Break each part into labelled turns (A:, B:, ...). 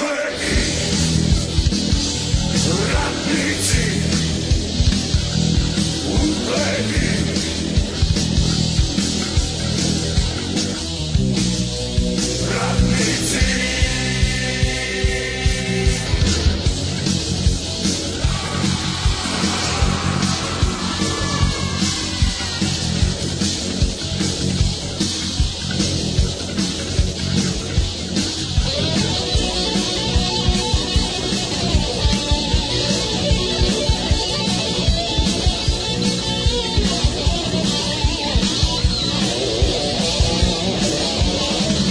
A: Ukrajini. Ratnici upleni. Ratnici.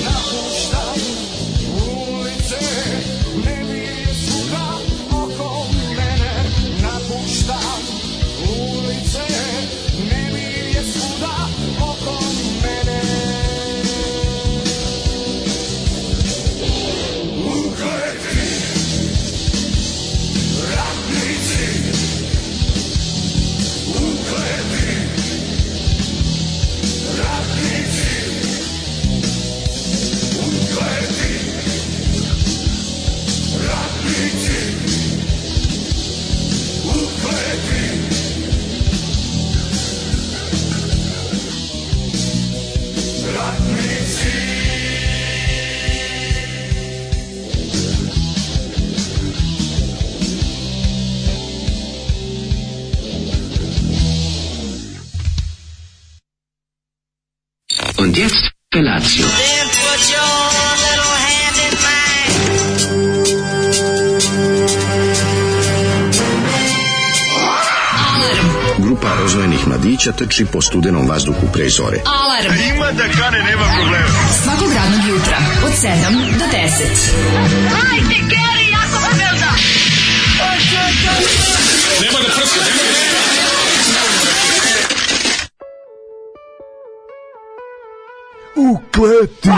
A: napuštaju ulice, nebi je svuda oko mene. Napuštam ulice, nebi je svuda oko mene. Ukrajini, ratnici, Ukrajini, ratnici. Ukleti, ratnici, ukleti. Ratnici,
B: Und jetzt Felatio.
C: Then put your little hand in mine.
D: Grupa rozvojenih mladića trči po studenom vazduhu pre zore.
E: Alarm. Ima da kane, nema problema. Svakog radnog jutra, od 7 do 10. Hajde, Geri, jako pa- se velda.
F: Ukleti!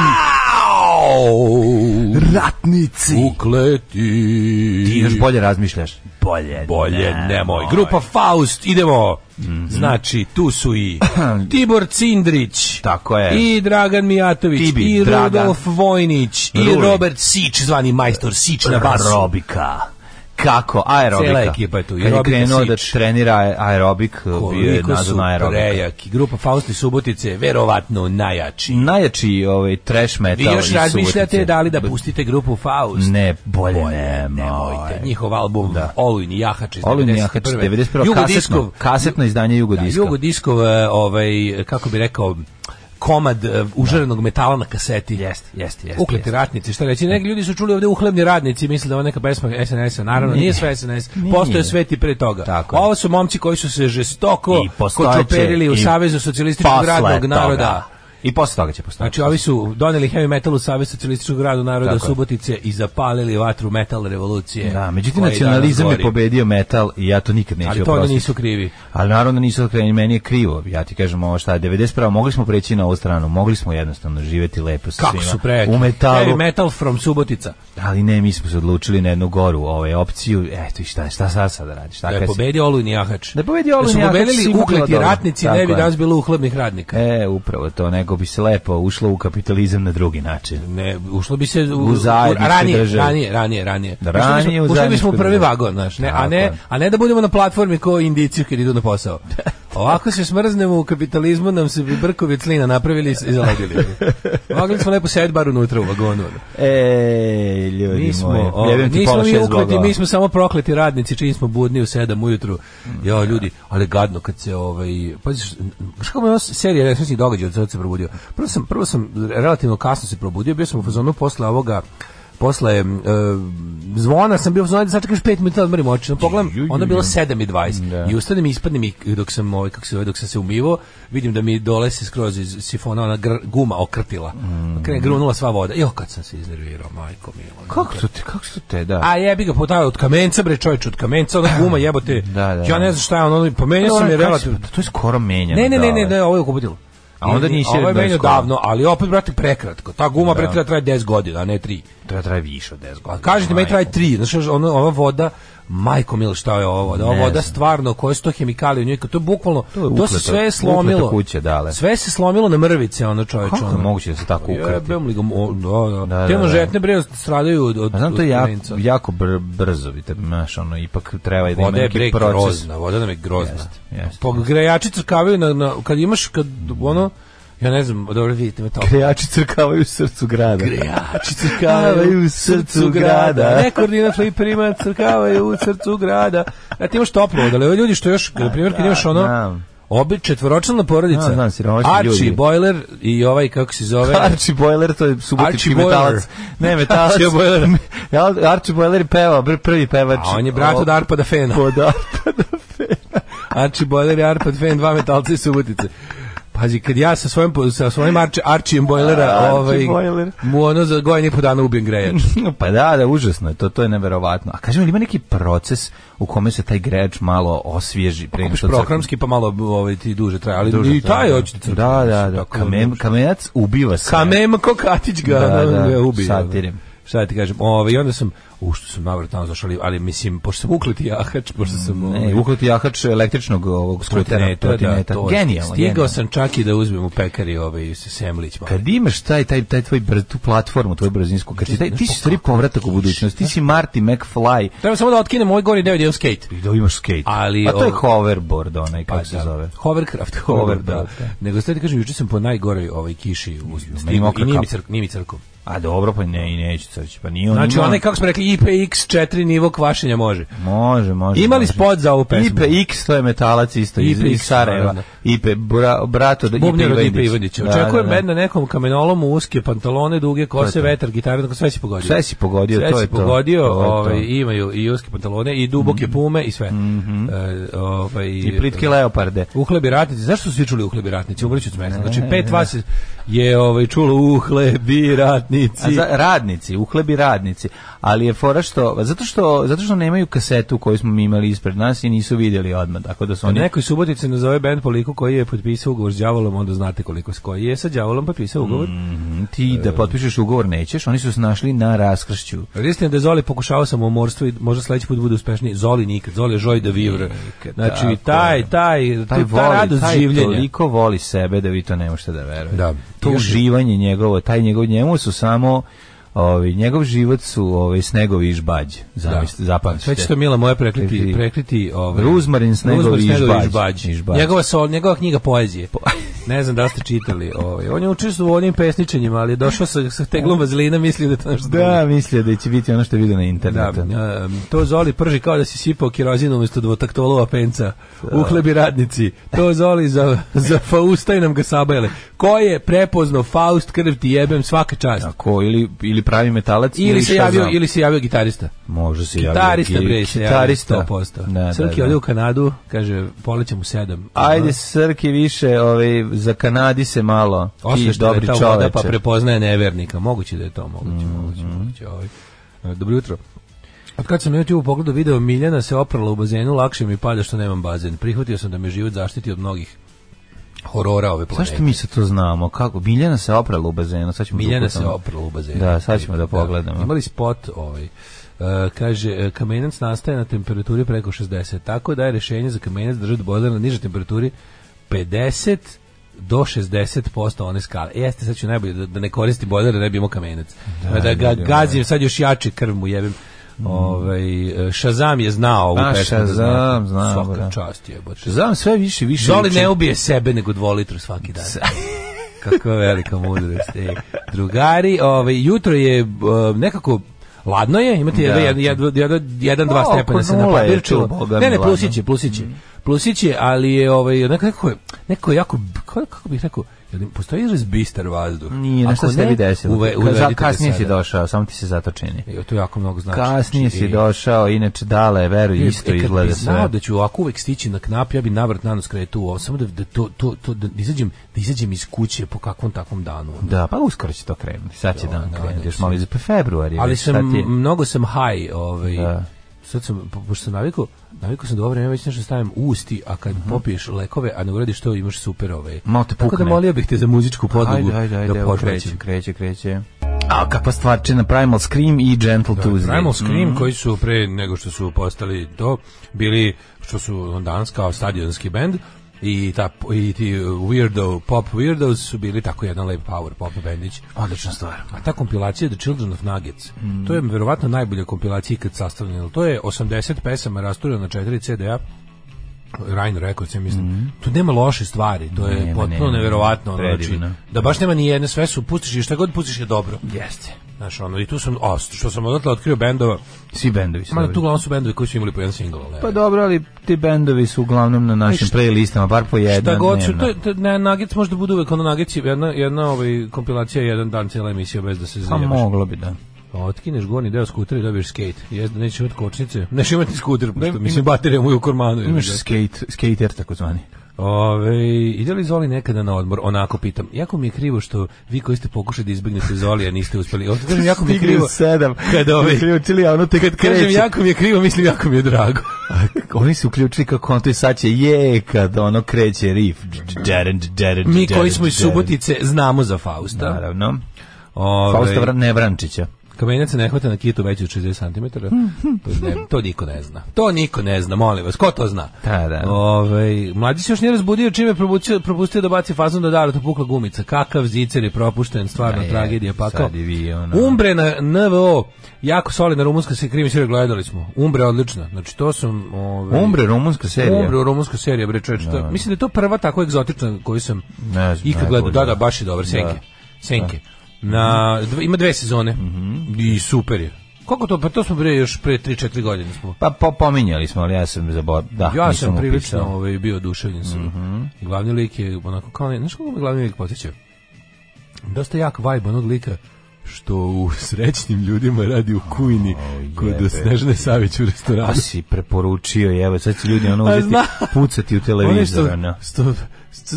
F: Ratnici!
G: Ukleti.
F: Ti još bolje razmišljaš. Bolje,
G: Bolje nemoj. Grupa Faust, idemo.
F: Mhm.
G: Znači, tu su i Tibor Cindrić.
F: Tako je.
G: I Dragan Mijatović.
F: Tibi,
G: I
F: Dragan.
G: Rudolf Vojnić. I
F: Ruli.
G: Robert Sić, zvani majstor Sić na basu.
F: Aerobika. Kako? Aerobika.
G: Cela ekipa je tu.
F: Kad je
G: Aerobika
F: krenuo da
G: Sić.
F: trenira aerobik, bio je
G: Koliko su
F: nazvan aerobika.
G: prejaki. Grupa Faust i Subotice je verovatno najjači.
F: Najjači ovaj, trash
G: Vi
F: metal
G: još
F: iz
G: razmišljate
F: Subotice.
G: da li da pustite grupu Faust?
F: Ne, bolje, nemoj.
G: Nemojte. Njihov album da. Olujni Jahač iz
F: Olin Jahač, 91. kasetno, kasetno izdanje Jugodiska.
G: Da, Jugodiskov, e, ovaj, kako bi rekao, komad e, užarenog metala na kaseti.
F: Jeste, jeste, jeste,
G: Ukleti
F: jeste.
G: ratnici, šta reći. Neki ljudi su čuli ovde uhlebni radnici i mislili da je ovo neka pesma SNS-a. Naravno, nije,
F: Nije.
G: sve SNS.
F: Nije.
G: Postoje sveti pre toga.
F: Tako je.
G: Ovo su momci koji su se žestoko
F: I postojeće
G: kočoperili u
F: i
G: Savezu socijalističkog
F: posle
G: radnog
F: toga.
G: naroda.
F: I posle toga će postati.
G: Znači, ovi su doneli heavy metal u Savez socijalističkog gradu naroda
F: Tako je.
G: Subotice i zapalili vatru metal revolucije.
F: Da, međutim
G: koja i
F: nacionalizam
G: danas
F: je
G: gori.
F: pobedio metal i ja to nikad neću
G: Ali to oni
F: oprostiti.
G: nisu krivi.
F: Ali naravno nisu okreni, meni je krivo. Ja ti kažem ovo šta, 91. mogli smo preći na ovu stranu, mogli smo jednostavno živjeti lepo sa
G: Kako
F: svima.
G: su prejaki.
F: U metalu,
G: Heavy metal from Subotica.
F: ali ne, mi smo se odlučili na jednu goru ovaj, opciju. Eto i šta, šta sad sad radiš? Šta
G: Da je
F: kad si-
G: pobedio Olujni Jahač.
F: Da je pobedio Olujni
G: Da
F: Jahač,
G: su
F: svima
G: pobedili
F: bilo
G: ukleti
F: dobro.
G: ratnici,
F: Tako
G: ne bi
F: je.
G: danas bilo uhlebnih radnika.
F: E, upravo to, nego bi se lepo ušlo u kapitalizam na drugi način.
G: Ne, ušlo bi se u,
F: U zajedničku
G: ranije,
F: državu.
G: ranije, ranije, ranije.
F: Da,
G: Ušli
F: ranije u
G: bismo- ušli bismo u
F: zajedničku
G: prvi
F: državu.
G: vagon, znaš, ne, a
F: Tako
G: ne,
F: je.
G: a ne da budemo na platformi kao indici kad idu na posao. Ovako se smrznemo u kapitalizmu, nam se bi brkovi od slina napravili i zaledili. Mogli smo lepo sedbar unutra u vagonu. ono.
F: E, ljudi
G: Mi smo,
F: moji,
G: o,
F: jebem ti
G: nismo
F: pola
G: mi
F: šest
G: ukleti,
F: blagova.
G: mi smo samo prokleti radnici, čim smo budni u sedam ujutru.
F: Mm.
G: Jo, ljudi, ali gadno kad se ovaj, paziš, znaš kako me ova serija nesmesnih događaja od sad se probudio. Prvo sam, prvo sam relativno kasno se probudio, bio sam u fazonu posle ovoga posle e, zvona sam bio u fazonu, ajde sačekaš 5 minuta da odmorim oči. No, pogledam, onda je bilo 7 i 20. I ustanem i ispadnem i dok sam ovaj kako se zove, dok sam se umivao, vidim da mi dole se skroz iz sifona ona gr, guma okrtila. Mm. grunula sva voda. Jo, kad sam se iznervirao, majko mila.
F: Kako su te, kako su te, da.
G: A jebi ga puta od kamenca bre čovjek od kamenca ona guma jebote.
F: Da, da.
G: Ja ne znam šta je ono, ono pa menjao sam je relativno.
F: To je skoro menjano.
G: Ne, ne, ne, ne,
F: dale.
G: ne, ovo je okupitilo.
F: A onda nisi
G: Ovo je
F: jedno
G: menjao
F: skoro.
G: davno, ali opet brate prekratko. Ta guma bre treba traje 10 godina, a ne 3.
F: Pa Treba traje više od 10 godina.
G: Kažete meni traje 3, znači ono ova voda majko mil šta je ovo da
F: Ne
G: ovo da
F: znam.
G: stvarno koje su to hemikalije u njoj to je bukvalno
F: To
G: to,
F: je
G: se
F: ukleta-
G: sve
F: ukleta
G: slomilo
F: kuća, dale.
G: sve se slomilo na mrvice ono čoveče
F: Kako je
G: ono.
F: moguće da se tako ukrati?
G: Jebem li ga, mo- da, da.
F: Da,
G: Te
F: da, da.
G: manžetne bre stradaju od od
F: A Pa znam, to
G: od
F: je jako,
G: klinca.
F: jako br brzo, vidite, znaš, ono, ipak treba i da ima
G: Voda je
F: neki
G: bre
F: proces.
G: grozna, voda nam je grozna.
F: Jeste, jeste.
G: Pa grejači crkavaju na, na, kad imaš, kad ono, ja ne znam, dobro vidite me to.
F: Krejači crkavaju u srcu grada.
G: Grejači crkavaju u srcu grada. Ne koordinat prima crkavaju u srcu grada. A ti imaš toplo, ali ovi ljudi što još, na primjer, kad imaš ono,
F: znam.
G: obi četvoročlana
F: Ja,
G: porodica,
F: znam, siromašni
G: Arči,
F: ljudi.
G: Boiler i ovaj, kako se zove,
F: Arči Boiler, to je subotički
G: Archie Boiler.
F: metalac. Ne, metalac.
G: Archie Boiler.
F: Ja, Arči Boiler je peva, br- prvi pevač.
G: a on je brat Znači, od Arpada Fena.
F: Od Arpa.
G: Arči Boiler i Arpad Fen, dva metalca iz Subotice. Pazi, kad ja sa svojim, po- sa svojim Arči, Arčijem Bojlera,
F: Archie
G: ovaj,
F: Boiler.
G: mu ono za gojanje po dana ubijem grejač.
F: pa da, da, užasno je, to, to je neverovatno. A kažem, jel ima neki proces u kome se taj greč malo osvježi? pre nego što crkne?
G: Prokramski pa malo ovaj, ti duže traje, ali
F: Duže
G: i taj
F: traje.
G: hoće ti crkne.
F: Da, da, da.
G: Tako
F: Kamen, kamenac ubiva se.
G: Kamem Kokatić ga,
F: Da,
G: da,
F: da,
G: ga ubije. ovaj.
F: satirem.
G: Šta da ti kažem, ove, i onda sam, u što sam navrat tamo zašao, ali, ali mislim, pošto sam ukleti jahač, pošto sam... ovaj,
F: Ne, ukljuti jahač električnog ovog skutera,
G: trotineta,
F: trotineta.
G: da, to-
F: Genijalno,
G: Stigao
F: genijalno.
G: sam čak i da uzmem u pekari ovaj, semlić. malo.
F: Kad imaš taj taj taj tvoj brz, tu platformu, tvoju brzinsku, kad ti, taj, ti si
G: Znaš,
F: stvari povratak u budućnost, ti si Marty McFly,
G: Treba samo da otkinem ovaj gori deo gdje imam skate.
F: i da imaš skate.
G: Ali,
F: A to je
G: ovo-
F: hoverboard, onaj, kako Pa se
G: da.
F: zove.
G: Hovercraft, hoverboard,
F: Hoverboard,
G: da.
F: da.
G: Nego sad ti kažem, juče sam po najgoroj ovaj kiši u
F: meni
G: stigu i
F: mokra
G: nije mi,
F: kapa.
G: crk, nije mi crkom.
F: A dobro, pa ne, i neće crći, pa nije on
G: Znači,
F: imao-
G: onaj, kako smo rekli, IPX4 nivo kvašenja može.
F: Može, može.
G: Imali
F: Pa može.
G: spot za ovu pesmu?
F: Ipe X, to je metalac isto iz,
G: Ipe
F: iz
G: X,
F: Sarajeva.
G: naravno.
F: Ipe, bra, brato da
G: Bubnjar od Ipe
F: Ivanić.
G: Ivanića. Očekujem
F: Da,
G: da,
F: da, da.
G: na nekom kamenolomu, uske pantalone, duge kose, vetar, gitare, tako sve si pogodio.
F: Sve si pogodio,
G: Sve
F: to
G: si
F: je to.
G: pogodio,
F: To je to. Mhm.
G: ovaj, imaju i uske pantalone, i duboke pume, i sve. E, ovaj,
F: I plitke leoparde.
G: Uhlebi ratnici, zašto su svi čuli uhlebi ratnici? Umreću od smeha. Znači, pet vas je- je ovaj, čulo uhlebi ratnici.
F: A za, radnici, uhlebi radnici. Ali je fora što, zato što, zato što nemaju kasetu koju smo mi imali ispred nas i nisu vidjeli odmah, tako da su
G: Oni...
F: oni...
G: Nekoj subotici nazove band po liku koji je potpisao ugovor s đavolom, onda znate koliko s koji je sa đavolom potpisao ugovor.
F: Mhm, Ti da potpišeš ugovor nećeš, oni su se našli na raskršću.
G: Istina da je Zoli pokušao sam u morstvu i možda sledeći put bude uspešniji. Zoli nikad, Zoli je žoj da vivre. Znači,
F: E, tako
G: taj,
F: je.
G: taj,
F: Taj
G: taj,
F: voli,
G: ta radost
F: taj
G: življenja.
F: toliko voli sebe da vi to ne možete da verujete.
G: Da.
F: To
G: Još-
F: uživanje njegovo, taj njegov njemu su samo Ovi, njegov život su ovi, snegovi i žbađ. Zamislite, zapamtite.
G: Sve će to Mila moje prekriti,
F: Prekriti.
G: prekriti ovaj,
F: Ruzmarin, snegovi
G: Ruzmarin,
F: i
G: snegovi
F: žbađ.
G: žbađ.
F: I žbađ.
G: Njegova, sol, njegova knjiga poezije. ne znam da li ste čitali. Ovaj. On je učestvovao u onim pesničenjima, ali je došao sa, sa teglom vazelina, mislio da je to nešto drugo.
F: Da, mislio da će biti ono što vidio na
G: Da,
F: internetu.
G: em, to Zoli prži kao da si sipao kerozin umjesto dvotaktolova penca. Uhlebi radnici. To Zoli za, za Fausta i nam ga sabajale. Ko je prepoznao Faust krv ti jebem svaka čast?
F: Tako, ili, ili pravi metalac, ili,
G: Ili se
F: šta
G: javio,
F: znam.
G: ili se javio gitarista.
F: Može se javio.
G: Gitarista
F: ki-
G: bre, se javio
F: Gitarista.
G: 100%.
F: Da, da,
G: Srki
F: da.
G: ode u Kanadu, kaže, polećem u sedam.
F: Ajde, Srki, više, ovaj, za Kanadi se malo. Ti
G: Osveštena
F: dobri
G: je ta voda
F: čoveče.
G: pa prepoznaje nevernika. Moguće da je to moguće, moguće, moguće. Ovaj. E, Dobro jutro. Od kad sam na YouTube pogledao video Miljana se oprala u bazenu, lakše mi pada što nemam bazen. Prihvatio sam da me život zaštiti od mnogih horora ove planete.
F: Zašto mi se to znamo? Kako? Miljana se oprala u bazenu. Sad ćemo
G: Miljana se
F: dukucamo.
G: oprala u bazenu.
F: Da, sad ćemo da pogledamo.
G: Imali spot ovaj. e, kaže, e, kamenac nastaje na temperaturi preko 60, tako da je rješenje za kamenac držati bojler na nižoj temperaturi 50 do 60% one skale. E, jeste, sad ću najbolje da, da ne koristi bojler, da ne bi imao kamenac. Da, ga gazim, sad još jače krv mu jebim. Ovaj, e, Shazam je znao ovu
F: A,
G: pesmu.
F: Mm. Pa, Shazam,
G: znate.
F: znam,
G: Svaka
F: da.
G: čast jebote.
F: Znam sve više, više.
G: Zoli
F: uči.
G: ne ubije sebe nego dva litru svaki dan. Kako je velika mudrost. ej. Drugari, ovaj, jutro je eh, nekako Ladno je, imate
F: Da.
G: jedan, jedan, jedan, jedan dva
F: O,
G: stepena
F: oko
G: se
F: nula je
G: napadirčilo.
F: tu, boga
G: Ne,
F: mi,
G: ne,
F: ladno.
G: plusiće, plusiće. Plusiće, ali je ovaj, nekako, nekako, je- nekako je jako, kako, kako bih rekao, jel postoji izraz bistar vazduh.
F: Nije, na
G: Ako
F: šta se tebi desilo?
G: uve-
F: Ka-
G: uvedite
F: kasnije
G: ga
F: si
G: sada.
F: došao, samo ti se zato čini.
G: Evo, to jako mnogo znači.
F: Kasnije
G: Znači,
F: si
G: i-
F: došao, inače dale, veruj,
G: E,
F: isto
G: e, kad bi
F: izgleda
G: znao
F: sve.
G: da ću ovako uvek stići na knap, ja bi navrat na nos kretu u ovo, samo da, da, to, to, to, da, izađem, da izađem iz kuće po kakvom takvom danu.
F: Da, pa uskoro će to krenuti. Sad će dan
G: da,
F: krenuti,
G: da,
F: još malo iz pa februar je.
G: Ali
F: već, sad
G: sam,
F: ti je-
G: mnogo sam high, ovaj,
F: Da.
G: sad sam, po- pošto sam navikao, navikao sam da ovo vreme već nešto stavim u usti, a kad popiješ lekove, a ne uradiš to, imaš super ovaj.
F: Mhm. Malo te
G: Tako da
F: pukne.
G: molio bih te za muzičku podlogu
F: Ajde, ajde, ajde,
G: da
F: evo
G: počećem.
F: kreće, kreće, kreće. A kakva stvarčina Primal Scream i Gentle Tuesday.
G: Primal Scream
F: Mhm.
G: koji su pre nego što su postali to bili što su londanska kao stadionski bend i ta i ti weirdo pop weirdos su bili tako jedan lep power pop bendić.
F: Odlična stvar. Mhm.
G: A ta kompilacija The Children of Nuggets, to je verovatno najbolja kompilacija ikad sastavljena. To je 80 pesama rastureno na 4 CD-a. Ryan Records, ja mislim. Tu nema loše stvari, to je
F: Mhm. Nema,
G: potpuno
F: nema.
G: neverovatno. ono, Znači,
F: Predivno.
G: da baš nema ni jedne, sve su, pustiš i šta god pustiš je dobro.
F: Jeste.
G: Znaš, ono, i tu sam, a, što sam odatle otkrio bendova,
F: Svi bendovi su.
G: mada
F: dobri.
G: tu uglavnom su bendovi koji su imali po jedan single, ali ne.
F: Pa dobro, ali ti bendovi su uglavnom na našim
G: šta-
F: playlistama, bar po jedan.
G: Šta god su,
F: dnevno.
G: to, je- to, ne, Nuggets možda bude uvek ono Nuggets, je jedna, jedna ovaj, kompilacija, jedan dan cijela emisija bez da se
F: Pa
G: zajebaš.
F: moglo bi da.
G: Otkineš gornji deo skutera i dobiješ skate. Jezda, nećeš imati kočnice, nećeš imati skuter, pošto, mislim, baterija mu je u kormanu.
F: Imaš
G: Jezda.
F: skate, skater takozvani.
G: Ove, ide li Zoli nekada na odmor? Onako pitam. Jako mi je krivo što vi koji ste pokušali da izbjegnete Zolija niste uspeli. Ovo kažem, jako mi je krivo.
F: sedam.
G: Kad ovaj-
F: Uključili, a ono tek kad
G: Kažem,
F: kreće.
G: jako mi je krivo, mislim, jako mi je drago.
F: Oni su uključili kako on to i sad će, je, kad ono kreće riff. Džeren, džeren,
G: Mi
F: džeren,
G: koji smo iz
F: džeren.
G: Subotice znamo za Fausta.
F: Naravno. Ovaj-
G: Ove,
F: Fausta Vra- Nevrančića.
G: Kamenjac Ovaj, se ne hvata na kitu veći od 60 cm. To, ne, to niko ne zna. To niko ne zna, molim vas. Ko to zna?
F: Da, da.
G: Ovaj, mlađi se još nije razbudio čime je propustio, propustio da baci fazon da Daru to pukla gumica. Kakav zicer je propušten, stvarno
F: Da je,
G: tragedija pakao.
F: E, sad i vi, ono.
G: Umbre na NVO, jako solidna rumunska se krimi serija, gledali smo. Umbre odlična. Znači to sam... Ovaj,
F: Umbre, rumunska serija.
G: Umbre, rumunska serija, bre čovječ, to- Mislim da je to prva tako egzotična koju sam
F: Ne znam,
G: ikad gledao.
F: najbolje.
G: Da, da, baš je dobar, Senke. Senke. Na, dv- ima dve sezone.
F: Mhm.
G: I super je. Koliko to, pa to smo bre još pre 3-4 godine smo.
F: Pa po, pominjali smo, ali ja sam zaborav. Da,
G: ja
F: nisam
G: sam prilično
F: upisao. Mhm.
G: ovaj, bio oduševljen sam. I Glavni lik je onako kao, ne, znaš kako me glavni lik podsjeća? Dosta jak vibe onog lika što u srećnim ljudima radi u kujni
F: jebe.
G: kod Snežane Savić u
F: Pa
G: restoranu.
F: si preporučio, i evo, sad će ljudi ono
G: A,
F: uzeti,
G: zna-
F: pucati u
G: Oni
F: televizor. ono.
G: što, što,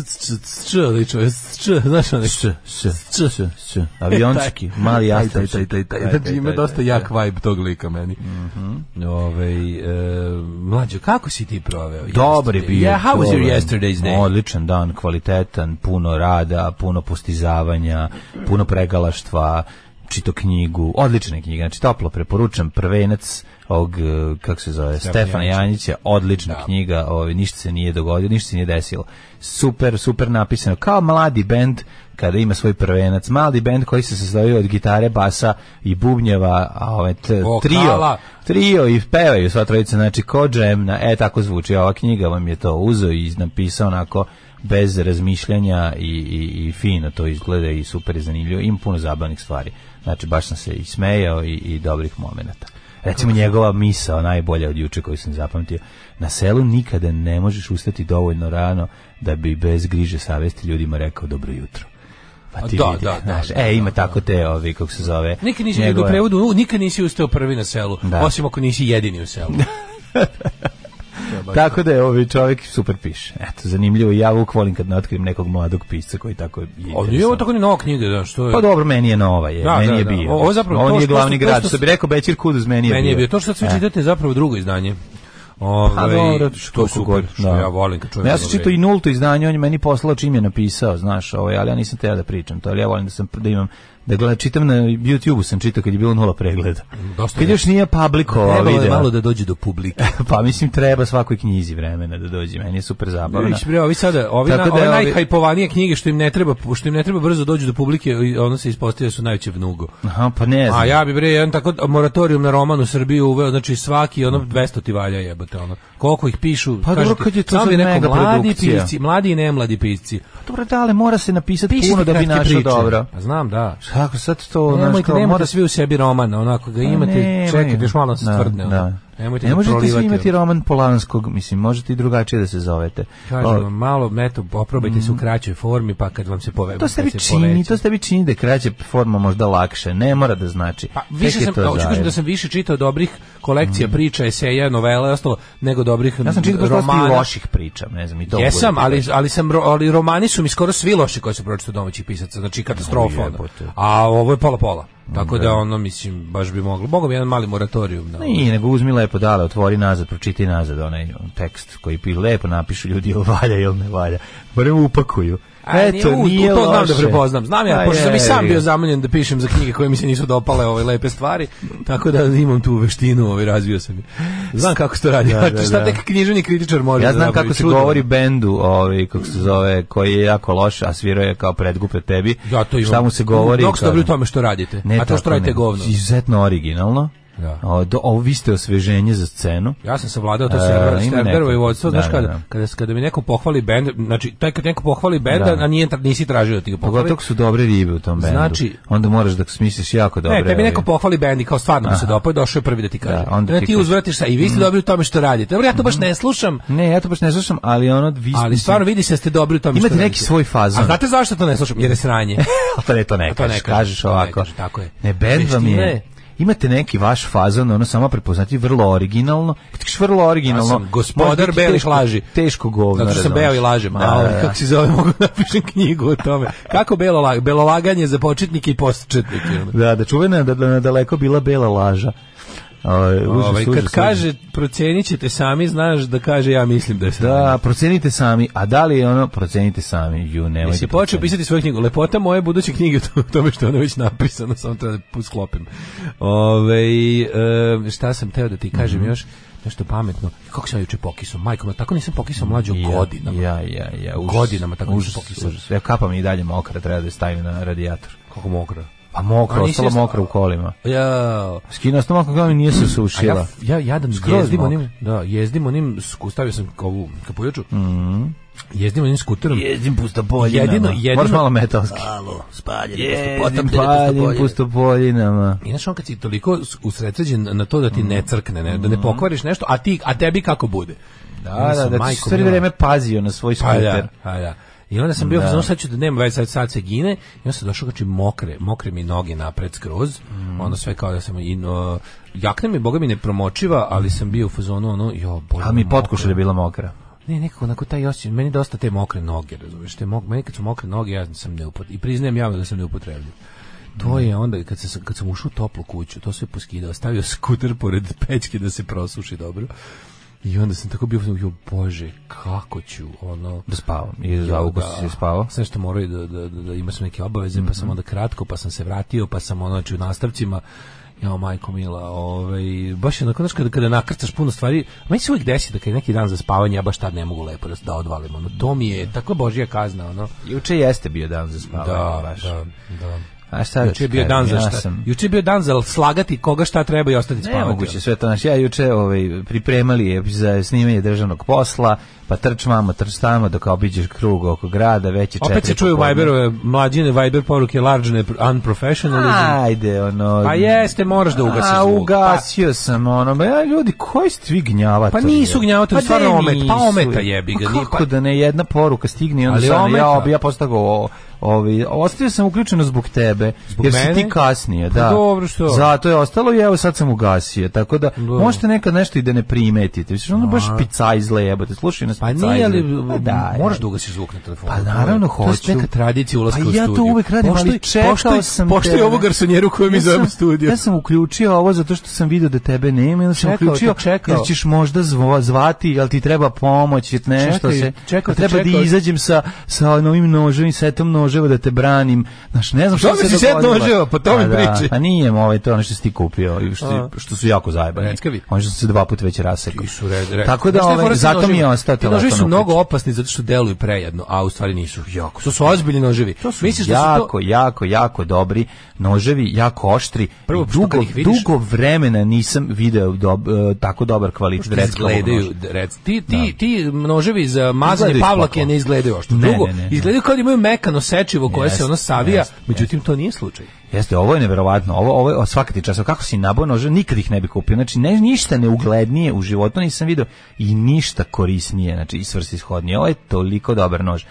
G: što, ali čovjek, što, znaš onaj,
F: S, s, s, s, s, avionski, mali
G: E, taj,
F: jastavci.
G: taj, taj, taj, znači ima dosta jak vibe tog lika meni.
F: Mhm.
G: Ovej, e, mlađo, kako si ti proveo?
F: Dobar je
G: yesterday?
F: bio.
G: Yeah, how was your
F: čuven.
G: yesterday's day?
F: Odličan dan, kvalitetan, puno rada, puno postizavanja, puno pregalaštva, čito knjigu, odlična je knjiga, znači toplo preporučam, prvenac ovog, eh, kako se zove,
G: Stefana
F: Stefana Janjića, odlična knjiga, ovaj, ništa se nije dogodilo, ništa se nije desilo. Super, super napisano, kao mladi bend kada ima svoj prvenac, mladi bend koji se sastoji od gitare, basa i bubnjeva, a ovaj t- trio,
G: Vokala.
F: trio i pevaju sva trojica, znači ko džemna, e tako zvuči, ova knjiga vam je to uzeo i napisao onako bez razmišljanja i, i, i fino to izgleda i super je zanimljivo, ima puno zabavnih stvari, znači baš sam se i smejao i, i dobrih momenata. Recimo njegova misa, najbolja od juče koju sam zapamtio, na selu nikada ne možeš ustati dovoljno rano da bi bez griže savesti ljudima rekao dobro jutro. Pa
G: A
F: ti
G: da,
F: vidi,
G: da, da,
F: znaš,
G: da,
F: e, ima tako te, ovi, kako se zove,
G: Nikad nisi
F: njegove-
G: bio u prevodu, u, nikad nisi ustao prvi na selu,
F: Da.
G: osim ako nisi jedini u selu.
F: Tako da je ovi čovjek super piše. Eto, zanimljivo. Ja uvijek volim kad ne otkrijem nekog mladog pisca koji tako je
G: Ovdje je
F: interesan.
G: ovo tako ni nova knjiga, da, što je...
F: Pa dobro, meni je nova, je.
G: Da,
F: meni
G: da,
F: je
G: da.
F: bio.
G: Ovo zapravo
F: On
G: to
F: je
G: što-
F: glavni
G: to
F: grad.
G: što-
F: Što bi rekao Bećir Kuduz, meni je
G: Meni
F: bio. E. Pa
G: je bio. To što sad svi čitate je zapravo drugo izdanje. Ovaj,
F: dobro,
G: to je super,
F: god,
G: što
F: da.
G: ja volim kad ovaj- čovjek...
F: Ja sam
G: dobro
F: čitao i nulto izdanje, on je meni poslao čim je napisao, znaš, ovaj, ali ja nisam teo da pričam to, ali ja volim da sam da imam da gledam, čitam na YouTubeu sam čitao kad je bilo nula pregleda.
G: Dosta
F: Kad
G: je.
F: još nije publikovao
G: Trebalo je
F: video.
G: malo da dođe do publike.
F: pa mislim treba svakoj knjizi vremena da dođe, meni je super zabavno.
G: Vidiš bre, ovi sada, ovi, na,
F: Tako da
G: ove
F: je ovi-
G: najhajpovanije knjige što im ne treba, što im ne treba brzo dođu do publike, i ono se ispostavlja su najveće vnugo.
F: Aha, pa ne znam.
G: A ja bi bre jedan tako moratorijum na roman u Srbiji uveo, znači svaki ono 200 ti valja jebote ono. Koliko ih pišu?
F: Pa dobro,
G: kažete,
F: kad je to
G: samo
F: za
G: bi rekao,
F: mega
G: mladi
F: produkcija.
G: pisci, mladi i nemladi pisci.
F: Dobro, da, ali mora se napisati
G: Pišite
F: puno da bi
G: kratke
F: našao
G: priče.
F: dobro.
G: Pa znam, da.
F: Kako sad to, znaš,
G: Nemojte,
F: kao,
G: nemojte
F: mora
G: svi u sebi roman, onako ga imate,
F: Nemaju.
G: čekajte, još malo se
F: Da,
G: stvrdne. ono.
F: Da.
G: Nemojte
F: ne
G: ga
F: možete svi
G: prolivati,
F: imati
G: ono.
F: roman Polanskog, mislim, možete i drugačije da se zovete.
G: Kažem
F: O,
G: vam, malo meto, poprobajte se u kraćoj formi, pa kad vam se pove...
F: Mm. to se tebi
G: kad se
F: čini,
G: poveća.
F: to se tebi čini da je kraća forma možda lakše, ne mora da znači.
G: Pa više
F: Tek je
G: sam,
F: to
G: da, hoću kažem
F: zajedno. Mm.
G: da sam više čitao dobrih kolekcija priča, eseja, novela i ostalo, nego dobrih
F: Ja sam čitao dosta
G: romana.
F: i loših priča, ne znam, i to.
G: Jesam,
F: bude-
G: ali, ali, sam, ro- ali romani su mi skoro svi loši koji su pročito domaćih pisaca, znači katastrofa. ono.
F: Jebote. Mm,
G: A ovo je pola-pola. Tako da ono, mislim, baš bi moglo. Mogu bi jedan mali moratorijum. Na...
F: Nije, nego uzmi lepo dale, otvori nazad, pročitaj nazad onaj tekst koji pi lepo napišu ljudi jel valja ili ne valja. barem upakuju.
G: A,
F: Eto,
G: u-
F: nije
G: to znam
F: loše.
G: da prepoznam. Znam ja,
F: A
G: pošto sam i
F: jebi
G: sam
F: ga.
G: bio zamoljen da pišem za knjige koje mi se nisu dopale ove lepe stvari, tako da imam tu veštinu, ovaj, razvio sam je. Znam kako se to radi.
F: Da, da,
G: Šta
F: da.
G: tek književni kritičar može
F: Ja
G: da
F: znam
G: napravi?
F: kako se
G: Čudno.
F: govori bendu, ovaj kako se zove, koji je jako loš, a svirao je kao predgupe tebi.
G: Ja to imam.
F: Šta mu se govori?
G: Dok ste dobri u
F: kažem.
G: tome što radite. A to što
F: tako,
G: radite je
F: nego
G: govno.
F: Izuzetno originalno.
G: Da. Pa
F: O, do, ovo vi ste osveženje za scenu.
G: Ja sam savladao to
F: E,
G: sa
F: ima
G: Sterberovo i
F: neko.
G: vodstvo,
F: Da,
G: znaš
F: da,
G: kada,
F: da.
G: kada, kada mi neko pohvali bend, znači taj kad neko pohvali bend,
F: Da.
G: a nije, tra- nisi tražio da ti ga pohvali.
F: Pogotovo ako su dobre ribe u tom bendu.
G: Znači-
F: onda moraš da smisliš jako dobre.
G: Ne, tebi
F: ove-
G: neko pohvali bend i kao stvarno mu se dopao, došao je prvi da ti kaže.
F: Da, onda
G: Ne,
F: ti
G: ti
F: kažeš. Mhm.
G: uzvratiš sa i vi ste dobri u tome što radite. Dobro, ja to baš ne slušam,
F: Ne, ja to baš ne slušam, ali ono vi
G: ali
F: mislim,
G: stvarno vidi se da ste dobri u tome što
F: imate
G: radite.
F: neki svoj fazon.
G: A znate zašto to ne slušam? Jer je sranje.
F: A to ne, to ne
G: A to ne
F: kažeš,
G: kažeš,
F: kažeš
G: to ne
F: ovako.
G: kažeš, tako je.
F: Ne, band vam
G: Veština je-
F: je, imate neki vaš fazon, ono samo prepoznati vrlo originalno. Kad kažeš vrlo originalno,
G: Ja sam gospodar
F: može biti
G: belih
F: teško-
G: laži.
F: Teško govno.
G: Zato što sam
F: razumeš.
G: beo i lažem.
F: Da,
G: A, ovaj
F: da, da.
G: kako se zove, mogu da napišem knjigu o tome. Kako belo, la- belo laganje za početnike i postčetnike. ono.
F: Da, da čuvena je da, da na daleko bila bela laža. Ovaj, užas,
G: Ovaj,
F: užas,
G: kad
F: užas.
G: kaže procenit ćete sami, znaš da kaže ja mislim da je sranje.
F: Da, procenite sami, a da li je ono, procenite sami, ju, nemojte.
G: Jesi počeo
F: proceniti.
G: pisati svoju knjigu? Lepota moje buduće knjige u tome što je ono već napisano, samo treba da sklopim. Ove, šta sam teo da ti kažem
F: Mhm.
G: još? Nešto pametno. Kako sam ja juče pokisao? Majko, ma tako nisam pokisao mlađo
F: Ja,
G: godinama.
F: Ja, ja, ja. užas,
G: Godinama tako
F: užas,
G: nisam pokisao.
F: užas. Ja kapam i dalje mokra, treba da je stavim na radijator.
G: Kako mokro.
F: Pa mokro,
G: A nisi
F: ostalo
G: isto-
F: mokro u kolima.
G: Ja,
F: Skinuo sam mokro, kao mi nije se
G: A
F: sušila.
G: ja, ja jadan
F: Skroz
G: jezdim
F: mokro.
G: onim, da, jezdim onim, sku- stavio sam ovu kapuljaču, jezdim onim skuterom,
F: Mhm. Jezdim pustopoljinama.
G: Jedino- jedino-
F: Moraš malo metalski.
G: Alo, spaljeni,
F: Jezdim
G: postopotapljeni
F: paljem
G: pustopoljeni.
F: pustopoljinama.
G: I znaš, on kad si toliko s- usredsređen na to da ti
F: Mm.
G: ne crkne, ne, da ne pokvariš nešto, a, ti, a tebi kako bude?
F: Da, da, da, ti si sve vreme pazio na svoj
G: pa
F: skuter.
G: da, pa da. I onda sam bio, da. sad ću da nema veze, sad, sad se gine, i onda sam došao, znači, mokre, mokre mi noge napred skroz,
F: Mm.
G: onda sve kao da sam, i, no, jakna mi, boga mi, ne promočiva, ali sam bio u fazonu, ono, jo, bolje.
F: A mi
G: mokro.
F: potkuša da je bila mokra.
G: Ne, nekako onako taj osjećaj, meni dosta te mokre noge, razumiješ, te mok, meni kad su mokre noge, ja sam neupot, i priznajem javno da sam neupotrebljiv. To je onda, kad sam, kad sam ušao u toplu kuću, to sve poskidao, stavio skuter pored pećke da se prosuši dobro, i onda sam tako bio, jo bože, kako ću, ono...
F: Da spavam. I za august se spavao. Mhm.
G: Sve što moraju da, da, da, da ima su neke obaveze, pa sam onda kratko, pa sam se vratio, pa sam ono, znači, u nastavcima, jao majko mila, ovaj, baš je onako, znaš, kada, kada nakrcaš puno stvari, meni se uvijek desi da kad je neki dan za spavanje, ja baš tad ne mogu lepo da, da odvalim, ono, to mi je, takva božja kazna, ono.
F: Juče jeste bio dan za spavanje. baš.
G: da.
F: A šta da
G: Juče je
F: ti
G: bio
F: kažem,
G: dan za
F: ja
G: šta,
F: sam-
G: juče je bio dan za slagati koga šta treba i ostati spavati.
F: Nemoguće sve to. Znači, ja juče ovaj, pripremali je za snimanje državnog posla, pa trč mamo, trč tamo, dok obiđeš krug oko grada, već je
G: Opet se
F: četiri
G: čuju
F: popodne.
G: Viberove, mlađine Viber poruke, large ne- unprofessionalism.
F: Ajde, ono...
G: Pa jeste, moraš da ugasiš
F: A,
G: zvuk. Pa
F: ugasio sam ono, ba ja ljudi, koji ste vi gnjavatori?
G: Pa nisu gnjavatori,
F: Pa
G: stvarno
F: ne
G: omet- pa
F: nisu.
G: ometa jebi ga,
F: Pa
G: nije
F: kako
G: pa-
F: da ne jedna poruka stigne i onda
G: Ali
F: sad,
G: ometa.
F: ja, ob- ja postago o, ovi, ostavio sam uključeno zbog tebe,
G: Zbog
F: jer
G: mene?
F: si ti kasnije,
G: Pa
F: da.
G: dobro, što?
F: Zato je ostalo i evo sad sam ugasio, tako da
G: Dobro.
F: možete nekad nešto i da ne primetite. Mislim, ono baš picajzle jebote, slušaj nas
G: Pa
F: picajzle.
G: nije, ali
F: Pa da,
G: moraš
F: je.
G: da ugasiš zvuk na telefonu.
F: Pa naravno
G: To je- To
F: hoću.
G: je neka tradicija ulaska
F: Pa
G: u studiju.
F: ja to uvek radim, ali čekao sam
G: Pošto je
F: tebe.
G: ovo garsonjeru koju mi
F: Ja sam-
G: zovemo studio.
F: Ja sam uključio ovo zato što sam video da tebe nema, ili sam
G: Čekao te,
F: uključio
G: čekao.
F: jer ćeš možda zvo- zvati, jel ti treba pomoć, jel nešto
G: Čekaj,
F: se.
G: čekao te,
F: treba
G: čekao.
F: da izađem sa sa novim nožem i setom noževa da te branim. Znaš, ne znam šta
G: Dobio
F: se
G: si set
F: dogodilo.
G: noževa, pa to mi
F: A da,
G: priči.
F: A nije mu ovaj to je ono što si ti kupio i što,
G: A.
F: što su jako zajebani.
G: Reckavi.
F: Oni što su se dva puta već rasekli.
G: Ti su red, red.
F: Tako da
G: Znaš šta je fora
F: ovaj,
G: sa
F: zato mi je
G: noževima?
F: ostao
G: Ti noževi
F: telefon.
G: su
F: u kući.
G: mnogo opasni zato što deluju prejedno, a u stvari nisu. Jako, to su ozbiljni noževi. To su Misliš da su
F: jako,
G: to...
F: jako, jako dobri noževi, jako oštri.
G: Prvo,
F: I
G: što
F: dugo,
G: kad ih vidiš-
F: dugo vremena nisam video dob, e, tako dobar kvalitet
G: Što
F: retkavog
G: izgledaju,
F: noža.
G: rec, ti, ti, ti noževi za mazanje
F: Izgledaju
G: pavlake
F: spokojno.
G: ne izgledaju ošto.
F: Ne,
G: Drugo,
F: ne, ne, ne.
G: izgledaju kao da imaju mekano sečivo koje se
F: Jeste,
G: ono savija,
F: jeste,
G: međutim to nije slučaj.
F: Jeste, ovo je neverovatno. Ovo ovo je svaka ti čast. Kako si nabao nože, nikad ih ne bi kupio. Znači ne, ništa neuglednije u životu nisam video i ništa korisnije, znači i svrsishodnije. Ovo je toliko dobar nož.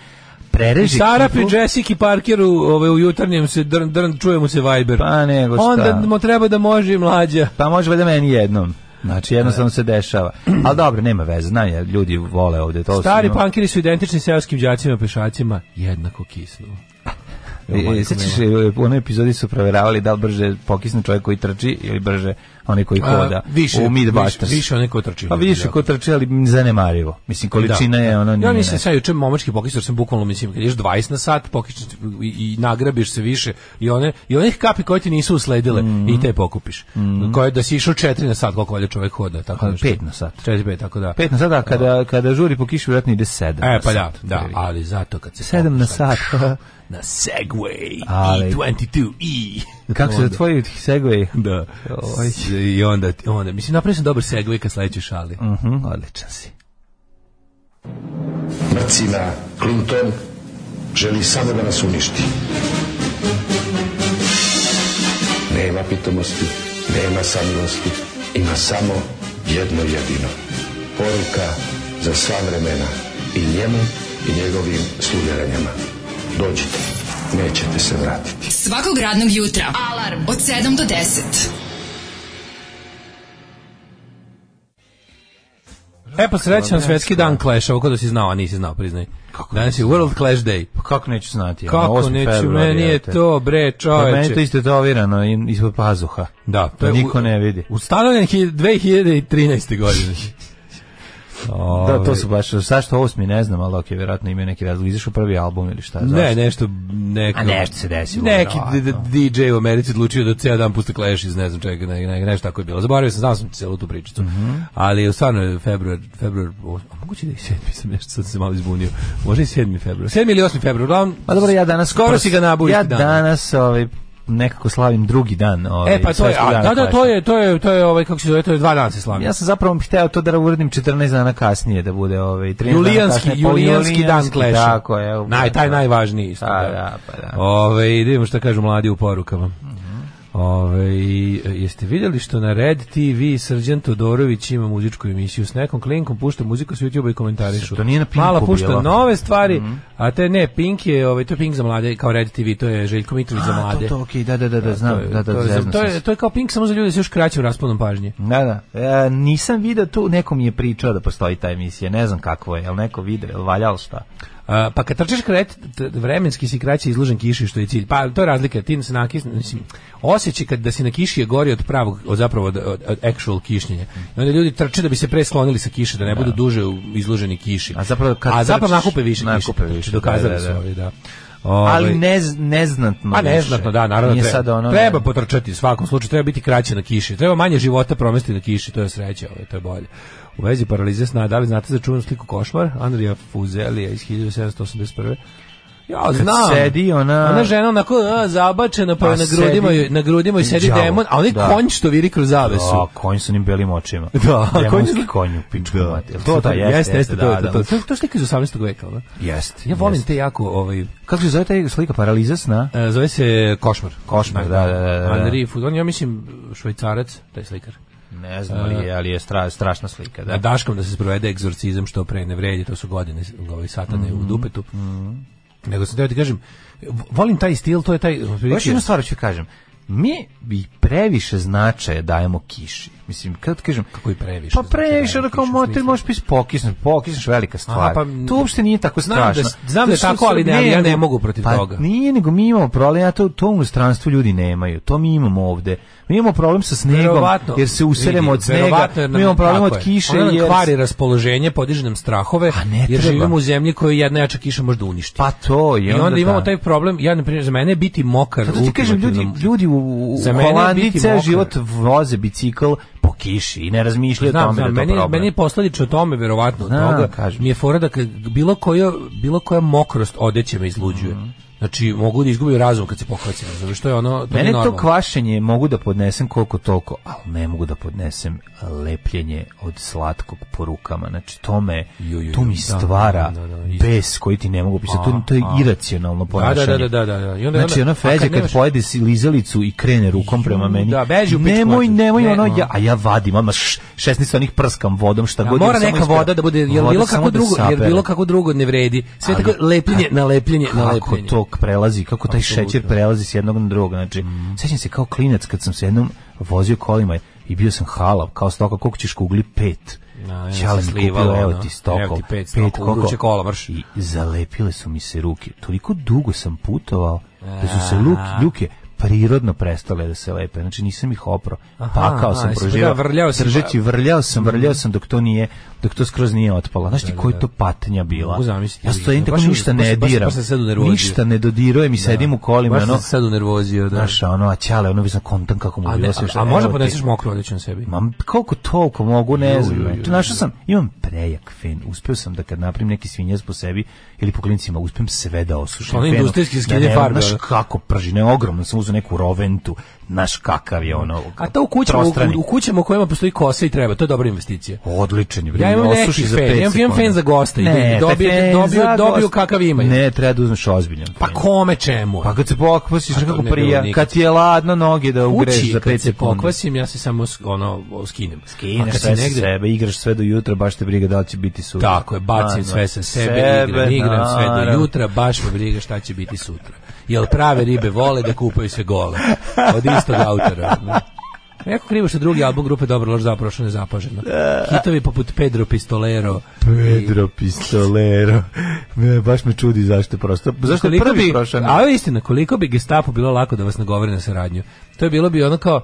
F: Prereži
G: Sarap i
F: kiflu-
G: Jessica Parker u, ovaj, u jutarnjem se drn, drn, čuje mu se Viber.
F: Pa nego šta.
G: Onda mu treba da može i mlađa.
F: Pa može valjda meni jednom. Znači jednostavno se dešava. Ali dobro, nema veze, znam ja, ljudi vole ovde to. su-
G: Stari pa pankiri su identični seoskim đacima pešacima, jednako kisnu.
F: E, e, Sećaš se u onoj epizodi su proveravali da li brže pokisne čovjek koji trči ili brže onaj koji hoda
G: više,
F: u Midbusters.
G: Više, više onaj ko trči.
F: Pa više ko trči, ali zanemarivo. Mislim, količina je ono...
G: Ja
F: nije
G: mislim
F: nešto.
G: sad juče momački pokičar sam bukvalno mislim kad ješ 20 na sat pokičar i, i nagrabiš se više i one i onih kapi koje ti nisu usledile
F: Mhm.
G: i te pokupiš. Koje da si išao 4 na sat koliko valja čovjek hoda tako
F: Ali
G: nešto.
F: Mhm. Pa pet na sat.
G: 4 5 tako da.
F: 5 na sada, kada, kada žuri po kiši, vjerojatno ide 7
G: E pa da, da, ali zato kad se
F: 7 na
G: pokupiš,
F: sat.
G: na Segway E
F: Ali-
G: E22E.
F: Kako se
G: Onda-
F: zatvori Segway?
G: Da.
F: Oj.
G: S- I onda, onda, mislim, napravio sam dobar Segway kad sledeće šali.
F: Mhm, odličan si.
D: Mrcina Clinton želi samo da nas uništi. Nema pitomosti, nema samilosti, ima samo jedno jedino. Poruka za sva vremena i njemu i njegovim slugarenjama. Dođite, nećete se vratiti.
E: Svakog radnog jutra. Alarm od 7 do 10.
G: E pa srećan svetski dan Clash, ovo da si znao, a nisi znao, priznaj. Danas je World Clash Day.
F: Pa kako neću znati?
G: Kako neću, meni je to, bre,
F: Pa meni je to
G: čoveče.
F: isto tetovirano in- ispod pazuha.
G: Da,
F: Da
G: u-
F: niko ne vidi.
G: Ustanovljen hi- 2013. godine.
F: Da,
G: Ovaj,
F: to su baš, zašto osmi, ne znam, ali ok, vjerojatno ima neki razlog. Izašao prvi album ili šta, zašto?
G: Ne, nešto neko.
F: A nešto se desilo,
G: Neki d-
F: verovatno.
G: d- DJ u Americi odlučio da ceo dan puste Clash iz ne znam čega, ne, ne, nešto tako je bilo. Zaboravio sam, znao sam celu tu pričicu.
F: Mhm.
G: Ali je stvarno je februar, februar, o, a moguće da je 7. sam nešto, sad sam se malo izbunio. Može i 7. februar. 7. ili 8. februar, uglavnom.
F: Pa dobro, ja danas...
G: skoro si ga nabuji
F: Ja
G: dan.
F: danas ovaj, nekako slavim drugi dan. Ovaj,
G: E pa to je,
F: svetskog
G: a,
F: dana
G: da, da, to
F: Clash-a.
G: je, to je, to je, ovaj, kako se zove, to je dva dana se slavi.
F: Ja sam zapravo hteo to da uradim 14 dana kasnije, da bude ovaj, 13 dana
G: Julijanski,
F: kasnije.
G: julijanski dan Clash.
F: Tako, evo.
G: Naj, taj najvažniji isto.
F: Pa da, pa da. Mhm.
G: Ove, da vidimo šta kažu mladi u porukama. Ove, i, e, jeste vidjeli što na Red TV Srđan Todorović ima muzičku emisiju s nekom klinkom, pušta muziku s YouTube i komentarišu.
F: To nije na Pinku Mhm.
G: Mala pušta
F: bilo.
G: nove stvari, a te ne, Pink je, ovaj, to je Pink za mlade, kao Red TV, to je Željko Mitrović za
F: A,
G: mlade.
F: to, to, okej, da, da, da, da, znam, da, da,
G: to, je, za-
F: zezno
G: to,
F: sam
G: je,
F: se.
G: to je kao Pink samo za ljude s još kraćim rasponom pažnje.
F: Da, da. E, nisam video tu, neko mi je pričao da postoji ta emisija, ne znam kakvo je, jel neko vide, jel valjalo šta?
G: A, pa kad trčiš kret, t- vremenski si kraće izložen kiši što je cilj. Pa to je razlika, ti se nakis, mislim, osjećaj kad da si na kiši je gori od pravog, od zapravo od, od, od actual kišnjenja. I onda ljudi trče da bi se preslonili sa kiše, da ne budu duže u- izloženi kiši.
F: A zapravo kad
G: A zapravo
F: trčiš,
G: nakupe više kiše.
F: nakupe više,
G: Znači, dokazali
F: da, da, da.
G: su ovi, da.
F: Ali
G: Ovaj,
F: ne, neznatno.
G: Pa
F: više.
G: neznatno, da, naravno
F: Nije
G: treba.
F: sad ono, ne-
G: treba potrčati u svakom slučaju, treba biti kraće na kiši. Treba manje života promesti na kiši, to je sreće, ovaj, to je bolje. U vezi paralize sna, da li znate za čuvenu sliku Košmar? Andrija Fuzelija iz 1781. Ja znam.
F: sedi ona-
G: Ona žena onako a, zabačena, pa,
F: Pa
G: je na grudima,
F: sedi-
G: joj- na grudima i sedi
F: Đavo,
G: demon, a onaj
F: da.
G: konj što viri kroz zavesu.
F: A, konj sa onim belim očima.
G: Da,
F: Demonski
G: konj-
F: konj, u pičku
G: Da.
F: mati. Jel To, da, jeste, jeste,
G: to,
F: da,
G: je to, to,
F: da.
G: to, je slika iz 18. veka, da?
F: Jeste.
G: Ja volim
F: jeste.
G: te jako, ovaj,
F: Kako se zove taj slika paraliza sna?
G: E, zove se Košmar.
F: Košmar, da, da, da, da.
G: Henri Fuzon, ja mislim švajcarac, taj slikar.
F: Ne znam, ali je, ali je stra, strašna slika,
G: Da.
F: da.
G: Daškom da se sprovede egzorcizam što pre ne vredi, to su godine ovaj satane
F: Mhm.
G: u dupetu. Nego sam teo ti kažem, volim taj stil, to je taj...
F: Još jednu stvar ću kažem. Mi bi previše značaja dajemo kiši. Mislim, kad kažem...
G: Kako i previše
F: Pa previše,
G: značaja
F: ono kao
G: kiši, u
F: motel
G: smislu?
F: možeš pis pokisnut, pokisneš velika stvar.
G: Aha, pa-
F: to uopšte nije tako
G: Znam da
F: strašno.
G: s- znam da je
F: Zato što
G: tako, ali
F: su-
G: ne, ja ne
F: nego-
G: mogu protiv
F: pa
G: toga.
F: nije, nego mi imamo problem, ja to, to u inostranstvu ljudi nemaju, to mi imamo ovde. Mi imamo problem sa snegom,
G: Verovatno,
F: jer se useremo
G: vidi,
F: od snega,
G: verovatno jer nam-
F: mi imamo problem
G: tako
F: od
G: je.
F: kiše,
G: Ona nam
F: jer...
G: kvari raspoloženje, podiže nam strahove,
F: A ne
G: jer
F: treba.
G: živimo u zemlji koju jedna jača kiša može da uništi.
F: Pa to,
G: I
F: je
G: onda, imamo
F: da.
G: taj problem, ja na primjer, za mene je biti mokar.
F: Pa Zato ti kažem, ljudi,
G: ultimativno-
F: ljudi u, u
G: Za mene je
F: Holandiji
G: biti
F: ceo
G: mokro.
F: život voze bicikl po kiši i ne razmišljaju o
G: Znam,
F: tome
G: znam,
F: da je to
G: meni,
F: problem.
G: meni je posledično tome verovatno od
F: Znam,
G: toga.
F: kažem.
G: Mi je fora da kad bilo koja bilo koja mokrost odeće me izluđuje.
F: Mhm.
G: Znači mogu da izgubim razum kad se pokvaci, razumeš što je ono to
F: Mene
G: nije
F: to
G: normalno.
F: kvašenje mogu da podnesem koliko toliko, ali ne mogu da podnesem lepljenje od slatkog po rukama. Znači, to me,
G: Ju, ju, ju,
F: to mi
G: da,
F: stvari
G: da, da, da, isto.
F: bes koji ti ne mogu pisati. To, to je iracionalno
G: Da,
F: ponašanje.
G: da, da, da, da, da. I onda,
F: Znači,
G: onda-
F: ona
G: a
F: feđa kad
G: nemaš-
F: pojede si lizalicu i krene rukom prema meni.
G: da, beži u pičku
F: Nemoj,
G: materinu.
F: nemoj,
G: Ne,
F: ono,
G: no.
F: ja, a ja vadim, odmah šš, 16 onih prskam vodom, šta
G: Da,
F: god.
G: mora
F: jer samo
G: neka
F: ispira-
G: voda da bude, jer
F: Voda
G: bilo
F: samo
G: kako
F: da
G: drugo, jer
F: sabere.
G: bilo kako drugo ne vredi. Sve
F: Ali-
G: tako lepljenje, nalepljenje,
F: kako
G: nalepljenje.
F: to prelazi, kako taj
G: Apsolutno. Mm.
F: šećer prelazi s jednog na drugog. Znači, sećam se kao klinac kad sam se jednom vozio kolima i bio sam halav, kao stoka, koliko ćeš kugli pet.
G: Da, ja sam
F: Ćale mi
G: slivalo,
F: kupio, evo
G: ono,
F: ti stokol.
G: evo ti pet stokol, vruće kola, vrš. E.
F: I zalepile su mi se ruke. Toliko dugo sam putovao da su se luk, ljuke prirodno prestale da se lepe. Znači nisam ih opro.
G: Aha,
F: Pakao
G: aha,
F: sam
G: jesi
F: proživao.
G: da, vrljao si, pa- Mm.
F: Držeći, vrljao sam, vrljao sam dok to nije, dok to skroz nije otpalo. Znaš ti
G: Da, da,
F: koja
G: da.
F: to patnja bila?
G: Mogu zamisliti.
F: Ja stojim tako
G: Baš-
F: ništa
G: baš-
F: ne
G: baš- baš
F: diram.
G: sam se sad unervozio.
F: Ništa ne dodirujem i sedim u kolima,
G: Baš
F: ono.
G: sam se sad unervozio, da.
F: Znaš, ono, a ćale, ono bi sam kontan kako mu
G: A,
F: bilo
G: ne,
F: sve
G: a,
F: što-
G: a možda
F: evo ti.
G: poneseš mokru odjeću na sebi.
F: Ma koliko toliko mogu, ne znam.
G: ju, ju,
F: znači,
G: ju.
F: našao sam, imam prejak fen. Uspeo sam da kad napravim neki svinjac po sebi ili po klincima, uspem sve da osušim.
G: Ono
F: fenom,
G: industrijski
F: da
G: skenje
F: ne-
G: farbe,
F: Znaš
G: ono.
F: kako prži, ne ogromno sam uzeo neku roventu, znaš kakav je ono.
G: A to u kućama, u,
F: trostrani.
G: u kućama u kojima postoji kosa i treba, to je dobra investicija.
F: Odličan je, bre,
G: Ja imam neki
F: osuši za
G: fen,
F: pet
G: imam- imam
F: sekundi.
G: fen za goste i
F: Ne,
G: dobio-
F: taj fen
G: dobio-
F: za
G: dobio
F: goste.
G: kakav imaju.
F: Ne, treba da uzmeš ozbiljan.
G: Pa
F: fen.
G: kome čemu?
F: Pa kad se pokvasiš,
G: A to
F: kako
G: ne bi bilo
F: prija,
G: nikad.
F: kad ti je ladno noge da ugreš
G: Uči,
F: za
G: kad
F: 5
G: se
F: sekundi.
G: pokvasim, ja se samo sk- ono, skinem. A
F: Kineš
G: kad se
F: sve sa
G: negde-
F: sebe, igraš sve do jutra, baš te briga da li će biti sutra.
G: Tako je, bacim
F: Naravno.
G: sve sa sebe, igram, igram sve do
F: naravno.
G: jutra, baš me briga šta će biti sutra. Jel prave ribe vole da kupaju sve gole? Od istog autora. ne? Jako krivo što drugi album grupe Dobro loš zapravo što nezapaženo. Hitovi poput Pedro Pistolero.
F: Pedro Pistolero. Ne, baš me čudi zašto je prosto. Zašto je
G: Koliko
F: prvi
G: bi,
F: prošao?
G: A ovo je istina, koliko bi gestapu bilo lako da vas nagovore na saradnju. To je bilo bi ono kao,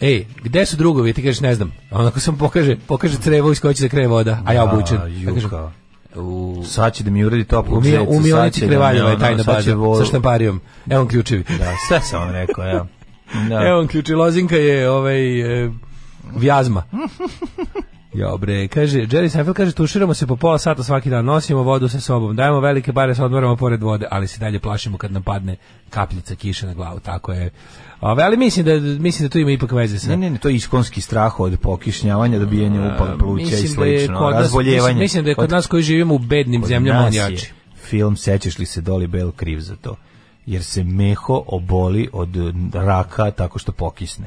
G: ej, gde su drugovi? Ti kažeš, ne znam. A onako samo pokaže, pokaže crevo iz koje će da kreje voda, a ja obučen. Ja kažem,
F: Juka.
G: u,
F: Sad će da mi uredi toplog
G: u, mi-
F: zeca,
G: u
F: sad će
G: Mionici
F: da mi
G: Krevaljeva je
F: ono,
G: tajna
F: sad će
G: baza
F: vol-
G: sa štamparijom. Evo vam ključevi.
F: Da, sve sam vam rekao, ja. Da.
G: Evo vam ključi, lozinka je ovaj, e, vjazma. Jo bre, kaže, Jerry Seinfeld kaže, tuširamo se po pola sata svaki dan, nosimo vodu sa sobom, dajemo velike bare sa odmaramo pored vode, ali se dalje plašimo kad nam padne kapljica kiše na glavu, tako je. Ove, ali mislim da, mislim da tu ima ipak veze sa...
F: Ne, ne, ne, to je iskonski strah od pokišnjavanja, dobijanja upala pluća i
G: e, mislim da je
F: slično,
G: kod nas, mislim,
F: razboljevanja.
G: mislim da je kod nas koji živimo u bednim
F: Kod
G: zemljama on
F: nas je
G: jači.
F: Film Sećaš li se Doli Bell kriv za to? Jer se Meho oboli od eh, raka tako što pokisne.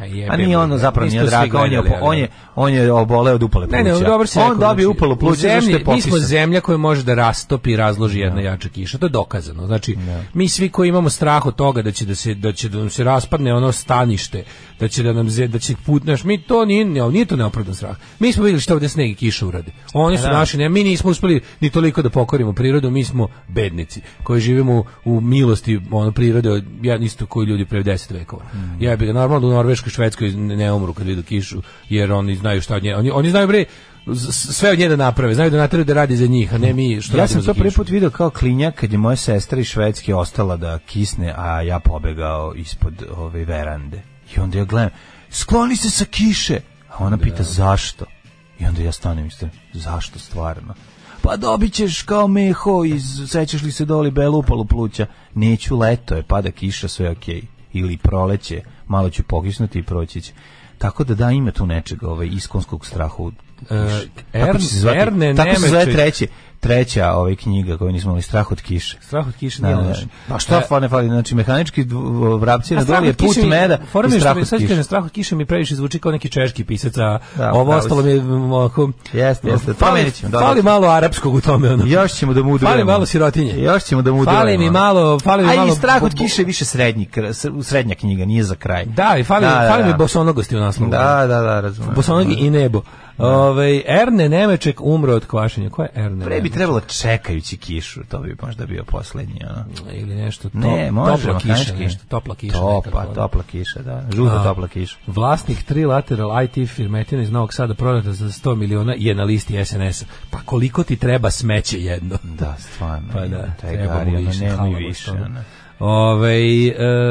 G: A, jebe
F: A nije
G: mu,
F: ono
G: da.
F: zapravo
G: Mi
F: nije
G: smo
F: od
G: svi
F: raka, on je,
G: gledali,
F: opo-
G: ali
F: on je, on je oboleo od upale pluća.
G: Ne, ne, dobro si
F: on
G: rekao,
F: dobije
G: znači,
F: upalu pluća
G: u
F: zato što je
G: zemlji- Mi smo
F: pokisan.
G: zemlja koja može da rastopi i razloži jedna jača kiša. To je dokazano. Znači, mi svi koji imamo strah od toga da će da se da će da nam se raspadne ono stanište, da će da nam ze, da će put naš, mi to nije, ne, nije to neopravdan strah. Mi smo videli šta ovde sneg i kiša urade. Oni E, su naši, ne, mi nismo uspeli ni toliko da pokorimo prirodu, mi smo bednici koji živimo u, u milosti ono prirode od ja isto koji ljudi pre 10 vekova.
F: Mm.
G: Ja bih normalno da u Norveškoj, Švedskoj ne ne umru kad vidu kišu, jer oni znaju šta od nje, oni oni znaju bre z- sve od nje da naprave, znaju da nateraju da radi za njih, a ne mi što
F: Ja
G: radimo
F: sam
G: za
F: to prvi
G: kišu.
F: put video kao klinjak kad je moja sestra iz Švedske ostala da kisne, a ja pobegao ispod ove verande. I onda ja gledam, skloni se sa kiše! A ona pita zašto? I onda ja stanem i stanem, zašto stvarno? Pa dobit ćeš kao meho iz, sećaš li se doli belu upalu pluća? Neću, leto je, pada kiša, sve je okej. Ili proleće, malo ću pokisnuti i proći će. Tako da da ima tu nečega, ovaj, iskonskog straha od kiše.
G: E,
F: Tako će se zvati-
G: Erne
F: Tako se zove
G: Nemečić.
F: treći, treća ovaj knjiga koju nismo imali, Strah od kiše.
G: Strah od kiše
F: Da,
G: nije
F: da,
G: loš.
F: da. Pa šta
G: E,
F: e, ne fali, znači mehanički dv- vrapci na
G: A strah
F: dole je
G: od kiše
F: put
G: mi-
F: meda
G: fora mi
F: i
G: je što
F: strah
G: mi
F: od
G: sad
F: kiše.
G: kažem, strah od kiše mi previše zvuči kao neki češki pisac, a
F: Da,
G: ovo
F: pravo
G: ostalo
F: si.
G: mi je m, ovako...
F: Jeste, jeste, to
G: Fali,
F: meni ćemo dodati.
G: fali malo arapskog u tome, ono.
F: Još ćemo da mu udrujemo.
G: Fali malo sirotinje.
F: Još ćemo da mu udrujemo.
G: Fali mi malo, fali mi
F: A
G: malo...
F: i strah od
G: bo-
F: kiše je više srednji, kr- s- srednja knjiga, nije za kraj.
G: Da, i fali,
F: Da,
G: fali
F: da,
G: mi
F: da.
G: bosonogosti u naslovu.
F: Da, da, da, razumem.
G: Bosonogi i nebo. Ove, Erne Nemeček umro od kvašenja. Ko je Erne
F: Pre bi
G: Nemeček?
F: trebalo čekajući kišu, to bi možda bio poslednji, ono.
G: Ili nešto to,
F: Ne, može,
G: topla kiša,
F: mehanički.
G: nešto, topla kiša.
F: Topla,
G: nekako, ono.
F: topla kiša, da. Žuta
G: A.
F: topla kiša.
G: Vlasnik Trilateral IT firmetina iz Novog Sada prodata za 100 miliona je na listi SNS-a. Pa koliko ti treba smeće jedno?
F: Da, stvarno.
G: Pa da,
F: taj
G: treba mu
F: gari, ono,
G: više,
F: nema
G: hvala mu
F: i više.
G: što.
F: ono.
G: Ove,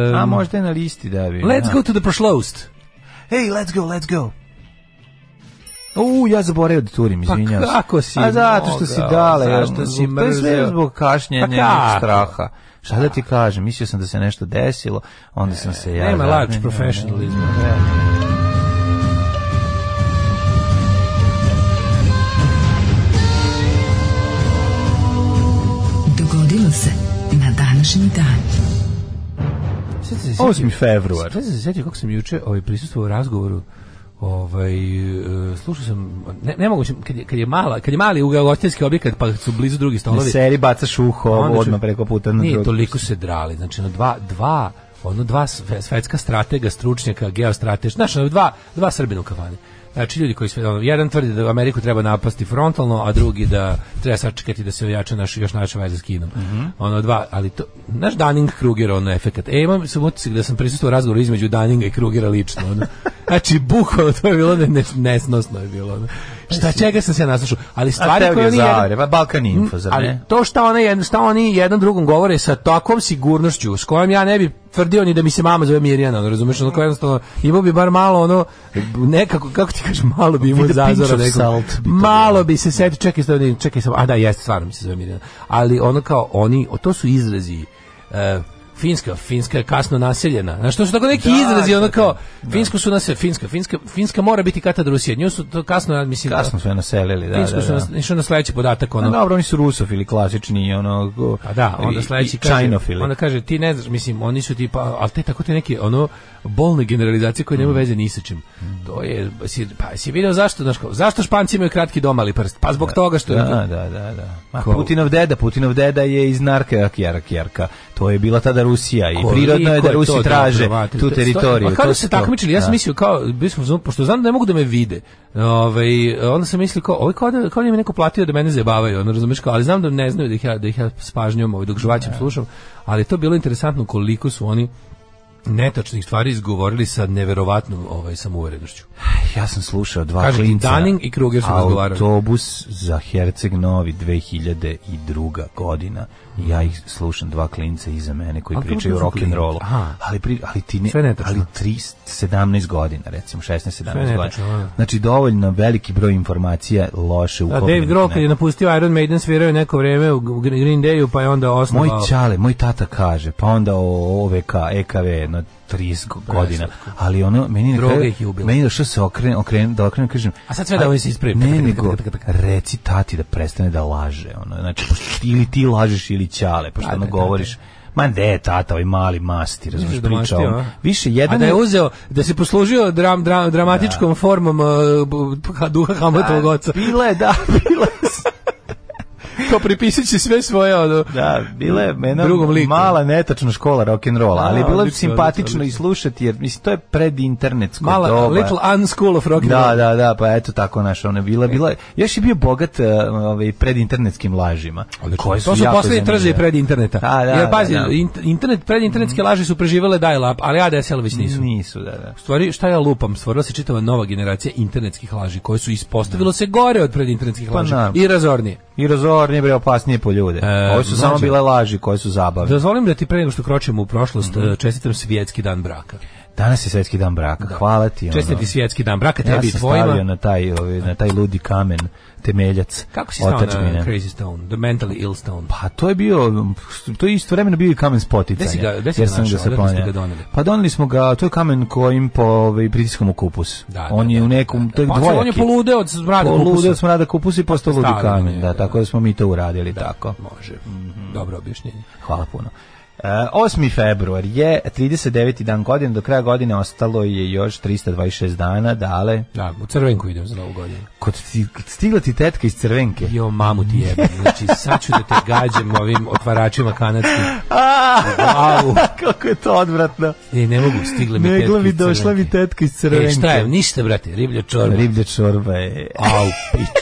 G: um,
F: A možda je na listi da bi.
G: Let's
F: da.
G: go to the prošlost.
F: Hey, let's go, let's go. U, ja zaboravio da turim,
G: Pa
F: izvinjavam se.
G: kako si
F: A zato što si
G: mogao,
F: dale,
G: zašto si
F: To je sve
G: mrzeo?
F: zbog kašnjenja
G: Pa
F: i
G: kako?
F: straha. Šta da ti kažem, mislio sam da se nešto desilo, onda sam se ja...
G: E, Nema large
F: zabrinio.
G: professionalism.
E: Dogodilo se na današnji dan.
F: 8. februar.
G: Sve sam se sjetio kako sam juče ovaj, prisustvovao razgovoru ovaj e, slušao sam ne, ne mogu kad je, kad je mala kad je mali ugostiteljski objekat pa su blizu drugi
F: Na
G: stolovi
F: seri bacaš uho,
G: Onda ću-
F: odmah preko puta na
G: Nije,
F: drugu.
G: toliko se drali. Znači, ono dva, dva, ono dva sve- svetska stratega, stručnjaka, geostratež, znaš, ono dva, dva Srbina u kafani. Znači, ljudi koji sve, ono, jedan tvrdi da Ameriku treba napasti frontalno, a drugi da treba sačekati da se ojača naš, još naša veza s Kinom.
F: Mhm.
G: Ono, dva, ali to, znaš Danning Kruger, ono, efekat. E, imam se utisak da sam prisustuo razgovoru između Daninga i Krugera lično, ono. Znači, bukvalno, to je bilo ne, ne- nesnosno je bilo, ono. Šta čega sam se ja naslušao, ali
F: A
G: stvari
F: teorija
G: koje oni jedan-
F: zavere, pa Balkan Info, zar
G: ali
F: ne?
G: to šta oni, jedan, šta oni jedan drugom govore sa takvom sigurnošću s kojom ja ne bi tvrdio ni da mi se mama zove Mirjana, ono, razumeš, ono kao jednostavno imao bi bar malo ono, nekako, kako ti kažeš, malo bi imao
F: With a pinch
G: zazora
F: of
G: nekog.
F: salt bi to bilo.
G: Malo bi se setio, čekaj, sad da vidim, čekaj samo, a da, jeste, stvarno mi se zove Mirjana. Ali ono kao, oni, o, to su izrazi, e, Finska, Finska je kasno naseljena. Znaš, to su tako neki izrazi, ono kao, Finsku su nas, Finska, Finska, Finska mora biti katad Rusija. Nju su to kasno, mislim,
F: Kasno su je naselili, da,
G: Finsku
F: da,
G: su
F: da.
G: nas, išao na sledeći podatak, ono,
F: A dobro, oni su rusofili klasični, ono... go-
G: a Pa da, onda
F: i-
G: sledeći
F: i
G: kaže,
F: Čajnofili.
G: onda kaže ti ne znaš, mislim, oni su tipa, ali te tako te neke ono bolne generalizacije koje
F: Mm.
G: nema veze ni sa čim. To je si, pa si video zašto, znaš, kao, zašto Španci imaju kratki domali prst? Pa zbog toga što je
F: Da, da, da, da. Ma,
G: Ko-
F: Putinov deda, Putinov deda je iz narka Kjera Kjerka. To je bila tada Rusija i prirodno je da Rusi traže tu teritoriju.
G: Pa kako
F: To
G: se
F: to.
G: takmičili? Ja sam
F: Da.
G: mislio kao bili smo u zonu, pošto znam da ne mogu da me vide. Ovaj onda sam mislio kao ovaj kao da kao da mi neko platio da mene zabavaju, ono razumeš kao, ali znam da ne znaju da ih ja da ih ja s pažnjom ovaj dok žvaćem slušam, ali je to bilo interesantno koliko su oni netačnih stvari izgovorili sa neverovatnom ovaj samouverenošću.
F: Pa Ja sam slušao dva
G: Kaže ti,
F: klinca.
G: Dunning i Kruger su razgovarali.
F: Autobus za Herceg Novi 2002. godina. I Ja ih slušam dva klinca iza mene koji
G: A, dobro,
F: pričaju
G: to
F: o
G: su
F: rock and
G: klinci.
F: rollu.
G: Aha.
F: Ali pri, ali ti ne,
G: Sve netačno.
F: ali 3 17 godina recimo, 16 17
G: netačno,
F: godina.
G: da.
F: Znači dovoljno veliki broj informacija loše
G: Da,
F: ukopljeno.
G: Dave Grohl kad je napustio Iron Maiden svirao je neko vreme u Gr- Green Dayu pa je onda osnovao
F: Moj čale, moj tata kaže, pa onda o E OVK, EKV, jedno 30 go- godina. Ali ono, meni na
G: Droga
F: kraju,
G: ih je ubila.
F: meni da što se okrene, okrene, da okrene, kažem,
G: A sad sve da ovaj se ispravi.
F: Ne, nego, reci tati da prestane da laže, ono, znači, pošto ti- ili ti lažeš ili čale, pošto
G: Tate,
F: ono
G: tate.
F: govoriš, ma ne, tata, ovaj mali masti, razumiješ,
G: da
F: priča
G: mastio,
F: on.
G: a?
F: Više,
G: A
F: jedan
G: da je uzeo, da se poslužio dram, dra- dramatičkom formom uh, b- b- duha Hamletovog oca.
F: Bila je, da, bila je,
G: Kao pripisući sve svoje, ono,
F: Da, bila je mena
G: Drugom liku.
F: mala netačna škola rock and roll, ali je
G: A,
F: bilo
G: odlično,
F: simpatično
G: odlično,
F: i slušati jer mislim to je pred internetsko
G: mala
F: doba.
G: little unschool of rock and
F: Da,
G: roll.
F: da, da, pa eto tako naša ona je bila, bila. Još je bio bogat eh, ovaj pred internetskim lažima. koje
G: to su
F: jako
G: poslednji trzaj
F: zanimljive.
G: pred interneta.
F: A, da,
G: Jer pazi,
F: da, da.
G: int- internet, pred internetske laži su preživele dial-up, ali ADSL već nisu.
F: Nisu, da, da.
G: U stvari, šta ja lupam, stvorila se čitava nova generacija internetskih laži koje su ispostavilo se gore od pred internetskih
F: Pa,
G: laži
F: naravno.
G: i razornije.
F: I razornije bre opasnije po ljude.
G: E,
F: Ovo su samo
G: mlađe.
F: bile laži koje su zabavne.
G: Dozvolim da ti pre nego što kročimo u prošlost, eh, čestitam svjetski dan braka.
F: Danas je svetski dan braka. Hvala ti. ono.
G: Čestitam ti svjetski dan braka,
F: Ja
G: tebi i
F: sam
G: tvojima.
F: stavio na taj, ovaj, na taj ludi kamen temeljac.
G: Kako si stao na
F: otadžbine.
G: Crazy Stone, The Mentally Ill Stone?
F: Pa to je bio, to je istovremeno bio i kamen spoticanja.
G: Gde si ga- gde si
F: jer
G: ga
F: sam
G: našao?
F: se
G: Odakle ste
F: poneo.
G: ga doneli?
F: Pa doneli smo ga, to je kamen kojim po ovaj, pritiskom u kupus.
G: Da, da,
F: on je
G: da,
F: u nekom,
G: da,
F: to je
G: da. Pa,
F: dvojaki.
G: on je poludeo od smrada
F: Poludeo
G: kupusa.
F: smo rada kupus i postao ludi
G: Stavljeno
F: kamen.
G: je,
F: Pa Da,
G: da.
F: tako da smo mi to uradili, tako.
G: Može.
F: Mhm.
G: Dobro objašnjenje.
F: Hvala puno. E, 8. februar je 39. dan godine, do kraja godine ostalo je još 326 dana, dale.
G: Da, u crvenku idem za novu godinu.
F: Kod ti- stigla ti tetka iz crvenke.
G: Jo, mamu ti jebem. Znači, sad ću da te gađam ovim otvaračima kanadskim.
F: A,
G: Au.
F: kako je to odvratno.
G: I ne mogu, stigle mi tetke.
F: Negla mi
G: iz
F: došla mi
G: Crvenke.
F: tetka iz crvenke.
G: E, šta je? Ništa, brate, riblja čorba.
F: Riblja čorba je...
G: Au, piču.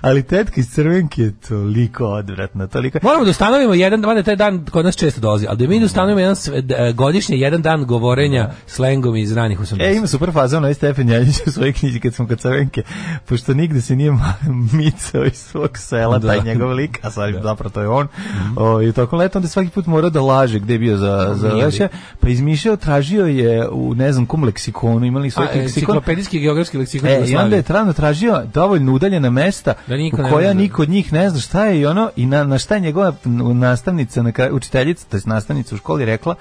F: Ali tetka iz crvenke je toliko odvratna, toliko...
G: Moramo da ustanovimo jedan, mada taj dan kod nas često dolazi, ali da
F: Mhm.
G: mi da ustanovimo jedan sve- d- e, godišnje jedan dan govorenja slengom iz ranih 80.
F: E, ima super faza, ono je Stefan Janjić u svojoj knjizi kad smo kod crvenke, pošto nigde se nije ma- micao iz svog sela,
G: Da. Mhm.
F: taj njegov lik, a sad zapravo to je on, o, i tokom leta onda je svaki put morao da laže gde je bio za, za
G: Nije
F: leše, pa izmišljao, tražio je u ne znam kom leksikonu, imali
G: A,
F: svoj
G: e,
F: leksikon,
G: enciklopedijski geografski leksikon
F: E, i
G: Jugoslavije.
F: onda je trajno tražio dovoljno udaljena mesta
G: Da niko
F: u
G: ne
F: koja
G: može.
F: niko od njih ne zna šta je i ono i na, na šta je njegova nastavnica, na kraju, učiteljica, to je nastavnica u školi rekla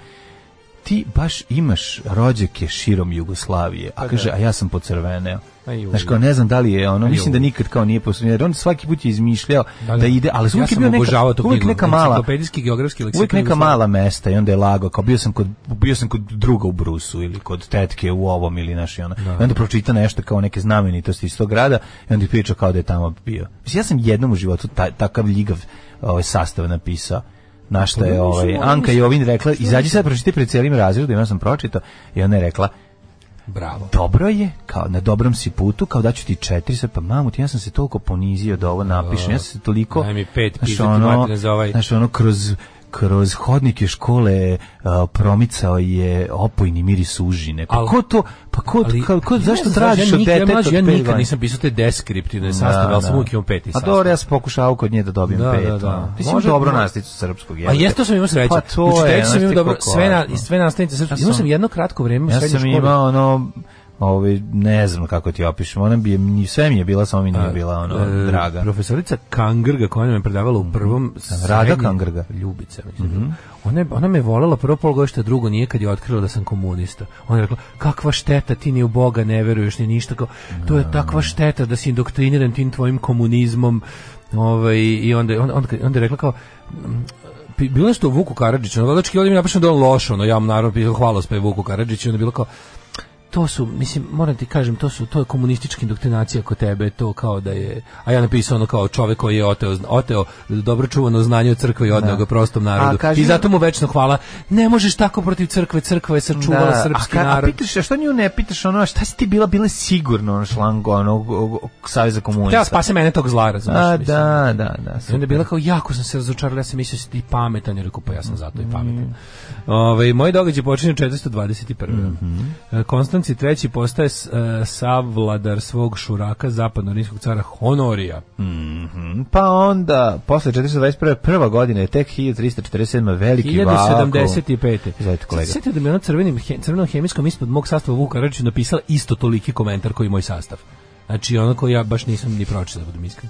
F: ti baš imaš rođake širom Jugoslavije, a kaže, a ja sam pocrveneo.
G: Pa Aj, joj.
F: Znaš, kao ne znam da li je ono, mislim da nikad kao nije posljedno, jer on svaki put je izmišljao da, ide, ali uvijek je bio neka, uvijek neka mala,
G: enciklopedijski geografski leksikon.
F: uvijek neka
G: Jugoslavije.
F: mala mesta i onda je lago, kao bio sam kod, bio sam kod druga u Brusu ili kod tetke u ovom ili naš i ono. I onda pročita nešto kao neke znamenitosti iz tog grada i onda priča kao da je tamo bio. Mislim, ja sam jednom u životu ta- takav ljigav ovaj, sastav napisao na šta je ovaj, Anka Jovin rekla, izađi sad pročitaj pred cijelim razredom, ja sam pročitao i ona je rekla,
G: Bravo.
F: dobro je, kao na dobrom si putu, kao da ću ti četiri, sad pa mamu, ti ja sam se toliko ponizio da ovo napišem, ja sam se toliko,
G: Daj mi pet, pizdati materine za ovaj.
F: znaš, ono, kroz, kroz hodnike škole a, promicao je opojni miris užine. Pa
G: Al-
F: ko to, pa ko, kao, ko,
G: ja
F: zašto
G: ne znam,
F: tražiš
G: ja
F: od
G: nikad-
F: deteta?
G: Ja, mlađe, ja
F: od pet
G: nikad
F: godina?
G: nisam pisao te deskriptivne sastave, ali sam uvijek imao peti
F: A
G: sastav.
F: dobro, ja sam pokušao kod nje da dobijem
G: Da,
F: pet.
G: da, da.
F: ono. Ti si imao
G: Može-
F: dobro
G: može-
F: nasticu srpskog.
G: A
F: jebote.
G: Pa jeste sam imao sreće.
F: Pa to je,
G: sam
F: znaš
G: imao
F: ti
G: dobro,
F: kako
G: sve, na,
F: važno.
G: i sve nastavnice srpske.
F: Ja
G: imao
F: sam-
G: sam jedno kratko vreme u
F: Ja
G: srednjoj
F: sam
G: školi.
F: imao ono ovaj ne znam kako ti opišem, ona bi je- ni sve mi je bila, samo mi nije bila ono
G: E,
F: draga. Mhm.
G: Profesorica Kangrga koja nam je predavala u prvom
F: Rada
G: srednjem-
F: Kangrga. Mhm.
G: Ljubica, mislim. Ona, je- ona me volela prvo polgodište, drugo nije kad je otkrila da sam komunista. Ona je rekla, kakva šteta, ti ni u Boga ne veruješ, ni ništa. Kao, to je takva
F: Mhm.
G: šteta da si indoktriniran tim tvojim komunizmom. Ovaj, I onda, onda, onda, onda je rekla kao, "Mm, pi- bilo je što o Vuku Karadžiću, ono, vladački ovdje mi je napišeno da je on loš, ono, ja mu naravno pisao hvalospeve Vuku Karadžiću, onda je bilo kao, to su, mislim, moram ti kažem, to su to je komunistička indoktrinacija kod tebe, to kao da je, a ja napisao ono kao čovjek koji je oteo, oteo dobro čuvano znanje od crkve i odneo ga prostom narodu.
F: A kaži-
G: I zato mu večno hvala. Ne možeš tako protiv crkve, crkva je sačuvala srpski
F: a, ka-
G: narod.
F: A pitaš, a što nju ne pitaš ono, šta si ti bila, bila je sigurno ono šlango onog o- o- Saveza komunista.
G: Treba spase mene tog zla, razumiješ?
F: A,
G: mislim.
F: da, da, da.
G: I onda je
F: super.
G: bila kao, jako sam se razočarala, ja sam mislio da si ti pametan, ja rekao, pa ja sam zato i pametan. Ovaj moji događaj počinje 421. E, Konstanci III. postaje s- e, savladar svog šuraka zapadno-rimskog cara Honorija.
F: Pa onda, posle 421. prva godina je tek 1347. veliki
G: 1075.
F: vakum. Izvolite kolega.
G: Sjetio da mi je ona crvenim, he- crvenom hemijskom ispod mog sastava Vuka Radiću napisala isto toliki komentar koji i moj sastav. Znači ono koji ja baš nisam ni pročitao, da budem iskren.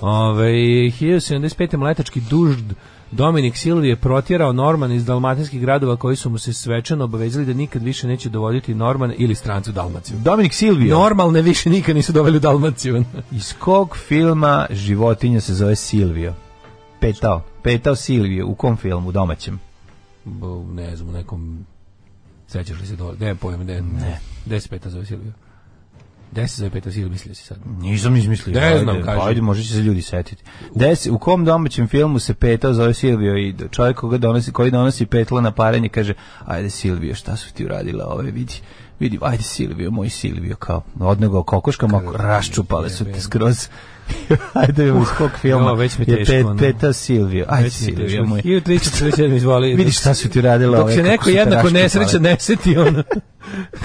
G: Ove, 1075. mletački dužd Dominik Silvi je protjerao Norman iz dalmatinskih gradova koji su mu se svečano obavezali da nikad više neće dovoditi Norman ili strancu u Dalmaciju.
F: Dominik Silvio.
G: Normalne više nikad nisu doveli u Dalmaciju.
F: Iz kog filma životinja se zove Silvio? Petao. Petao Silvio. U kom filmu? Domaćem.
G: Bo, ne znam, u nekom sećaš li se do, ne pojma, ne, ne. 10 peta zove Silvio. 10 zove peta Silvio, mislio si sad.
F: Nisam izmislio.
G: Ne
F: Ajde,
G: znam,
F: pa
G: kažem.
F: Ajde, možda će se ljudi setiti. Desi, u kom domaćem filmu se petao zove Silvio i čovjek koga donosi, koji donosi petla na parenje kaže, ajde Silvio, šta su ti uradila ove, vidi, vidi, ajde Silvio, moj Silvio, kao odnego kokoška, ma raščupale su te skroz. ajde, u kog filma
G: jo, već mi
F: je
G: teško,
F: pet,
G: ono.
F: petao Silvio, ajde Silvio, moj.
G: 1347 izvali.
F: Vidi šta su ti uradila
G: Dok
F: ove,
G: se
F: kako
G: neko
F: su te
G: jednako
F: raščupale.
G: nesreća ne seti, ono.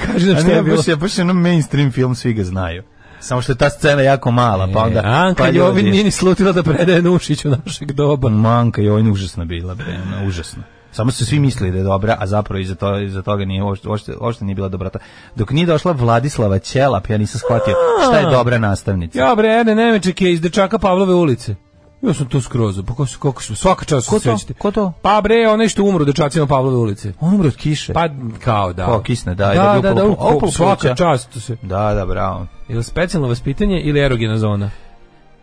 G: Kaže nam
F: A
G: šta
F: ne,
G: je bilo.
F: baš je, baš je ono mainstream film, svi ga znaju. Samo što je ta scena jako mala, pa onda...
G: E, Anka
F: pa
G: Jovin
F: ljudi- Mm.
G: nije ni slutila da predaje Nušiću našeg doba.
F: Manka je on užasna bila, bre, ona, užasna. Samo su svi mislili da je dobra, a zapravo iza, to, iza toga nije uopšte, uopšte, uopšte nije bila dobrota. Dok nije došla Vladislava Ćelap, ja nisam shvatio šta je dobra nastavnica.
G: Ja bre, Erne Nemeček je iz dečaka Pavlove ulice. Ja sam to skroz, pa ko su, kako su, svaka čast
F: Ko
G: su
F: to?
G: svećete.
F: Ko to?
G: Pa bre, onaj što umru dečacima Pavlove ulice.
F: On umre Ono, od kiše.
G: Pa kao da.
F: Kao kisne, da, i da
G: Da,
F: bi
G: da, da,
F: upalo-
G: upalo-
F: upalo
G: svaka
F: pluća.
G: čast to se.
F: Da, da, bravo.
G: Ili specijalno vaspitanje ili erogena zona?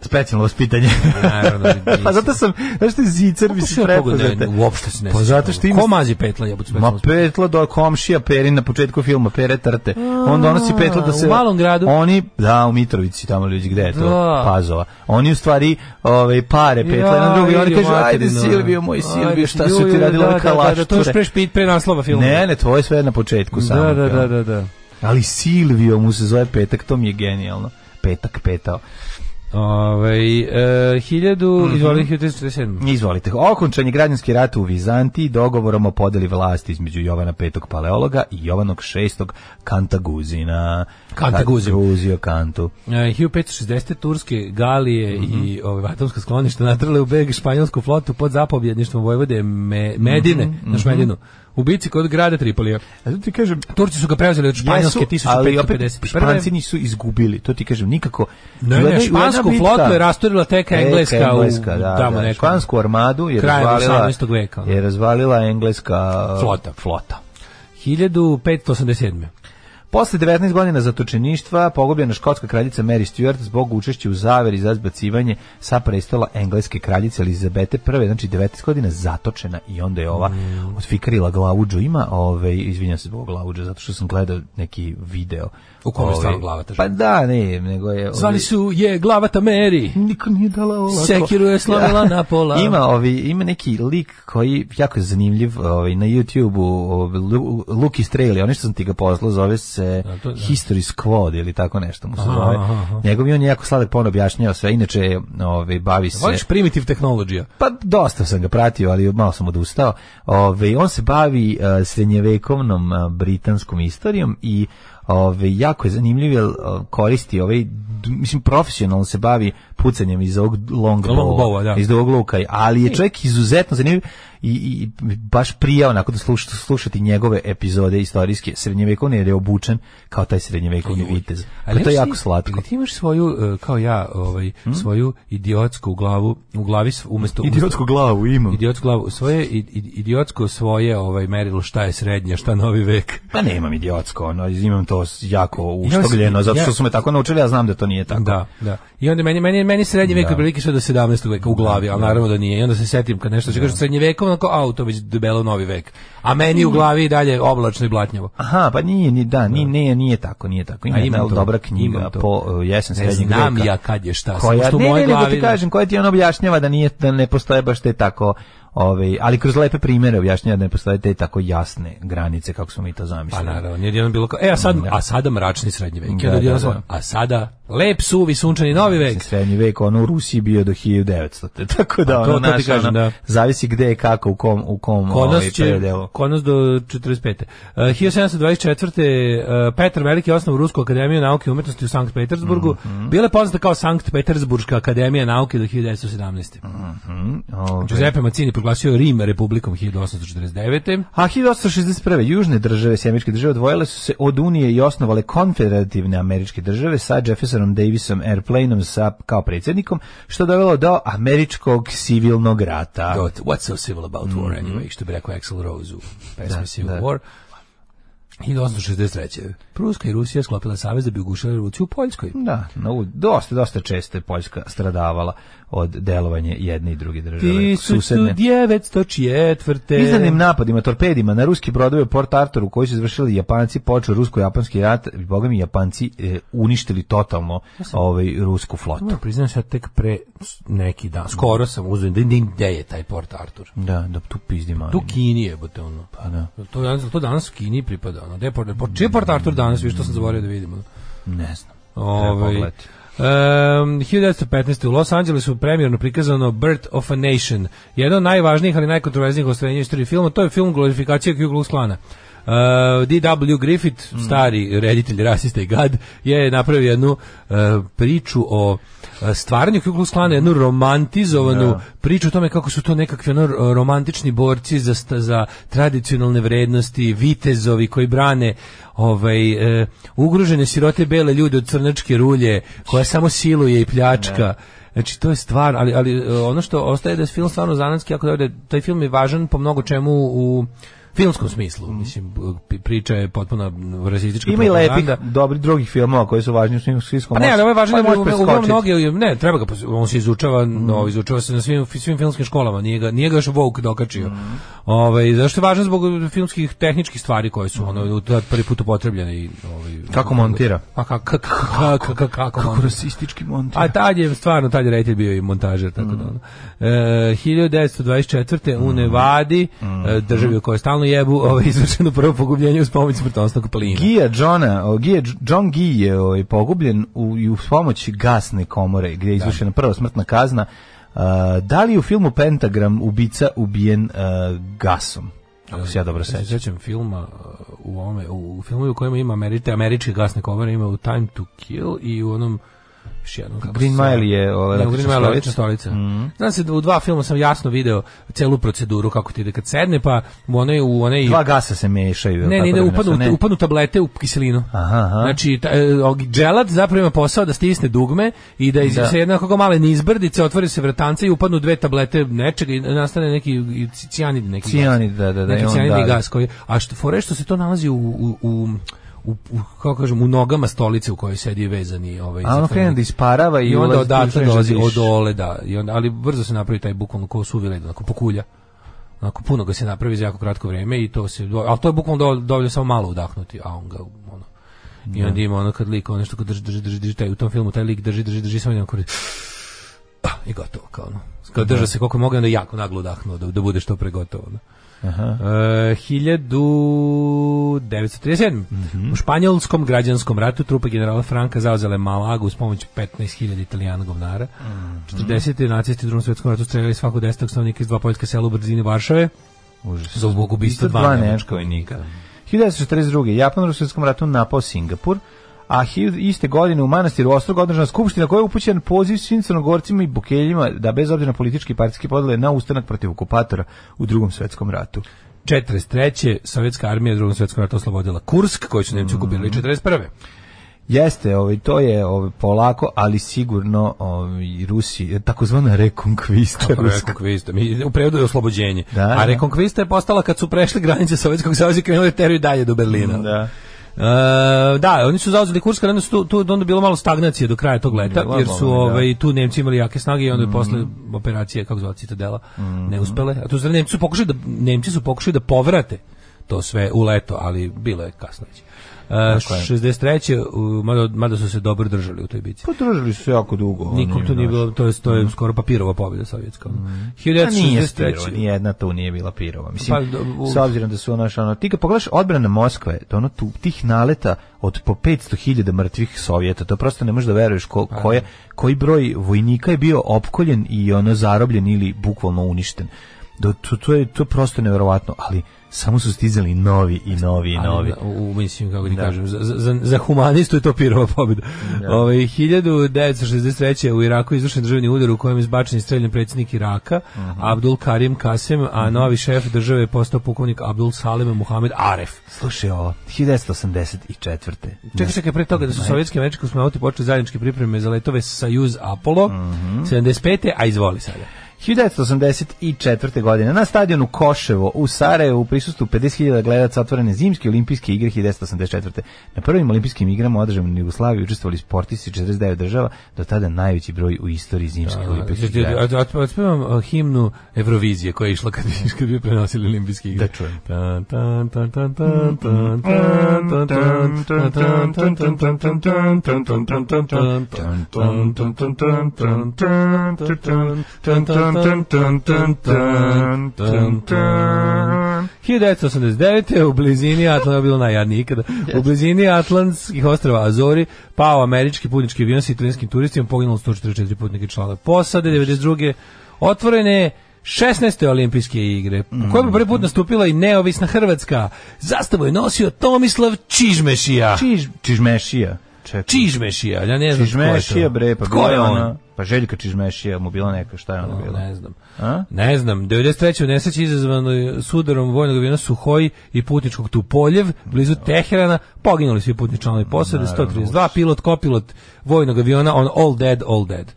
F: Specijalno vaspitanje.
G: Naravno.
F: pa zato sam, znaš što je
G: Pa
F: zicer mi se prepoznate.
G: Uopšte se ne
F: Pa zato što ima...
G: Ko mazi petla jebut
F: Ma
G: specijalno
F: petla do komšija peri na početku filma, pere trte. Onda donosi petla da
G: u
F: se...
G: malom gradu?
F: Oni, da, u Mitrovici, tamo ljudi, gde je to?
G: Da.
F: Pazova. Oni u stvari ove, pare petla jedan drugi. i Oni kažu, ajde Silvio, moj Silvio, šta su ti radila da,
G: Da, da, da, to još
F: kalašture?
G: pre, špit, pre naslova filma.
F: Ne, ne, to je sve na početku samo.
G: da, da, da, da, da.
F: Ali Silvio mu se zove petak, to mi je genijalno. Petak petao.
G: Ove, e, 1000,
F: Mhm.
G: izvoli 1347.
F: Izvolite. Okončan je građanski rat u Vizantiji dogovorom o podeli vlasti između Jovana V. Paleologa i Jovanog VI. Kantaguzina.
G: Kantaguzin.
F: Kantaguzio Kantu.
G: E, 1560. Turske galije i
F: Mhm.
G: ove, vatomska skloništa natrle u beg španjolsku flotu pod zapovjedništvom Vojvode Me, Medine,
F: Mhm,
G: naš Medinu, u bici kod grada Tripolija.
F: A tu ti kažem,
G: Turci su ga preuzeli od Španjolske
F: jesu, ali opet
G: 1551.
F: Španci nisu izgubili, to ti kažem, nikako.
G: Ne,
F: Bila je
G: ne,
F: jedna
G: špansku
F: bitka.
G: flotu je rasturila tek
F: Tek
G: engleska,
F: engleska
G: u,
F: da,
G: tamo
F: da.
G: nekom.
F: Špansku armadu je
G: Krajem
F: razvalila,
G: 18. veka, ono.
F: je razvalila engleska uh,
G: e, Flota.
F: flota.
G: 1587.
F: Posle 19 godina zatočeništva pogubljena škotska kraljica Mary Stuart zbog učešća u zaveri za zbacivanje sa prestola engleske kraljice Elizabete I, znači 19 godina zatočena i onda je ova
G: Mm.
F: ovaj, otfikarila glavuđu ima, ove, izvinjam se zbog glavuđa zato što sam gledao neki video
G: U kome je
F: Ovaj,
G: stvarno glavata žena.
F: Pa da, ne, nego je...
G: Zvali
F: ovaj-
G: su je glavata Mary.
F: Niko nije dala olako.
G: Sekiru je slomila na pola.
F: Ima, ovi, ima neki lik koji je jako zanimljiv ovaj, na YouTube-u, ovaj, Lu- Luki Streli, ono što sam ti ga poslao, zove se
G: A, to- da.
F: History Squad ili tako nešto mu se
G: Aha,
F: zove.
G: aha.
F: Njegov i on je jako sladak pon objašnjao sve, inače ovaj, bavi se...
G: Voliš primitive technology
F: Pa dosta sam ga pratio, ali malo sam odustao. Ove, on se bavi e, srednjevekovnom e, britanskom istorijom i ove, jako je zanimljiv jer e, koristi ovaj, d- mislim profesionalno se bavi pucanjem iz ovog
G: Longbowa,
F: longbowa,
G: da.
F: iz ovog luka, ali je čovjek izuzetno zanimljiv i, i baš prija onako da sluš- slušati njegove epizode istorijske srednjevekovne jer je obučen kao taj srednjevekovni vitez. Pa to je jako slatko. Hm?
G: Ti imaš svoju, e, kao ja, ovaj, svoju idiotsku glavu, u glavi, s- umesto... umesto-
F: glavu imam.
G: idiotsku glavu, svoje, i- i- idiotsko svoje ovaj, merilo šta je srednje, šta novi vek.
F: Pa nemam idiotsko, ono, imam to jako
G: sam-
F: uštogljeno, zato što
G: ja-
F: su me tako naučili, ja znam da to nije tako.
G: Da, da. I onda meni meni meni srednji vek otprilike sve do 17. veka u glavi, ali naravno da nije. I onda se setim kad nešto kažeš srednji vek, ono onako auto već debelo novi vek. A meni u glavi i dalje oblačno i blatnjavo.
F: Aha, pa nije, ni da, ni, nije, nije tako, nije tako. Ima
G: A imam
F: jedna
G: to,
F: dobra
G: imam
F: knjiga
G: to.
F: po uh, jesen
G: Ne
F: srednjeg
G: znam
F: veka.
G: ja kad je šta, samo
F: koja,
G: što u
F: ne,
G: mojoj
F: ne, nego
G: glavi...
F: ti kažem, koja ti on objašnjava da, nije, da ne postoje baš te tako, ovaj, ali kroz lepe primere objašnjava da ne postoje te tako jasne granice, kako smo mi to
G: Pa
F: zamislili.
G: naravno, nije jedan bilo kao, e, a, sad, a sada mračni srednji vek. I onda
F: Da,
G: odjednom
F: da, da.
G: smo, A sada lep, suvi, sunčani novi vek.
F: Srednji vek, ono u Rusiji bio do 1900. Tako da,
G: A Pa to-
F: ono,
G: to ti
F: naš,
G: kažem,
F: ono,
G: da.
F: zavisi gde je kako, u kom, u kom
G: Kod nas,
F: ovaj,
G: će,
F: predelu.
G: kod nas do 45. Uh, 1724. Uh, Petar Veliki osnovu Rusku akademiju nauke i umetnosti u Sankt Petersburgu. Bila je poznata kao Sankt Petersburška akademija nauke do 1917.
F: Ovaj.
G: Giuseppe Mazzini proglasio Rim republikom 1849.
F: A 1861. južne države, sjemičke države, odvojile su se od Unije i osnovale konfederativne američke države sa Jeffersonom Davisom Airplaneom sa, kao predsjednikom, što je dovelo do američkog civilnog rata.
G: Got What's so civil about war anyway, što bi rekao Axel Rose u pesmi Civil
F: da.
G: War. 1863. Pruska i Rusija sklopila savez da bi ugušile revoluciju u Poljskoj.
F: Da, no, dosta, dosta često je Poljska stradavala od delovanja jedne i druge države. Susedne.
G: 1904.
F: Izdanim napadima, torpedima na ruski brodovi u Port Arturu koji su izvršili Japanci, počeo rusko-japanski rat, i, boga mi Japanci e, uništili totalno ovaj, rusku flotu.
G: Moram priznam ja tek pre s- neki dan, skoro sam uzeo, da vidim gde je taj Port Artur.
F: Da, da tu pizdi mani.
G: Tu Kini je, bote, ono. Pa
F: da.
G: To, danas- to danas Kini pripada, ono. Gde je Port, Port- čiji je Port Artur danas, vi što sam zaboravio da no. vidimo.
F: Ne znam.
G: Ovaj,
F: pogledati.
G: Um, 1915. u Los Angelesu premijerno prikazano Birth of a Nation, jedan od najvažnijih ali najkontroverznijih ostvarenja u istoriji filma, to je film glorifikacije Ku Klux Klana. Uh, D.W. Griffith, stari reditelj rasista i gad, je napravio jednu uh, priču o uh, stvaranju Ku Klux Klana, jednu romantizovanu priču o tome kako su to nekakvi ono, ro- romantični borci za, sta- za tradicionalne vrednosti, vitezovi koji brane ovaj, e, ugrožene sirote bele ljude od crnačke rulje koja samo siluje i pljačka. Znači to je stvar, ali, ali e, ono što ostaje da je film stvarno zanatski, jako dobro, da je- taj film je važan po mnogo čemu u filmskom smislu. Mislim, p- priča je potpuno rasistička
F: Mhm. Ima i lepih,
G: propaganda.
F: dobrih drugih filmova koji su važni u svim svijskom.
G: Pa Mm. ne, ali ovo je važno da
F: možeš
G: u- u- u-
F: preskočiti.
G: mnoge ne, treba ga pos- on se izučava, no, izučava se na svim svim filmskim školama, nije ga nije ga još Vogue dokačio. Ovaj zašto je važno zbog filmskih tehničkih stvari koje su ono u- tad prvi put upotrebljene i ovaj
F: Kako montira?
G: Pa ka- ka- ka- ka- ka- kako
F: Kako
G: montira?
F: rasistički montir.
G: A tad je stvarno tad je reditelj bio i montažer tako da. ono. E, 1924. u Nevadi, e, državi u kojoj stalno jebu, ovaj izvršeno prvo pogubljenje uz pomoć smrtonosnog plina.
F: Gija Johna, o, Gija, John Gee je ovaj, pogubljen u, i u pomoći gasne komore gdje je izvršena prva smrtna kazna. A, da li je u filmu Pentagram ubica ubijen a, gasom? Ako se ja dobro
G: se
F: sećam.
G: sećam filma uh, u ome u, u filmu u kojem ima američke američke gasne kovare ima u Time to Kill i u onom još jednom kako
F: Green
G: se zove?
F: Mile je ovaj,
G: Ne, u Green
F: električna
G: Mile je
F: stolica. Mhm.
G: električna stolica. Znam se da u dva filma sam jasno video celu proceduru kako ti ide kad sedne pa u onoj u onoj
F: Dva gasa se mešaju. jel
G: ne,
F: tako
G: ne, ne,
F: da bi
G: upadnu,
F: nas- ne?
G: upadnu tablete u kiselinu.
F: Aha, aha.
G: Znači, ta, e, og- dželat zapravo ima posao da stisne dugme i da, iz-
F: Da.
G: se jednako kao male nizbrdice, otvori se vratanca i upadnu dve tablete nečega i nastane neki i ci- cijanid. Neki
F: Cijanid,
G: gas.
F: da, da, da,
G: Neki
F: i on
G: cijanidni
F: da, da.
G: gas koji... A što, fore što se to nalazi u... u, u u, u- kako kažem, u nogama stolice u kojoj sedi vezani ovaj
F: A ono
G: zatvorenik.
F: krene da isparava i,
G: i onda
F: ulazi-
G: odatle
F: kreneš da
G: dolazi
F: dišeš.
G: od dole da i onda ali brzo se napravi taj bukvalno ko suvile onako pokulja onako puno ga se napravi za jako kratko vrijeme i to se do- ali to je bukvalno do- dovoljno samo malo udahnuti a on ga ono I onda ima ono kad lik, ono što drži, drži, drži, drži, taj, u tom filmu taj lik drži, drži, drži, samo jedan kod Pa, i gotovo, kao ono. Kao drža se koliko je mogu, onda je jako naglo udahnuo da, da bude što pre gotovo. Ono. Uh, 1937. U španjolskom građanskom ratu trupe generala Franka zauzele Malagu uz pomoć 15.000 italijana govnara. 40. nacisti u drugom svjetskom ratu streljali svakog desetog stanovnika iz dva poljska sela u brzini Varšave.
F: Užas.
G: Za zbog ubistva dva
F: dva
G: Nemačka
F: nemačka vojnika. 1942. Japan u Rusijskom ratu napao Singapur, a hil- iste godine u manastiru Ostrog održana skupština koja je upućen poziv svim crnogorcima i bukeljima da bez obzira na politički i partijski podele na ustanak protiv okupatora u drugom svetskom ratu.
G: 43. sovjetska armija u drugom svjetskom ratu oslobodila Kursk, koji su Nemci okupirali 41.
F: Jeste, ovaj, to je ovaj, polako, ali sigurno ovaj, Rusi, takozvana rekonkvista ruska.
G: Rekonkvista. Mi, u prevodu je oslobođenje.
F: Da, da.
G: A Rekonkvista je postala kad su prešli granice Sovjetskog savjeza i krenuli teriju dalje do Berlina.
F: Da.
G: E, da, oni su zauzeli Kursk, ali onda su tu, tu onda bilo malo stagnacije do kraja tog leta,
F: Bilo je
G: jer su
F: malo, Mm, da. Mm.
G: ovaj, tu Nemci imali jake snage i onda je posle operacije, kako zove Citadela, neuspele. A tu su Nemci su pokušali da, Nemci su pokušali da povrate to sve u leto, ali bilo je kasno već. E, 63. u- Mada, mada su se dobro držali u toj bici.
F: Podržali Pa su jako dugo.
G: Nikom
F: oni,
G: to nije
F: znaš.
G: bilo, to je, to je skoro papirova pobjeda sovjetska. Mm.
F: Mhm. Pa nije Spirova,
G: 1963.
F: nijedna tu nije bila Pirova. Mislim,
G: Pa, do- u-
F: s obzirom da su naš, ono, ti kad pogledaš odbrana Moskve, to ono tu, tih naleta od po 500.000 mrtvih Sovjeta, to prosto ne možeš da veruješ ko,
G: Pa,
F: ko je- koji broj vojnika je bio opkoljen i ono zarobljen ili bukvalno uništen. Do, to, to je to je prosto neverovatno, ali samo su stizali novi i novi i
G: Ali,
F: novi.
G: da, U, u- mislim, kako ti kažem, za, za, za humanistu je to pirova pobjeda. Ovaj, 1963. u Iraku je izvršen državni udar u kojem je izbačen i streljen predsjednik Iraka,
F: Mhm.
G: Abdul Karim Kasem, a novi šef države je postao pukovnik Abdul Salim Muhammed Aref.
F: Slušaj ovo, 1984.
G: Čekaj, čekaj, pre toga da su sovjetski i američki kosmonauti počeli zajedničke pripreme za letove Sajuz Apollo
F: Mhm.
G: 75. A izvoli sada.
F: 1984. godine na stadionu Koševo u Sarajevu u prisustvu 50.000 gledaca otvorene zimske olimpijske igre 1984. Na prvim olimpijskim igrama održanim u Jugoslaviji učestvovali sportisti 49 država, do tada najveći broj u istoriji zimskih olimpijskih
G: Ja,
F: igara.
G: ja, ja, Otpevam uh, himnu Evrovizije koja je išla kad, bi- kad bi prenosili olimpijske igre.
F: Da čujem.
G: Tan, tan, tan, tan, tan, tan, tan, tan, tan, tan, tan, tan, tan, tan, tan, tan, tan, tan, tan, tan, tan, tan, tan, tan, tan, tan, tan, tan, tan, tan, tan, tan, tan, tan, tan, tan, tan. 1989. u blizini Atlanta bilo najjadnije ikada. U blizini Atlantskih ostrava Azori pao američki putnički avion sa italijanskim turistima, poginulo 144 putnika i člana posade. 92. otvorene 16. olimpijske igre,
F: Mm,
G: u kojoj bi prvi put nastupila i neovisna Hrvatska. Zastavu je nosio Tomislav Čižmešija.
F: Čiž, čižmešija. Čekaj.
G: Čižmešija, ja ne znam ko je
F: Čižmešija
G: to.
F: bre, pa
G: Tko
F: bila
G: je
F: je
G: on?
F: ona. Pa Željka Čižmešija, mu bila neka, šta je ono ona bila?
G: Ne znam.
F: A?
G: Ne znam, 93. u nesreći izazvano je sudarom vojnog aviona Suhoj i putničkog Tupoljev, blizu Teherana, poginuli svi putni članovi posade, 132, pilot, kopilot vojnog aviona, on all dead, all dead.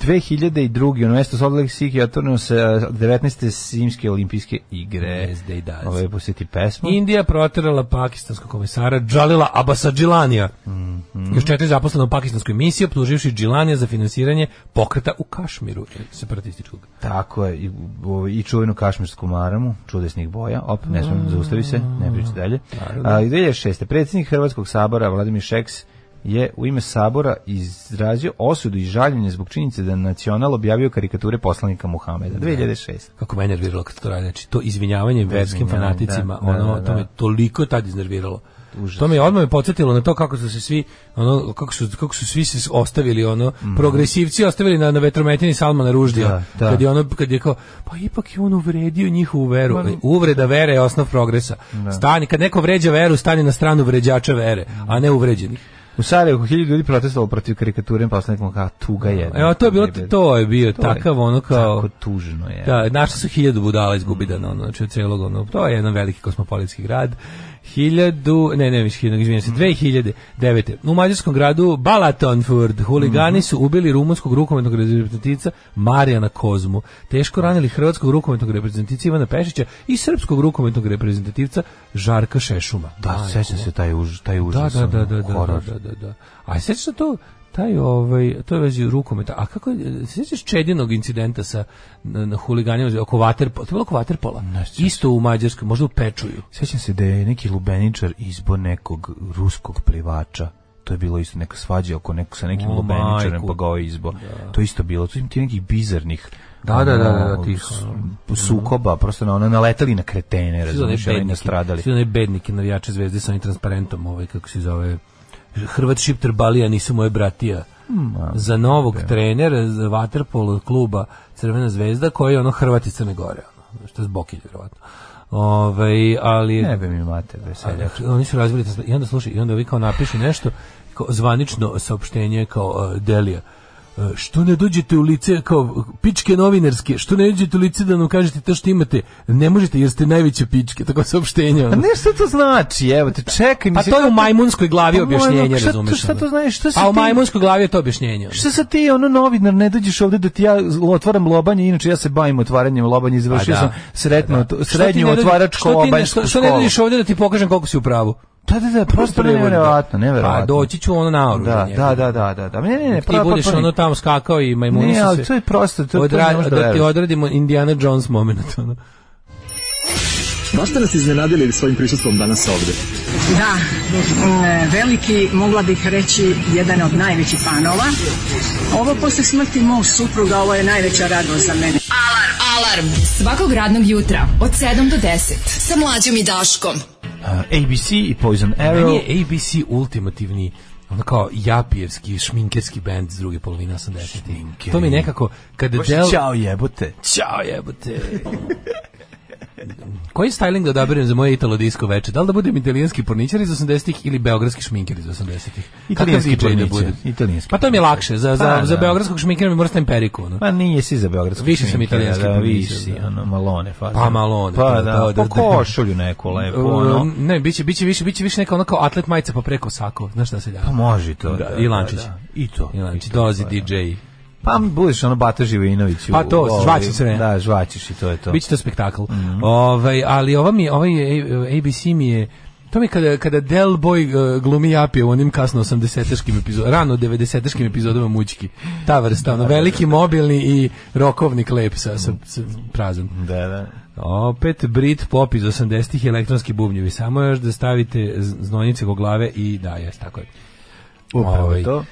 F: 2002. u ono mesto Sodlek Siki otvoreno se eh, 19. zimske olimpijske igre.
G: Yes, they does.
F: Ovo je posjeti pesmu.
G: Indija proterala pakistanskog komesara Džalila Abasadžilanija, još četiri zaposlena u pakistanskoj misiji, optuživši Džilanija za finansiranje pokreta u Kašmiru, separatističkog.
F: Tako je, i, ovo, i čuvenu kašmirsku maramu, čudesnih boja, op, ne smijem,
G: Mm.
F: zaustavi se, ne priči dalje. A, i 2006. predsjednik Hrvatskog sabora, Vladimir Šeks, je u ime sabora izrazio osudu i žaljenje zbog činjenice da je nacional objavio karikature poslanika Muhameda. 2006.
G: kako me nerviralo kad to radi, znači to izvinjavanje verskim
F: izvinjavanje,
G: fanaticima,
F: da, da,
G: ono,
F: da,
G: to me
F: da.
G: toliko tad iznerviralo. To me je odmah me podsjetilo na to kako su se svi ono kako su kako su svi se ostavili ono progresivci ostavili na na vetrometini Salmana Ruždija
F: Mhm. Da, da.
G: kad je ono kad je kao pa ipak je on uvredio njihovu veru E, uvreda vere je osnov progresa stani kad neko vređa veru stani na stranu vređača vere
F: Mhm.
G: a ne uvređenih
F: U Sarajevu hiljadu ljudi protestovalo protiv karikature poslanika Muhameda, tuga jedna.
G: evo to je bilo
F: Jebe.
G: to je bio
F: To je
G: takav ono kao
F: Tako tužno je.
G: Da, našli su hiljadu budala iz Gubidana, ono, znači od celog, ono, to je jedan veliki kosmopolitski grad. Hiljadu, ne, ne, više hiljadu, izvinjam
F: Mhm.
G: se, 2009. U mađarskom gradu Balatonfurt
F: Mhm.
G: huligani su ubili rumunskog rukometnog reprezentativca Marijana Kozmu, teško ranili hrvatskog rukometnog reprezentativca Ivana Pešića i srpskog rukometnog reprezentativca Žarka Šešuma.
F: Da,
G: Majko
F: sećam se taj už, taj užas.
G: da, da, da,
F: ono,
G: da, da,
F: horor.
G: da, da, da. A sećaš se to taj ovaj to je vezi rukometa a kako je- se sećaš čedinog incidenta sa na, na huliganima oko vaterpola to je bilo oko vaterpola isto u mađarskoj možda u Pečuju
F: Sjećam se da je neki lubeničar izbo nekog ruskog plivača. To je bilo isto neka svađa oko neko, sa nekim
G: O,
F: lubeničarem
G: majku.
F: pa ga ovaj izbo. To je isto bilo. To ima ti nekih bizarnih
G: Da, da, da, da,
F: ono,
G: tih,
F: s- sukoba, prosto na ono, naletali na kretene, razumiješ, ali nastradali.
G: Svi onaj bedniki navijače zvezde sa onim transparentom, ovaj, kako se zove, Hrvat Šipter Balija, nisu moje bratija.
F: Hmm,
G: za novog trenera za vaterpolo kluba Crvena zvezda, koji je ono Hrvat iz Crne Gore. Ono, što je zbog vjerovatno. Ovaj, ali...
F: Ne bi mi mate, veselja.
G: Ali, Pa oni su razvili transpa- i onda slušaj, i onda vi kao napišu nešto kao zvanično saopštenje kao e, Delija e, što ne dođete u lice kao pičke novinarske, što ne dođete u lice da nam kažete to što imate, ne možete jer ste najveće pičke, tako saopštenje. ono.
F: A nešto to znači, evo te, čekaj.
G: Pa
F: Pa mislim,
G: to je u
F: kako-
G: majmunskoj glavi
F: Pa moj,
G: objašnjenje,
F: ono, šta to-
G: razumeš.
F: šta to
G: ono.
F: znaš, šta si
G: A u
F: ti-
G: majmunskoj glavi je to objašnjenje. ono.
F: Šta sad ti, ono novinar, ne dođeš ovde da ti ja otvaram lobanje, inače ja se bavim otvaranjem lobanja, izvršio
G: Pa da.
F: sam sretno,
G: Šta ti
F: srednju
G: ne dođe-
F: otvaračko
G: što ti ne-
F: lobanjsku školu.
G: što- Što ne dođeš ovdje da ti pokažem koliko si u pravu?
F: Da, da, da, prosto
G: ne budem.
F: nevjerovatno, nevjerovatno.
G: Pa doći ću ono na
F: Da, da, da, da, da, da. Ne, ne, ne,
G: Ti
F: pravo
G: budeš ono tamo skakao i majmuni
F: Ne,
G: su
F: ali
G: se-
F: to je prosto, to- to ne možeš da
G: da ti
F: veruješ.
G: odradimo Indiana Jones moment. Ono.
H: Baš ste nas iznenadili svojim prisustvom danas ovde.
I: Da, e, veliki, mogla bih reći, jedan od najvećih fanova. Ovo posle smrti mog supruga, ovo je najveća radost za mene.
E: Alarm svakog radnog jutra od 7 do 10 sa mlađom i Daškom.
F: A, ABC i Poison
G: Meni
F: Arrow.
G: je ABC ultimativni ono kao japijevski, šminkerski band s druge polovine 80-ih. To mi nekako, kada
F: Baš
G: Del...
F: Ćao jebote.
G: Ćao jebote. Koji styling da odaberem za moje italo disco veče? Da li da budem italijanski porničar iz 80-ih ili beogradski šminker iz 80-ih?
F: Italijanski
G: Kakav DJ da
F: porničar,
G: budem?
F: italijanski
G: Pa to mi je lakše. Za, za,
F: Pa,
G: za
F: da.
G: beogradskog šminkera mi moram stavim periku. ono.
F: Pa nije si za Beogradsku
G: Više sam
F: šminke,
G: italijanski
F: Da,
G: promislio,
F: više si,
G: da.
F: ono, malone faza.
G: Pa malone,
F: Pa da,
G: da, da, da, Um,
F: po
G: da.
F: košulju neku lepo, ono.
G: Ne, biće, biće više, biće više neka ono kao atlet majica pa preko sako. Znaš šta se ljavi?
F: Pa može to.
G: Da, i lančić.
F: da, da. I to.
G: I lančić,
F: i to,
G: dolazi
F: pa da.
G: DJ.
F: Pa budeš ono Bata Živinović. u-
G: Pa to,
F: u ovoj-
G: žvaći se, ne?
F: Da, žvaćiš i to je to.
G: Biće to spektakl. ovaj, ali ova mi, je- ovaj je- ABC mi je To mi je kada, kada Del Boy uh, glumi Japija u onim kasno 80-eškim epizodama, rano 90-eškim epizodama Mućki. Ta vrsta, ono, veliki mobilni i rokovnik lep sa, sa, sa prazan.
F: Da, da.
G: Opet Brit pop iz 80-ih i elektronski bubnjevi. Samo još da stavite z- znojnice go glave i da, jes, tako je.
F: Upravo
G: Ovaj,
F: to.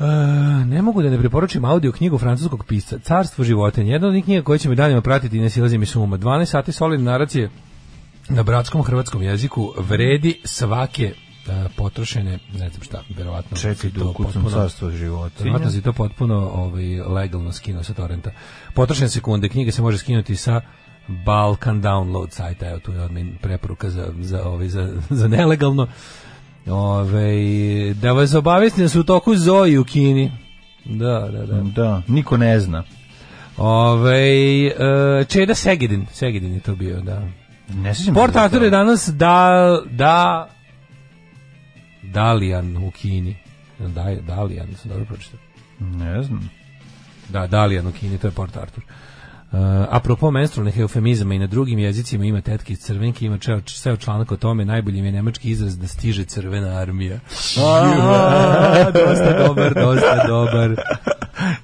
G: E, ne mogu da ne preporučim audio knjigu francuskog pisca Carstvo životinja. Jedna od njih knjiga koja će me danima pratiti i ne silazi mi s uma. 12 sati solidne naracije na bratskom hrvatskom jeziku vredi svake e, potrošene, ne znam šta, verovatno.
F: Čekaj,
G: si
F: to kucam carstvo životinja.
G: Verovatno si to potpuno ovaj, legalno skinuo sa torrenta. Potrošene sekunde, knjiga se može skinuti sa Balkan Download sajta, evo tu je odmah preporuka za, za, ovaj, za, za nelegalno. Ove, da vas obavestim da su u toku zoji u Kini. Da, da, da.
F: Da, niko ne zna.
G: Ove, e, Čeda Segedin, Segedin je to bio, da.
F: Ne sjećam se
G: Port
F: da je
G: Arthur
F: to.
G: je danas da, da Dalian u Kini. Da, Dalian, sam dobro pročitao.
F: Ne znam.
G: Da, Dalijan u Kini, to je Port Arthur. Uh, apropo menstrualnih eufemizama i na drugim jezicima ima tetke iz crvenke, ima čeo, ceo članak o tome, najbolji im je nemački izraz da stiže crvena armija. dosta dobar, dosta dobar.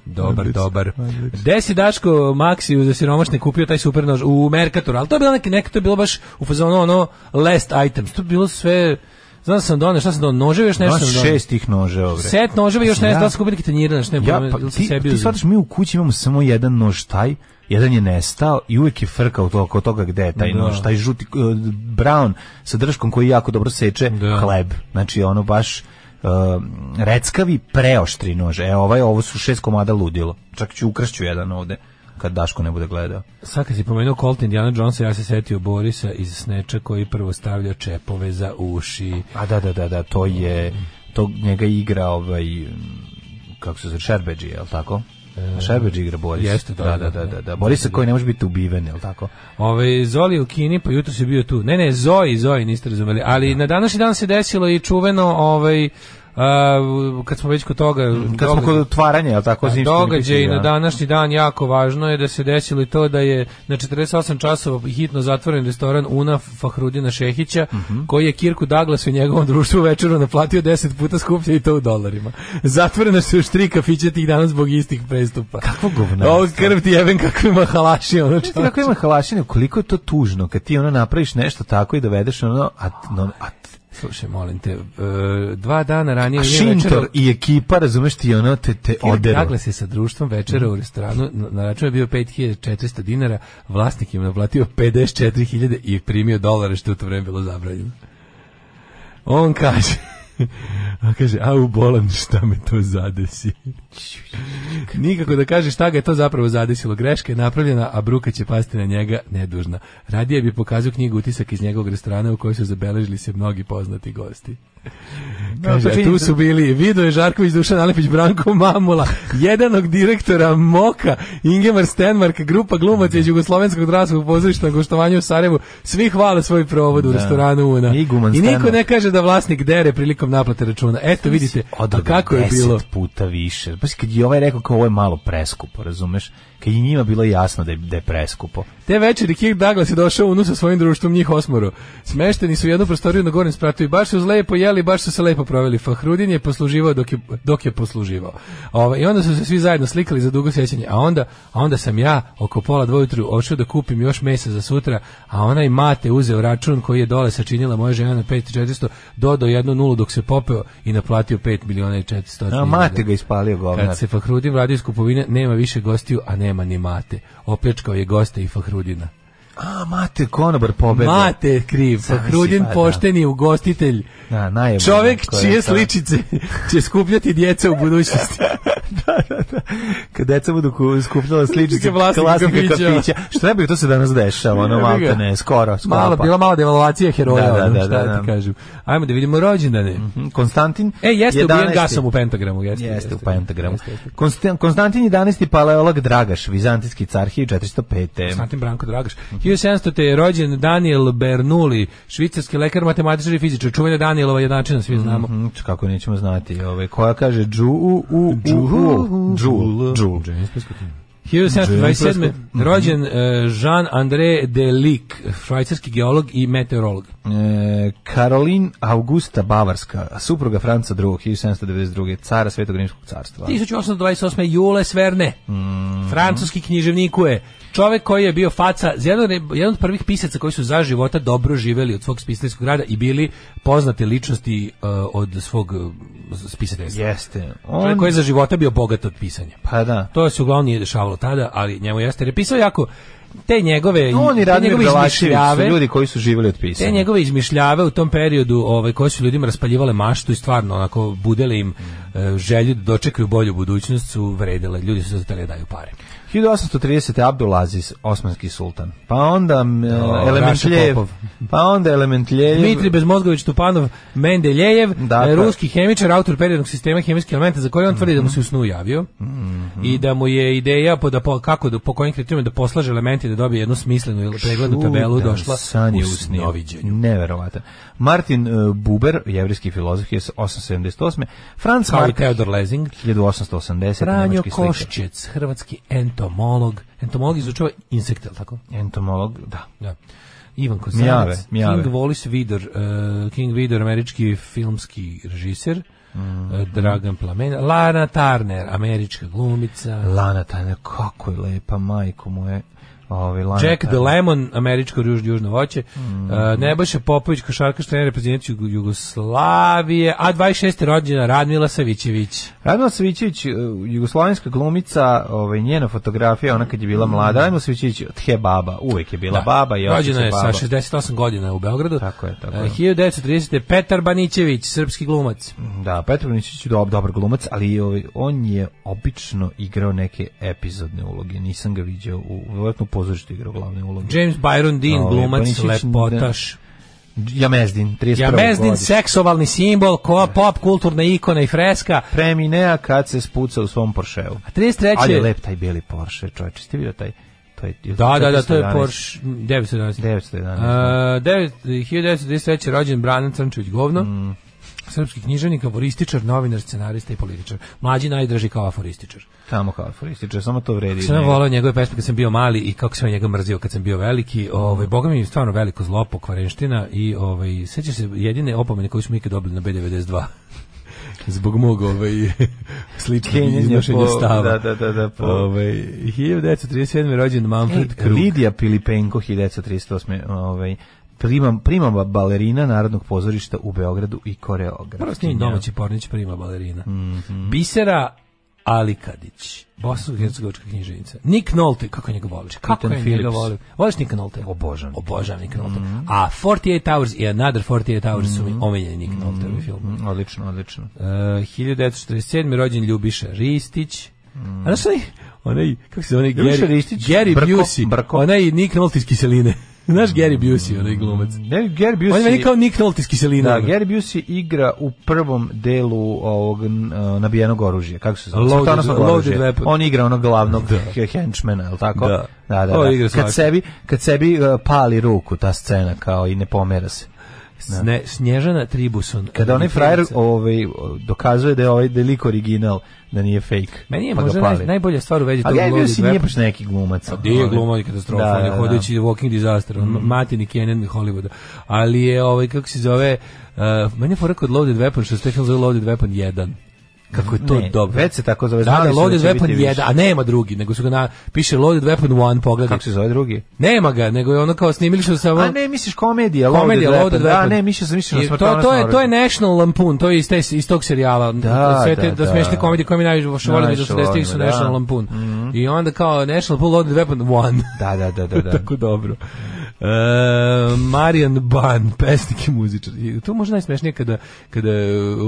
G: Dobar, dobar. Gde si Daško Maksiju za siromašne kupio taj super nož? U Mercatoru, ali to je bilo neke, neke, to je bilo baš u fazonu ono last items. To je bilo sve, znam sam donio, šta sam donio, noževe još nešto
F: Imaš
G: sam donio.
F: šest tih nože ovdje.
G: Set noževa i još nešto,
F: Ja-
G: da sam kupio neke tanjire, znaš, ne,
F: Ja,
G: pojma,
F: pa,
G: ili sam
F: ti,
G: sebi
F: ti
G: uzeo.
F: shvataš, mi u kući imamo samo jedan nož taj, jedan je nestao i uvijek je frka od oko toga gde je taj
G: Da.
F: nož, taj žuti, eh, brown sa držkom koji jako dobro seče
G: Da.
F: hleb. Znači, ono baš eh, reckavi preoštri nož. E, ovaj, ovo su šest komada ludilo. Čak ću ukrašću jedan ovde kad Daško ne bude gledao.
G: Sad kad si pomenuo Colt Indiana Jonesa, ja se setio Borisa iz Sneča koji prvo stavlja čepove za uši.
F: A da, da, da, da, to je, to njega igra ovaj, kako se zove, Šerbeđi, je li tako? Šerbeđi igra Boris.
G: E, jeste, da,
F: da, da,
G: da,
F: da,
G: da.
F: da, da. Borisa koji ne može biti ubiven, je li tako?
G: Ove, Zoli u Kini, pa jutro si bio tu. Ne, ne, Zoji, Zoji, niste razumeli. Ali na današnji dan se desilo i čuveno ovaj, A, kad smo već kod toga...
F: Kad smo
G: događaj-
F: kod otvaranja, al tako zimski
G: Pa Događaj
F: olimpijski,
G: na
F: da.
G: današnji dan jako važno je da se desilo i to da je na 48 časova hitno zatvoren restoran Una Fahrudina Šehića, koji je Kirku Douglasu i njegovom društvu večeru naplatio 10 puta skuplje i to u dolarima. Zatvorena su još tri kafića tih dana zbog istih prestupa. Kako
F: govnarstvo.
G: Ovo krv ti jebem kako ima halaši. Ono
F: Znaš ti kako ima halašine, koliko je to tužno kad ti ono napraviš nešto tako i dovedeš ono, a, no, a,
G: Slušaj, molim te, e, dva dana ranije...
F: a
G: nije
F: Šintor
G: večera-
F: i ekipa, razumeš ti ono, te, te oderu.
G: Dakle se sa društvom večera u restoranu na- na račun je bio 5400 dinara, vlasnik im naplatio 54.000 i primio dolare što je u to vreme bilo zabranjeno. On kaže A kaže, au bolan, šta me to zadesi? Nikako da kaže šta ga je to zapravo zadesilo. Greška je napravljena, a bruka će pasti na njega nedužna. Radije bi pokazao knjigu utisak iz njegovog restorana u kojoj su zabeležili se mnogi poznati gosti. Kaže,
F: to
G: a
F: čini-
G: tu su bili Vido je Žarković, Dušan Alepić, Branko Mamula, jedanog direktora Moka, Ingemar Stenmark, grupa glumaca iz Jugoslovenskog dramskog pozorišta na gostovanju u Sarajevu, svi hvale svoj provod u restoranu Una.
F: Iguman
G: I niko
F: Stenmark.
G: ne kaže da vlasnik dere prilikom naplate računa. Eto, vidite, a
F: Odobre
G: kako je
F: 10
G: bilo.
F: puta više. Pa kad je ovaj rekao kao ovo je malo preskupo, razumeš? Kad je njima bilo jasno da je, da je preskupo.
G: Te večeri Kirk Douglas je došao unu sa svojim društvom njih osmoru. Smešteni su u jednu prostoriju na gornjem spratu i baš su lepo jeli, baš su se lepo proveli. Fahrudin je posluživao dok je, dok je posluživao. Ovaj, I onda su se svi zajedno slikali za dugo sjećanje. A onda, a onda sam ja oko pola dvojutru ošao da kupim još mesa za sutra, a onaj mate uzeo račun koji je dole sačinila moja žena na 5400, dodao jednu nulu dok se popeo i naplatio 5 miliona i 400.
F: A Pa mate ga ispalio govnar.
G: Kad se Fahrudin vradio iz kupovine, nema više gostiju, a nema ni mate. Opljačkao je goste i Fahrudina.
F: A mate, ono, konobar pobegao.
G: Mate je kriv,
F: Sam
G: Fahrudin
F: si, pa,
G: pošteni ugostitelj.
F: Da, najbolje.
G: Čovek
F: Ko je
G: čije
F: to?
G: sličice će skupljati djeca u budućnosti.
F: Kad deca budu ku- skupljala sličice
G: Slike vlasnika
F: vlasnika
G: kafića.
F: kafića. Što ne bi to se danas dešava, ono
G: Jebi ga.
F: malo ne, skoro, skoro. pa.
G: Mala, bila mala devalvacija heroja,
F: Da, da,
G: ono,
F: da,
G: šta
F: da,
G: ti
F: da.
G: kažem. Ajmo da vidimo rođendane.
F: Mhm, Konstantin
G: E, jeste ubijen
F: 11..
G: gasom u pentagramu. Jeste,
F: Jeste u pentagramu. Konstan- Konstantin 11. paleolog Dragaš, vizantijski car 1405.
G: Konstantin Branko Dragaš.
F: Mhm.
G: 1700. te je rođen Daniel Bernoulli, švicarski lekar, matematičar i fizičar. Čuvena Danielova jednačina, svi znamo.
F: Mhm, č- kako nećemo znati, ovaj koja kaže džu u u
G: Džu-
F: džu džu.
G: 1727.
F: Mhm.
G: rođen eh, Jean-André Delic, švajcarski geolog i meteorolog.
F: E, Karolin Augusta Bavarska, supruga Franca II, 1792. cara Svetog rimskog carstva.
G: 1828. Jules Verne,
F: Mhm.
G: francuski književniku je čovek koji je bio faca, jedan, jedan od prvih pisaca koji su za života dobro živeli od svog spisateljskog rada i bili poznate ličnosti eh, od svog eh, spisateljstva.
F: Jeste.
G: Čovjek
F: On
G: koji je za života bio bogat od pisanja.
F: pa da.
G: To se uglavnom nije dešavalo tada, ali njemu jeste. Jer je pisao jako te njegove,
F: On i
G: te
F: Radomir
G: njegove
F: Dalašević su
G: izmišljave,
F: ljudi koji su živjeli od pisanja.
G: te njegove izmišljave u tom periodu ovaj, koje su ljudima raspaljivale maštu i stvarno onako budele im
F: Mm.
G: e, želju da dočekaju bolju budućnost su vredile. Ljudi su se zatali da daju pare.
F: 1830. Abdulaziz, osmanski sultan. Pa onda m, e,
G: O, Raša
F: Elementljev.
G: Popov.
F: Pa onda Elementljev.
G: Dmitri Bezmozgović Tupanov Mendeljejev,
F: Dakle. Mhm.
G: e, ruski hemičar, autor periodnog sistema hemijskih elementa za koje on tvrdi da mu se u snu javio i da mu je ideja po, da po, kako, da, po kojim kriterijima da poslaže elementi da dobije jednu smislenu ili preglednu tabelu
F: Čudan
G: došla
F: san je
G: u
F: usnio.
G: snoviđenju.
F: Neverovatan. Martin e, Buber, jevrijski filozof, je s 878. Franz
G: Kao i
F: Marc,
G: Teodor Lezing.
F: 1880.
G: Franjo
F: nemački slikar.
G: Koščec, hrvatski entomolog. Entomolog izučava insekte, jel tako?
F: Entomolog, da.
G: Da. Ivan
F: Mjave,
G: Kozanac,
F: mjave.
G: King Wallis Vidor, eh, King Vidor, američki filmski režiser, eh, Dragan Plamen, Lana Turner, američka glumica,
F: Lana Turner, kako je lepa, majko moje. Ovi, Lana
G: Jack the
F: Turner.
G: Lemon, američko ruž, južno voće, mm. Nebojša Popović, košarkaš trener reprezentaciju Jugo- Jugoslavije, a 26. rođena Radmila Savićević.
F: Radmila Svićević, e, jugoslavenska glumica, ovaj, njena fotografija, ona kad je bila mlada, Radmila Svićević, tje baba, uvek je bila baba i otiče
G: Rođena je
F: baba.
G: sa 68 godina u Beogradu.
F: Tako je, tako
G: Eh,
F: je.
G: 1930. Petar Banićević, srpski glumac.
F: Da, Petrović je dob, dobar glumac, ali ovaj, on je obično igrao neke epizodne uloge. Nisam ga viđao u verovatno u pozorištu igrao glavne uloge.
G: James Byron Dean,
F: Ovaj,
G: glumac,
F: Banićević,
G: lepotaš.
F: Jamezdin, 31.
G: Jamezdin,
F: godište.
G: seksualni simbol, ko, pop, kulturna ikona i freska.
F: Preminea kad se spuca u svom Porscheu.
G: A 33.
F: Ali je lep taj beli Porsche, čovječe, ste vidio taj? To je,
G: Da, da, da, to je
F: 411.
G: Porsche mm, 911.
F: 911.
G: E,
F: Mm.
G: Uh, 1933. rođen Branan Crnčević Govno. Srpski književnik, aforističar, novinar, scenarista i političar. Mlađi najdraži kao aforističar.
F: Tamo kao aforističar, samo to vredi.
G: Sam ja
F: Ne.
G: volao njegove pesme kad sam bio mali i kako sam ja njega mrzio kad sam bio veliki. Ovaj Boga mi je stvarno veliko zlo pokvarenština i ovaj sećaš se jedine opomene koju smo ikad dobili na B92. Zbog mog ovaj sličnog
F: Kenjanja
G: iznošenja
F: po-
G: stava.
F: da, da, da, da, po-
G: Ovaj 1937. rođen Manfred Krug.
F: E, Lidija Pilipenko 1938. Ovaj primam primama balerina Narodnog pozorišta u Beogradu i koreograf.
G: Prvo s njim domaći Pornić prima balerina.
F: Mhm.
G: Bisera Alikadić, bosansko-hercegovačka književnica. Nik Nolte, kako njega voliš? Kako
F: Ethan
G: ja njega
F: Phillips.
G: volim? Voliš Nika Nolte?
F: Obožavam. Mhm.
G: Obožavam Nika Nolte. A 48 Hours i Another 48 Hours su mi omenjeni Nik Nolte u filmu.
F: Mm, Odlično, odlično.
G: Uh, 1947. rođen Ljubiša Ristić. A znaš onaj, onaj, kako se onaj,
F: Mhm. Ljubiša
G: Gary,
F: Ristić,
G: Gary
F: Brko,
G: Busey,
F: Brko.
G: onaj Nik Nolte iz Kiseline. znaš Gary Busey, onaj glumac.
F: Ne, Gary Busey.
G: On je meni kao Nik Nolte iz Kiseline.
F: Da,
G: ono.
F: Gary Busey igra u prvom delu ovog n- e, nabijenog oružja. Kako se zove?
G: Loaded-
F: Smrtonosnog oružja.
G: Loaded Weapon.
F: On igra onog glavnog henchmana, je li tako?
G: Da.
F: da, da.
G: On
F: da.
G: igra
F: Kad
G: svašta.
F: sebi, kad sebi e, pali ruku ta scena kao i ne pomera se.
G: Sne, Snježana Tribuson.
F: Kada onaj frajer
G: Književnica.
F: ovaj, dokazuje da je ovaj delik original, da nije fake.
G: Meni je
F: pa ga
G: možda
F: pali.
G: naj, najbolja stvar u vezi
F: A
G: tog
F: Gary
G: Loaded
F: Busey nije
G: Weapon.
F: baš neki glumac. Ono,
G: Pa Gdje je glumao i katastrofa,
F: Da,
G: on je
F: da, Mm. da.
G: hodajući walking disaster, on matini Kenan Hollywooda. Ali je, ovaj, kako se zove, uh, meni je fora kod Loaded Weapon, što se taj film zove Loaded Weapon 1. Kako je to
F: Ne,
G: dobro.
F: već se tako zove,
G: Da,
F: znali
G: da,
F: su da
G: Loaded
F: će
G: Weapon
F: biti
G: 1,
F: više.
G: a nema drugi, nego su ga na, piše Loaded Weapon 1, pogledaj.
F: Kako se zove drugi?
G: Nema ga, nego je ono kao snimili što samo...
F: A ne, misliš komedija,
G: komedija
F: Loaded,
G: Loaded
F: Weapon. Da,
G: Weapon.
F: ne, mislio sam, mislio
G: I
F: na
G: to,
F: smrtonosno
G: to je to je
F: oružje.
G: National Lampoon, to je iz, te, iz tog serijala.
F: Da,
G: sve
F: da,
G: te, da,
F: da.
G: smešne komedije koje mi najviše volim iz
F: Najviše
G: 80-ih su
F: volimo, da. Mhm.
G: National Lampoon. I onda kao National Lampoon Loaded Weapon One.
F: Da, da, da, da. da.
G: Tako dobro. E, Marijan Ban, pesnik i muzičar. I to možda najsmešnije kada... kada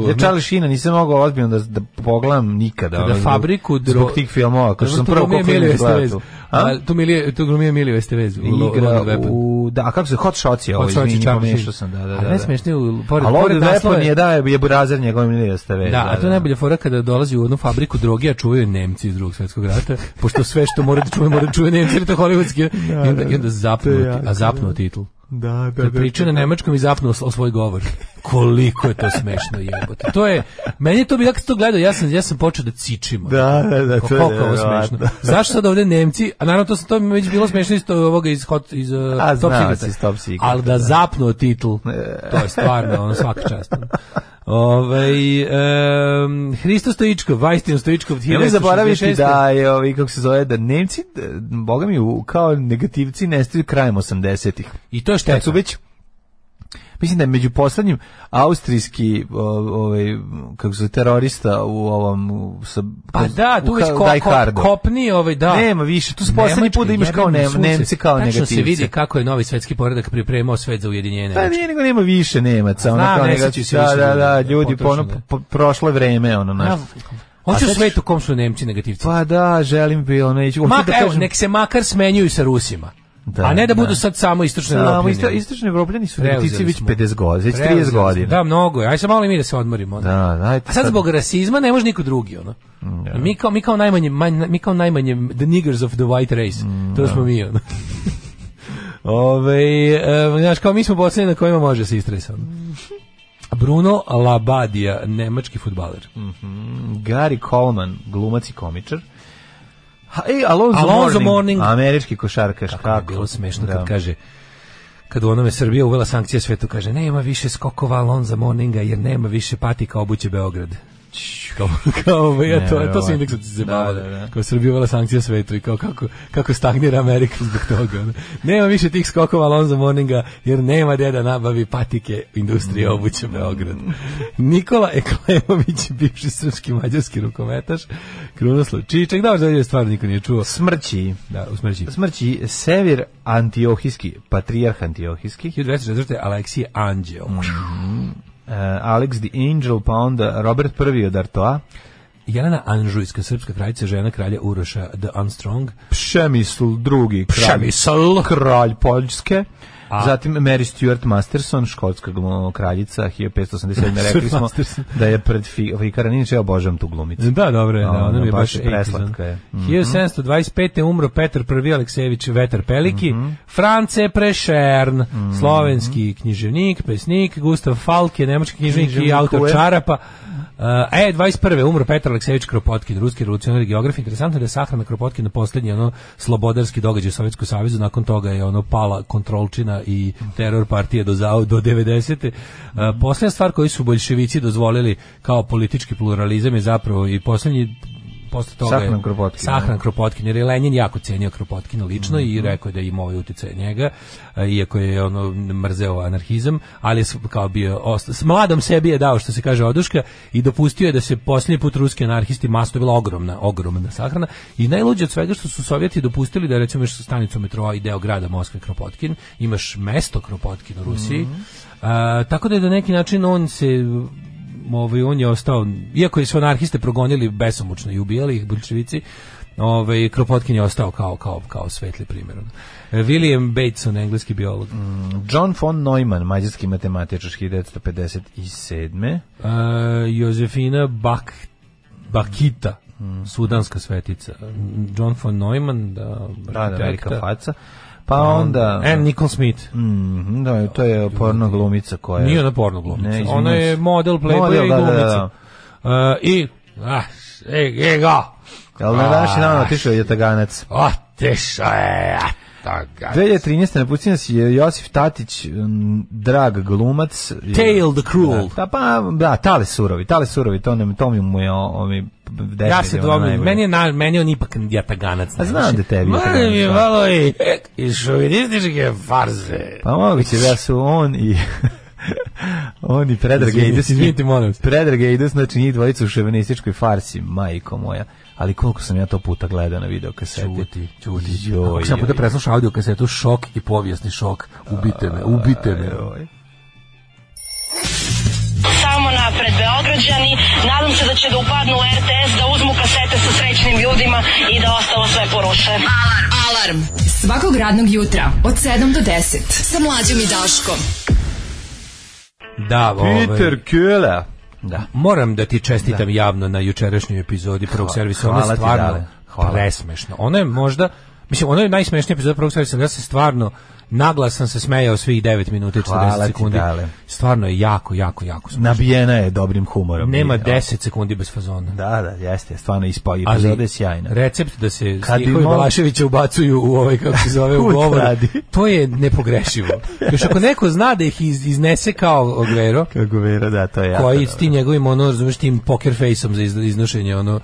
G: uh,
F: Ja Charlie Sheena nisam mogao ozbiljno da, da pogledam nikada.
G: Da
F: ono, zbog-
G: fabriku dro...
F: Zbog tih filmova, kao što sam
G: Zato
F: prvo
G: glumio
F: koliko film
G: Emilio
F: izgledao
G: Estevez.
F: tu. A?
G: A, tu mi je tu glumio Emilio Estevez u Lo- Loaded
F: Igra
G: Weapon.
F: u... Da, a kako se, Hot Shots je ovo,
G: Hot Shots je
F: izvini,
G: Charlie
F: pomiješao
G: Sheen.
F: sam. Da, da, da.
G: A najsmešnije u- pored-
F: A
G: pored
F: Loaded
G: naslova
F: Weapon
G: je-
F: je da, je burazer njegov Emilio Estevez.
G: Da, a to je najbolja fora kada dolazi u jednu fabriku droge, a čuvaju Nemci iz drugog svjetskog rata, pošto sve što mora da čuje, mora da čuje Nemci, jer je to hollywoodski. I onda, i onda zapnuo, ti- a zapnuo titlu.
F: Da, da,
G: Da priča na nemačkom i zapnuo o svoj govor. Koliko je to smešno jebote. To je, meni je to bi, ja kad sam to gledao, ja sam, ja sam počeo da ono. cičimo.
F: Da, da, da, E, to je
G: Koliko je ovo
F: nevjerovatno.
G: smešno. Zašto sad ovde Nemci, a naravno to, sam, to mi je već bilo smešno iz to- ovoga iz, hot, iz uh,
F: A,
G: Top
F: znao
G: Secreta.
F: si iz Top Secreta,
G: Ali da,
F: da. E.
G: zapnuo titl, to je stvarno, ono, svaka čast. Ovaj em, Hristo Stojičkov, Vajstin Stojičkov,
F: Nemoj zaboraviti
G: 1966.
F: da je, ovi, kako se zove, da Nemci, d- boga mi, u- kao negativci nestaju krajem 80-ih.
G: I to je
F: Kad
G: šteta.
F: su već Mislim da je među poslednjim austrijski o- ovaj kako se zove, terorista u ovom u- sa
G: Pa da, tu
F: u
G: već
F: ka-
G: ko,
F: Die
G: ko-
F: Hardu.
G: kopni, ovaj, da.
F: Nema više, tu su poslednji
G: Nemački,
F: put da imaš kao
G: jebeni
F: Nem-
G: sunce.
F: Nemci kao
G: Tačno se
F: negativci.
G: vidi kako je novi svetski poredak pripremao svet za ujedinjenje. znači,
F: Pa
G: Nemačke.
F: nije nego nema više Nemaca, ono
G: Znam,
F: kao
G: ne
F: nega,
G: sećaju se
F: da,
G: više
F: da,
G: ljudi,
F: da,
G: da,
F: ljudi, po ono,
G: potrošeno je.
F: po- prošlo je vreme, ono,
G: A,
F: naš. A
G: Hoće u
F: sad-
G: svetu u kom su Nemci negativci.
F: Pa da, želim bi, ono, neću, hoću da
G: Makar, evo,
F: kažem,
G: nek se makar smenjuju sa Rusima.
F: Da,
G: a ne da,
F: da.
G: budu sad samo istočne
F: Samo
G: Evropljani.
F: isto- istočni Evropljani su
G: Preuzeli
F: negativci već
G: smo.
F: 50 godina, već 30
G: Preuzeli smo.
F: godina.
G: Da, mnogo je. Ajde sad malo i mi da se odmorimo. onda.
F: Da, dajte
G: A sad
F: sad-
G: zbog rasizma ne može niko drugi, ono. Mi kao mi kao najmanje manj- mi kao najmanje the niggers of the white race.
F: Mm,
G: to smo mi, ono. Ove, e, znaš, kao mi smo posljednji na kojima može se istresati. ono. Bruno Labadija, nemački futbaler.
F: Gary Coleman, glumac i komičar. Ha, ej, Alonzo,
G: Alonzo
F: Mourning,
G: Mourning.
F: američki košarkaš. Kako,
G: Kako je bilo smešno kad kaže kad u onome Srbija uvela sankcije svetu, kaže nema više skokova Alonza Morninga jer nema više patika obuće Beograd. Kao, kao ovaj, ja, to, to su
F: Neverovatno.
G: indeksaci se
F: Da,
G: bavili.
F: da, da.
G: Kao Srbija uvela sankcije svetu i kao kako, kako stagnira Amerika zbog toga. ono. Nema više tih skokova Alonza Morninga jer nema gde da nabavi patike industrije obuće Beograd. Nikola Eklemović, bivši srpski mađarski rukometaš, Krunoslav Čičak, da, da je stvar niko nije čuo.
F: Smrći.
G: Da, usmrći.
F: Smrći Sevir Antiohijski, patrijarh Antiohijski,
G: 1904. Aleksije
F: Mm.
G: Anđeo.
F: eh, Alex the Angel, pa onda Robert I od Artoa,
G: Jelena Anžujska, srpska kraljica, žena kralja Uroša the Armstrong.
F: Pšemisl drugi kralj,
G: Pšemisl.
F: kralj Poljske.
G: A-
F: Zatim Mary Stuart Masterson, škotska glu- kraljica 1587. Rekli smo
G: Masterson.
F: da je pred Fi- Fikara Ninić, ja obožavam tu glumicu.
G: Da, dobro je, da,
F: Ona
G: ona mi je
F: Ono baš
G: baš
F: je
G: 80s,
F: preslatka je.
G: ono. 1725. umro Petar I. Aleksejević Vetar Peliki, France Prešern, slovenski književnik, pesnik, Gustav Falke, nemački književnik i
F: Književnik
G: autor
F: koje?
G: Čarapa. Uh, e, 21. umro Petar Aleksejević Kropotkin, ruski revolucionar i geograf. Interesantno je da je sahrana Kropotkin na poslednji ono slobodarski događaj u Sovjetskom savezu, nakon toga je ono pala kontrolčina i teror partije do, zao, do 90. Uh, posljednja stvar koju su bolševici dozvolili kao politički pluralizam je zapravo i posljednji posle toga
F: Sahran
G: je
F: Kropotkin,
G: Sahran Kropotkin, jer je Lenin jako cenio Kropotkina lično i rekao je da ima ovaj uticaj njega, e, iako je ono mrzeo anarhizam, ali je s- kao bio osta- s mladom sebi je dao što se kaže oduška i dopustio je da se posljednji put ruski anarhisti masto je bila ogromna, ogromna sahrana i najluđe od svega što su Sovjeti dopustili da recimo imaš stanicu metroa i deo grada Moskve Kropotkin, imaš mesto Kropotkin u Rusiji. A, tako da je na neki način on se ovaj on je ostao iako su anarhiste progonili besomučno i ubijali ih bolševici ovaj Kropotkin je ostao kao kao kao svetli primjer ono. E, William Bateson engleski biolog
F: Mm. John von Neumann, mađarski matematičar 1957.
G: E, Josefina Bak Bakita
F: Mm.
G: sudanska svetica John von Neumann da
F: Da, da, velika
G: arhitekta.
F: faca. Pa onda...
G: Ann Nicole Smith
F: Mhm, da, to je porno glumica koja...
G: Nije ona porno glumica.
F: Ne, izvinjam
G: ona je
F: se.
G: model, playboy
F: Model,
G: i
F: da, da,
G: glumica.
F: da.
G: E, I, ah, e, e ga,
F: Ali na današnji dan otišao je Taganac.
G: a, teša je, e, a, taga.
F: 2013. napustio nas je Josif Tatić, m, drag glumac.
G: Tale the Cruel.
F: Da, pa, da, tale surovi, tale surovi, to, ne, to mi mu je o- ovi
G: Ja se
F: definitivno
G: dobro,
F: najbolje.
G: meni je, na, meni je on ipak ja taganac.
F: A znam da tebi je
G: Mora
F: taganac,
G: mi je
F: da.
G: malo e, i, i šovinističke farze.
F: Pa moguće da su on i... on i Predrag
G: Izvinite,
F: Eidus.
G: izvinite, molim vas.
F: Predrag Eidus, znači njih dvojica u ševenističkoj farsi, majko moja. Ali koliko sam ja to puta gledao na video kaseti.
G: Čuti, čuti.
F: Joj,
G: Ako sam puta
F: joj,
G: preslušao audio kasetu, šok i povijesni šok. Ubite me, ubite me.
F: joj.
E: Samo napred Beograđani, nadam se da će da upadnu u RTS, da uzmu kasete sa srećnim ljudima i da ostalo sve poruše.
C: Alarm. Alarm.
J: Svakog radnog jutra od 7 do 10.
C: Sa mlađom i Daškom.
G: Da, ovaj,
F: Peter Köhler. Da.
G: Moram da ti čestitam javno na jučerašnjoj epizodi prvog servisa. Ona
F: hvala
G: je
F: ti,
G: stvarno
F: Dale. Hvala.
G: presmešna. Ona je možda, mislim, ona je najsmešnija epizoda prvog servisa. Ja se stvarno, naglas sam se smejao svih 9 minuta i 40
F: Hvala ti,
G: sekundi.
F: Dale.
G: Stvarno je jako, jako, jako smešno.
F: Nabijena je dobrim humorom.
G: Nema
F: I-
G: 10 sekundi bez fazona.
F: Da, da, jeste, stvarno ispao i epizoda je sjajna.
G: recept da se
F: Kad bi
G: stihovi
F: mo-
G: Balaševića ubacuju u ovaj, kako se zove, u
F: Put
G: govor,
F: radi.
G: to je nepogrešivo. Još ako neko zna da ih iz- iznese kao Ogvero,
F: Kako vera, da, to je jako
G: koji s
F: dobro.
G: tim njegovim ono razumeš tim poker faceom za iz- iznošenje ono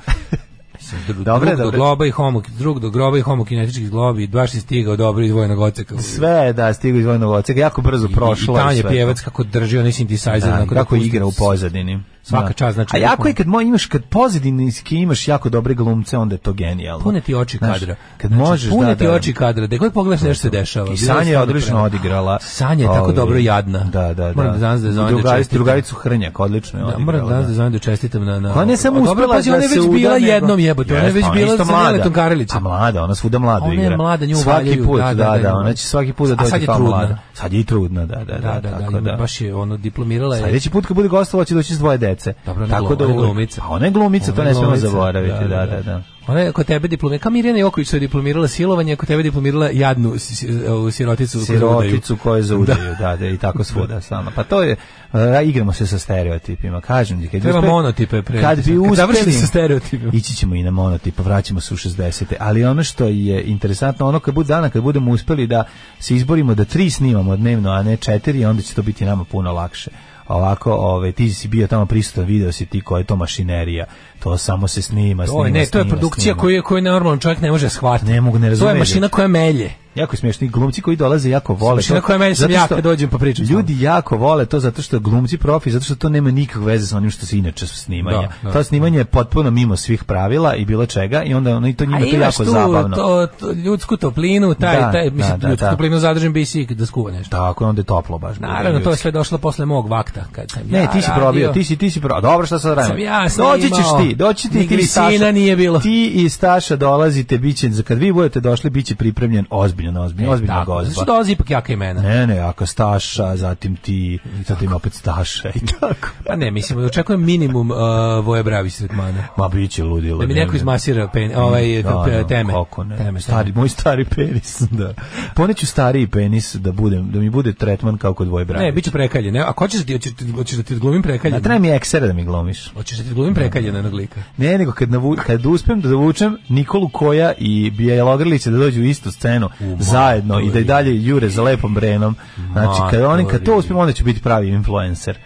G: mislim, dru-
F: Dobre,
G: drug do
F: dobre.
G: globa i homo drug do groba i homokinetičkih globi baš je stigao dobro iz vojnog oceka
F: Sve je, da, stigu iz vojnog oceka, jako brzo
G: I-
F: prošlo.
G: i Tanje
F: sve to.
G: pjevac kako drži onaj synthesizer
F: Da,
G: onako da
F: kako
G: pusti-
F: igra u pozadini.
G: Svaka
F: Da.
G: čast, znači,
F: A jako je
G: bukvalno.
F: kad moj imaš kad pozadinski imaš jako dobre glumce, onda je to genijalno.
G: pune ti oči
F: Znaš,
G: kadra
F: Kad
G: Znači,
F: možeš
G: pune
F: da,
G: ti
F: da,
G: oči kadra da god pogledaš nešto se dešava
F: I
G: Bilo je
F: Sanja je
G: stvarno
F: odlično
G: prelepo.
F: odigrala.
G: Sanja je tako
F: Ovi-
G: dobro jadna
F: Da, da, da.
G: moram da danas da zovem da
F: Drugari-
G: čestitam.
F: Drugaricu Hrnjak, odlično je
G: Da,
F: odigrala.
G: moram danas da zovem da čestitam na... na
F: Pa Ona je samo
G: A dobro,
F: uspela
G: pazi,
F: da
G: ona je
F: se
G: već
F: uda
G: bila
F: nego-
G: jednom jebote, ona je
F: Jeste,
G: već bila
F: isto
G: sa
F: mlada.
G: Miletom Karelićem.
F: A mlada, ona svuda mlada
G: Ona
F: igra.
G: je mlada, nju
F: Svaki
G: uvaljuju,
F: put, da,
G: da, da,
F: da,
G: da.
F: ona će svaki put da
G: A
F: dođe
G: sad je
F: kao
G: trudna.
F: mlada. Sad je i trudna, da, da, da.
G: Da, da,
F: tako
G: da, ima- baš je ono diplomirala je.
F: Sljedeći put kad bude gostovala će doći s dvoje dece.
G: Dobro, ona je
F: Tako
G: glu-
F: da
G: ona je
F: uvek-
G: glumica.
F: A ona je glumica, to
G: Ona je
F: ne smemo
G: glumica,
F: zaboraviti, da, da, da.
G: Ona je kod tebe diplomirala, kao Mirjana Joković što je diplomirala silovanje, kod tebe diplomirala jadnu si- si- ovu siroticu. koju udaju.
F: Siroticu koje zaudaju, da, da, i tako svuda sama. Pa to je, e, igramo se sa stereotipima, kažem ti. Kad bi
G: Treba
F: uspeli-
G: monotipe pre.
F: Kad bi
G: Kad završili
F: uspeli
G: sa stereotipima.
F: Ići ćemo i na monotipa, vraćamo se u 60. Ali ono što je interesantno, ono kad bude dana kad budemo uspeli da se izborimo da tri snimamo dnevno, a ne četiri, onda će to biti nama puno lakše. A Ovako, ovaj ti si bio tamo prisutan, video si ti koja je to mašinerija. To samo se snima, snima,
G: Oj, ne, to je
F: snima,
G: produkcija
F: snima.
G: koju koju normalan čovjek ne može shvatiti.
F: Ne mogu, ne
G: To je
F: razumeš.
G: mašina koja melje.
F: Jako smiješni glumci koji dolaze jako vole
G: Smiješni na koje meni sam
F: zato
G: ja
F: što
G: kad dođem pa pričam s vama.
F: Ljudi jako vole to zato što glumci profi, zato što to nema nikakve veze sa onim što se inače snimanja.
G: Da, da.
F: To snimanje je potpuno mimo svih pravila i bilo čega i onda ono i to njima
G: A
F: to je
G: imaš
F: jako
G: tu
F: zabavno.
G: to, to ljudsku toplinu, taj,
F: Da,
G: taj, mislim,
F: da, da,
G: ljudsku
F: da.
G: toplinu zadržim bi i da skuva nešto.
F: Tako, onda je toplo baš. bude,
G: Naravno, to je
F: ljudski.
G: sve došlo posle mog vakta. Kad sam
F: Ne,
G: ja
F: ti si
G: radio.
F: probio, ti si, ti si probio. Dobro, šta sad radimo?
G: Sam ja snimao.
F: doći ćeš ti, doći ti,
G: Ni
F: ti i Staša.
G: glisina nije bilo.
F: Ti i Staša dolazite, bit će, za kad vi budete došli, bit će pripremljen ozbiljno, ozbiljno, ozbiljno
G: E, Tako,
F: gozba.
G: Zašto dolazi ipak jaka imena?
F: Ne, ne, ako Staša, zatim ti, zatim opet Staša i tako.
G: Pa ne, mislim, očekujem minimum uh, Voje Bravić tretmana.
F: Ma bit će ludilo.
G: Da mi
F: ne,
G: neko
F: ne.
G: izmasira pen, ovaj,
F: Mm, Da,
G: pe-
F: da,
G: teme.
F: Kako ne?
G: Teme,
F: stari,
G: teme.
F: moj stari penis, da. Poneću stariji penis da budem, da mi bude tretman kao kod dvoje brata.
G: Ne, bit ću prekaljen. ne? Ako hoćeš, da ti- hoćeš, ti- hoćeš da ti odglumim
F: A
G: prekaljen?
F: treba mi eksera da mi glomiš.
G: Hoćeš da ti odglumim prekaljen jednog lika?
F: Ne, nego kad, navu, kad uspem da dovučem Nikolu Koja i Bjelogrlića da dođu u istu scenu zajedno i da i dalje jure za lepom brenom. Znači, kad, oni, kad to uspem, onda ću biti pravi influencer.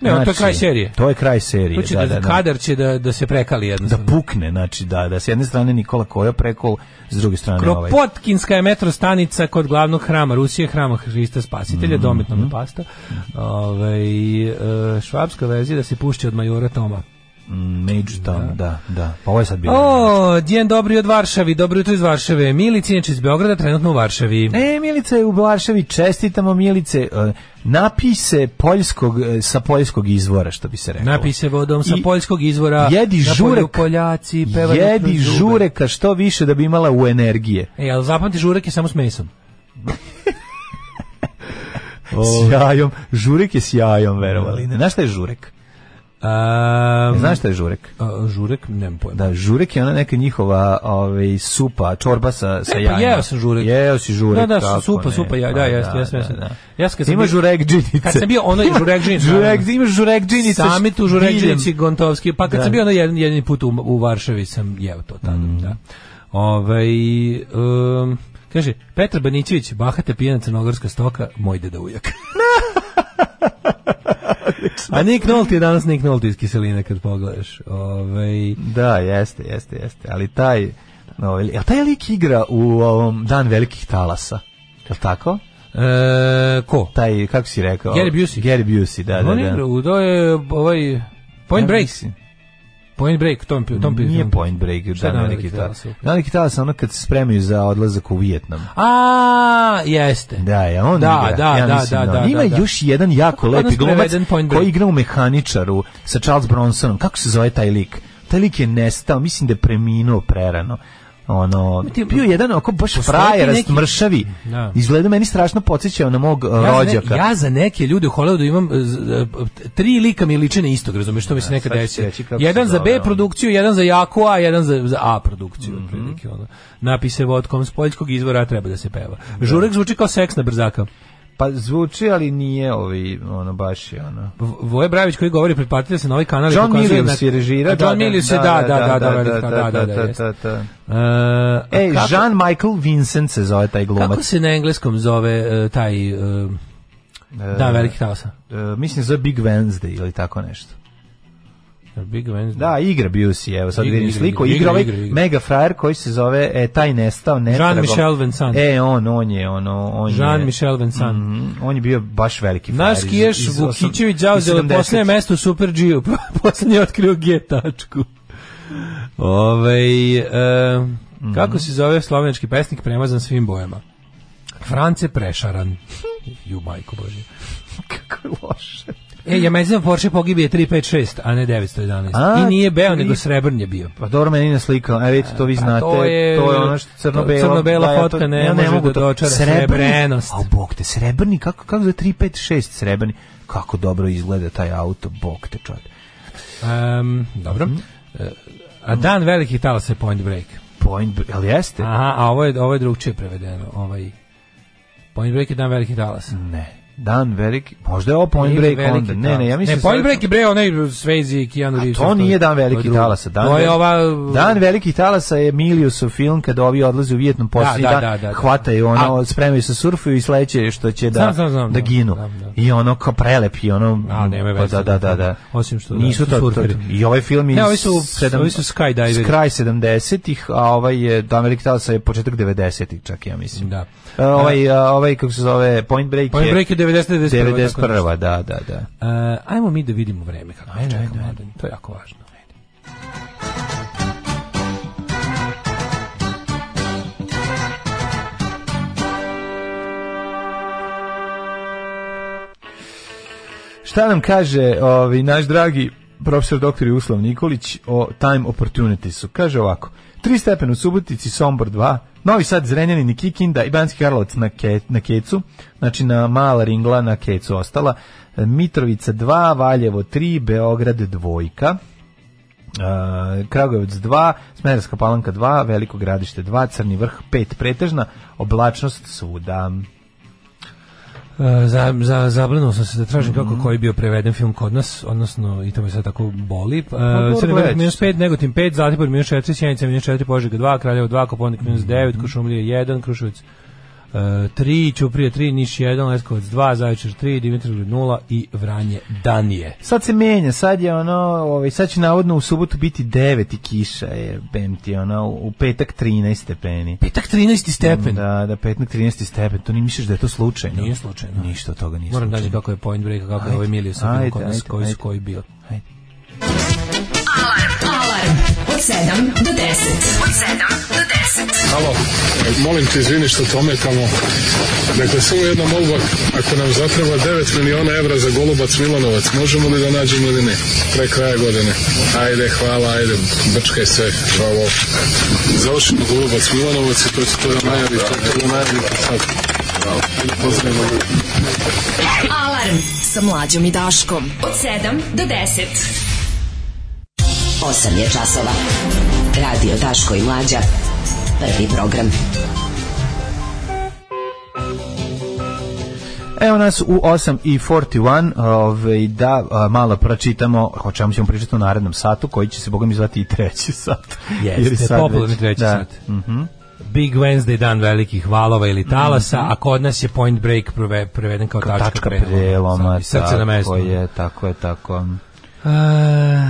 F: Znači,
G: Ne, to je kraj serije.
F: To je kraj serije,
G: To će
F: da,
G: da,
F: da, da.
G: kadar će da, da se prekali
F: da
G: jednostavno.
F: pukne, znači da, da s jedne strane Nikola Koja prekol, s druge strane ovaj.
G: Kropotkinska je metro stanica kod glavnog hrama Rusije, hrama Hrista Spasitelja,
F: Mhm.
G: dometno me pasta. Ove, švabska verzija da se pušće od majora Toma.
F: mm, Među tamo, da, da. Pa ovo je sad bilo.
G: O, djen dobri od Varšavi, dobro jutro iz Varšave. Milić inače iz Beograda, trenutno u Varšavi.
F: E, Milica je u Varšavi, čestitamo Milice, e, napise poljskog, e, sa poljskog izvora, što bi se reklo.
G: Napise vodom sa
F: I
G: poljskog izvora.
F: jedi
G: na polju
F: žurek.
G: Poljaci, pevaju
F: Jedi
G: kroz zube.
F: žureka što više da bi imala u energije.
G: E, ali zapamti žurek je samo s mesom.
F: S jajom. Žurek je s jajom, verovali. Ne, znaš šta je žurek?
G: Um,
F: Znaš šta je žurek?
G: a, žurek, nemam pojma.
F: Da, žurek je ona neka njihova ovaj, supa, čorba sa, sa
G: E,
F: jajima.
G: pa jeo sam žurek.
F: Jeo si žurek.
G: Da, da,
F: tako,
G: supa,
F: ne.
G: supa, ja,
F: Pa
G: da, jeste, jeste, jeste. Ja sam kad sam
F: Ima
G: bio-
F: žurek džinice.
G: Kad sam bio ono
F: Ima
G: žurek džinice,
F: Žurek,
G: naravno.
F: imaš žurek džinice.
G: Sami tu Žuređinici Gontovski, pa kad
F: Da. Mm.
G: sam bio na jedan, jedini put u, u Varšavi sam jeo to tada, da. Ovaj, um, kaže, Petar Banićević, bahate pijena crnogorska stoka, moj deda ujak. A Nick Nolte je danas Nick Nolte iz kiseline kad pogledaš. Ovaj,
F: Da, jeste, jeste, jeste. Ali taj, ovaj, jel taj lik igra u ovom Dan velikih talasa? Jel tako?
G: e, ko?
F: Taj, kako si rekao?
G: Gary Busey.
F: Gary Busey, da, da,
G: On
F: da.
G: igra u, to je ovaj, Point Break. Point Break, Tom, Tom, Tom
F: Nije Point Break,
G: Šta je
F: Dan
G: Dan
F: velikih
G: velikih
F: talasa.
G: talasa?
F: Dan velikih talasa je ono kad se spremaju za odlazak u Vijetnam.
G: A, jeste.
F: Da, ja on
G: Da,
F: igra.
G: da,
F: ja
G: da,
F: mislim
G: da,
F: on.
G: da,
F: Ima
G: da, da.
F: još jedan jako
G: Kod nas
F: lepi glumac
G: preveden Point Break.
F: koji igra u mehaničaru sa Charles Bronsonom. Kako se zove taj lik? Taj lik je nestao, mislim da je preminuo prerano. Ono,
G: Ti-
F: bio jedan oko baš
G: Postoji ti
F: frajerast,
G: neki-
F: mršavi.
G: Da.
F: Izgleda meni strašno podsjećao na mog uh,
G: Ja za ne-
F: rođaka.
G: ja za neke ljude u Hollywoodu imam e, z- e, p- tri lika mi liče na istog, razumiješ, što mi se
F: sad
G: nekad
F: ću ti
G: desi.
F: reći kako
G: Jedan
F: se
G: za
F: zove ono. Mhm.
G: B
F: on.
G: produkciju, jedan za jaku A, jedan za, za A produkciju. otprilike, ono. Napise vodkom s poljskog izvora treba da se peva. Žurek zvuči kao seksna brzaka.
F: Pa zvuči, ali nije ovi, ono, baš je ono.
G: V- Voje Bravić koji govori pred partijom da se na ovaj kanal i
F: John
G: pokazuje
F: Milius
G: na-
F: je režira.
G: John Milius je, da, da, da, da, velika, da, da, da, jeste.
F: da, da.
G: E,
F: Ej,
G: kako-
F: Jean-Michael Vincent se zove taj glumac.
G: Kako se na engleskom zove e, taj e, Dan velikih talasa?
F: E, mislim za Big Wednesday ili tako nešto.
G: Big Wednesday.
F: Da, igra Busey, evo sad
G: Igra,
F: vidim
G: igra,
F: sliku,
G: igra,
F: igra,
G: igra,
F: ovaj
G: igra, igra.
F: mega frajer koji se zove e, taj nestao netragom.
G: Jean-Michel Vincent.
F: E, on, on je, ono, on je...
G: Jean-Michel Vincent.
F: Mhm, on je bio baš veliki frajer.
G: Naš Kiješ Vukićević zauzeo je posljednje mesto u Super G-u, poslednje je otkrio G tačku. Ovej, e,
F: Mhm.
G: kako se zove slovenački pesnik premazan svim bojama? France Prešaran. Ju majko bože.
F: Kako je loše.
G: E, ja mezim Porsche pogibije 356, a ne 911.
F: A,
G: I nije beo, nego
F: tri-
G: srebrn je bio.
F: Pa dobro, meni je slika, e, vidite, to vi
G: Pa
F: znate, to je, ono što crno-belo.
G: crno-bela
F: ja
G: fotka, ne može da dočara srebrenost.
F: A bog te, srebrni, kako, kako za 3, 5, 6 srebrni, kako dobro izgleda taj auto, bog te čovječ.
G: Em, dobro.
F: Mhm.
G: E, a dan velikih talasa je Point Break.
F: Point, Break, ali jeste? Mhm.
G: Aha, a ovo je, ovo je drugčije prevedeno. Ovaj. Point Break je dan velikih talasa.
F: Ne. Dan veliki, možda je ovo Point Break
G: Veliki
F: onda. Ne, ne, ja
G: talas.
F: mislim
G: Ne, Point
F: sad-
G: Break je bre onaj Svezi i Keanu Reeves.
F: To nije Dan
G: To je
F: velikih
G: drugo.
F: talasa. Dan,
G: To je
F: veli-
G: ova... uh,
F: Dan velikih talasa je Miliusov film kada ovi odlaze u Vijetnam posljednji
G: da,
F: dan,
G: da, da, da.
F: hvataju ono, spremaju se surfuju i sledeće što će da,
G: Znam, znam, znam,
F: da
G: da,
F: ginu.
G: znam, da.
F: I ono kao prelep i ono...
G: A, nema
F: pa
G: veze,
F: Da, da, da, da.
G: osim što da,
F: Nisu
G: su
F: to, to,
G: surferi.
F: I ovaj film je...
G: Ne,
F: iz
G: ovi su-
F: sedam-
G: ovi su skydiveri.
F: s Kraj 70-ih, a ovaj je Dan velikih talasa je početak 90-ih čak, ja mislim.
G: Da.
F: E, ovaj, a, ovaj, kako se zove, Point Break
G: Point Break je 90, 91, tako
F: 91. Da, da, da.
G: E, ajmo mi da vidimo vreme kako
F: Ajde,
G: ajde, čeka
F: ajde, ajde.
G: mladen. To je jako važno. Ajde.
F: Šta nam kaže ovi, naš dragi profesor doktor Jugoslav Nikolić o time opportunitiesu? Kaže ovako, tri stepen u Subotici, Sombor 2, Novi Sad, Zrenjanin i Kikinda i Banski Karlovac na, ke, na Kecu, znači na mala ringla na Kecu ostala, e, Mitrovica 2, Valjevo 3, Beograd dvojka, Uh, Kragujevac 2, Smederska palanka 2, Veliko gradište 2, Crni vrh 5, pretežna, oblačnost svuda.
G: E, za, za, zablenuo sam se da tražim kako koji je bio preveden film kod nas, odnosno i to me sad tako boli. E,
F: dobro,
G: Crni vrh
F: gledat ću
G: minus
F: se.
G: 5, Negotin 5, Zlatibor minus 4, Sjenica minus 4, Požega 2, Kraljevo 2, Koponik minus 9, Košumlija 1, Kruševac 3, Ćuprije 3, Niš 1, Leskovac 2, Zaječar 3, Dimitrovgrad 0 i Vranje Danije.
F: Sad se menja, sad je ono, ovaj, sad će navodno u subotu biti 9 i kiša je, bem ti, ono, u petak 13 stepeni.
G: Petak 13. stepen.
F: Da, da, petak 13 stepen, to ni misliš da je to slučajno?
G: Nije slučajno.
F: Ništa od toga nije
G: Moram naći
F: slučajno.
G: kako je Point Break, kako
F: Ajde,
G: je ovaj Emilio sa
F: ajde,
G: film kod nas,
F: ajde,
G: koji,
F: ajde.
G: su- koji bio.
F: Ajde.
J: Alarm od 7 do 10. Od 7 do 10.
H: Molim te, izvini što te ometamo. Dakle, samo jedna molba, ako nam zatreba 9 miliona evra za Golubac Milanovac, možemo li da nađemo ili ne? Pre kraja godine. Ajde, hvala, ajde, brčkaj sve, bravo. Završimo Golubac Milanovac i to će to da najavi, to je to da najavi sad. Pozdravimo ljudi.
J: Alarm sa mlađom i Daškom. Od 7 do 10.
K: 8 je časova. Radio Daško i Mlađa. Prvi program.
F: Evo nas u 8 i 41, ovaj, da a, malo pročitamo o čemu ćemo pričati u narednom satu, koji će se, boga mi, zvati i treći sat. Jer i
G: Jeste,
F: sad
G: popularni
F: već-
G: treći
F: da. mhm,
G: sat. Big Wednesday dan velikih valova ili talasa, a kod nas je Point Break prove- preveden kao tačka,
F: Tačka
G: preloma.
F: preloma,
G: Sad, Srce na mestu. E,
F: tako je, tako je, tako.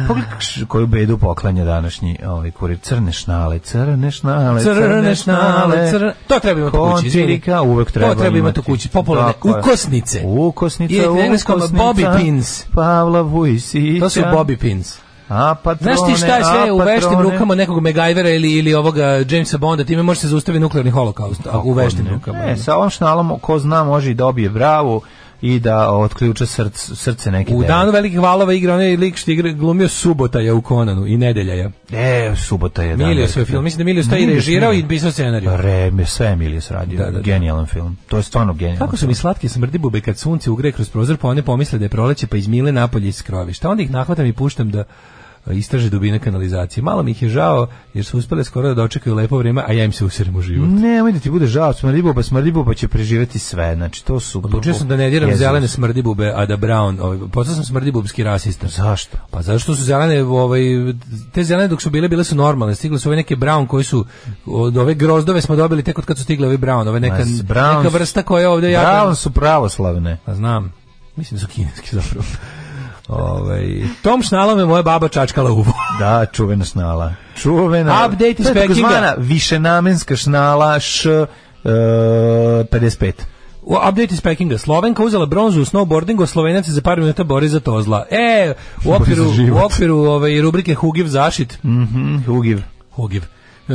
F: Pogledaj kš- koju bedu poklanja današnji ovaj kurir. Crne šnale, crne hnale,
G: Crne šnale, crne... To treba imati u kući. izvini.
F: Končirika uvek treba
G: To treba imati u kući. Popularne
F: Tako je.
G: ukosnice.
F: Ukosnica,
G: Ili na engleskom
F: ukosnica,
G: bobby pins.
F: Pavla Vujsića.
G: To su bobby pins.
F: A patrone,
G: Znaš ti šta je
F: a
G: sve u veštim
F: patrone.
G: rukama nekog MacGyvera ili, ili ovoga Jamesa Bonda, time može se zaustavi nuklearni holokaust a u veštim rukama.
F: Ne, E, sa ovom šnalom, ko zna, može i dobije bravu i da otključa src, srce neke
G: U
F: deve.
G: danu velikih valova igra onaj lik što igra glumio Subotaja u Konanu i Nedeljaja.
F: E, subota je dan.
G: Milio
F: veliki
G: svoj
F: dan.
G: film. Mislim da Milios taj
F: Milios,
G: režirao
F: Milios.
G: i pisao scenariju.
F: Pa Re, sve je Milius radio.
G: Da, da, da.
F: Genijalan film. To je stvarno genijalan
G: Kako su mi slatke smrdi bube kad sunce ugre kroz prozor, pa one pomisle da je proleće, pa izmile napolje iz krovišta. Onda ih nahvatam i puštam da e, istraže dubine kanalizacije. Malo mi ih je žao, jer su uspele skoro da dočekaju lepo vrijeme, a ja im se usirem u život.
F: Nemoj da ti bude žao, smrljiboba, smrljiboba će preživeti sve, znači to su...
G: Odlučio sam da ne diram
F: Jezus.
G: zelene smrdi bube, a da brown, ovaj, postao sam smrdi bubski rasista.
F: Zašto?
G: Pa zašto su zelene, ovaj, te zelene dok su bile, bile su normalne, stigle su ove neke brown koji su, od ove grozdove smo dobili tek od kad su stigle ove brown, ove neka,
F: Mas, brown
G: neka
F: su-
G: vrsta koja je ovde jako...
F: Brown su pravoslavne.
G: Pa znam. Mislim da su kineski zapravo. Ovaj Tom šnalom je moja baba čačkala uvo.
F: Da, čuvena šnala. Čuvena.
G: Update iz
F: To je
G: Pekinga.
F: takozvana višenamenska šnala š... e, 55.
G: U update iz Pekinga. Slovenka uzela bronzu u snowboardingu, a Slovenac je za par minuta bori za to zla. E, u okviru,
F: Bori za život.
G: u okviru ovaj, rubrike Hugiv zašit.
F: Mhm, Ugiv.
G: Hugiv.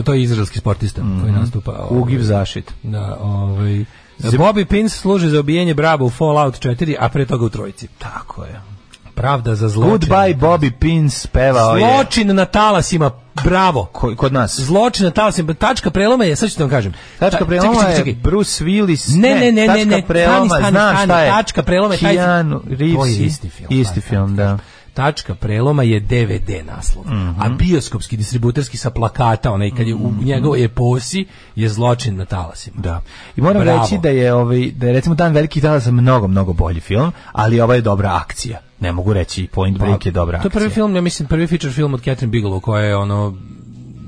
G: To je izraelski sportista
F: Mhm.
G: koji nastupa. ovaj,
F: Ugiv zašit.
G: Da, ovaj... Bobby Pins služi za obijenje braba u Fallout 4, a pre toga u Trojici.
F: Tako je.
G: Pravda za zločin.
F: Goodbye Bobby Pins pevao je...
G: Zločin na talasima, bravo.
F: Ko- Kod nas.
G: Zločin na talasima, tačka preloma je, sad ću ti vam kažem. Ta-
F: Tačka
G: čekaj,
F: preloma
G: čekaj,
F: je
G: čekaj.
F: Bruce Willis.
G: Ne, ne, ne, ne,
F: tačka
G: ne,
F: preloma,
G: stani, stani,
F: znam
G: stani,
F: šta je.
G: tačka preloma je taj-
F: Keanu Reeves.
G: To je isti film,
F: Isti
G: da,
F: film, da. Mhm.
G: tačka preloma je DVD naslov, a bioskopski distributerski sa plakata, onaj kad je u njegovoj eposi, je zločin na talasima.
F: Da. I moram
G: Bravo.
F: reći da je ovaj da je recimo Dan velikih talasa mnogo mnogo bolji film, ali ova je dobra akcija. Ne mogu reći Point Break je dobra
G: To je
F: akcija.
G: prvi film, ja mislim, prvi feature film od Catherine Bigelow, koja je ono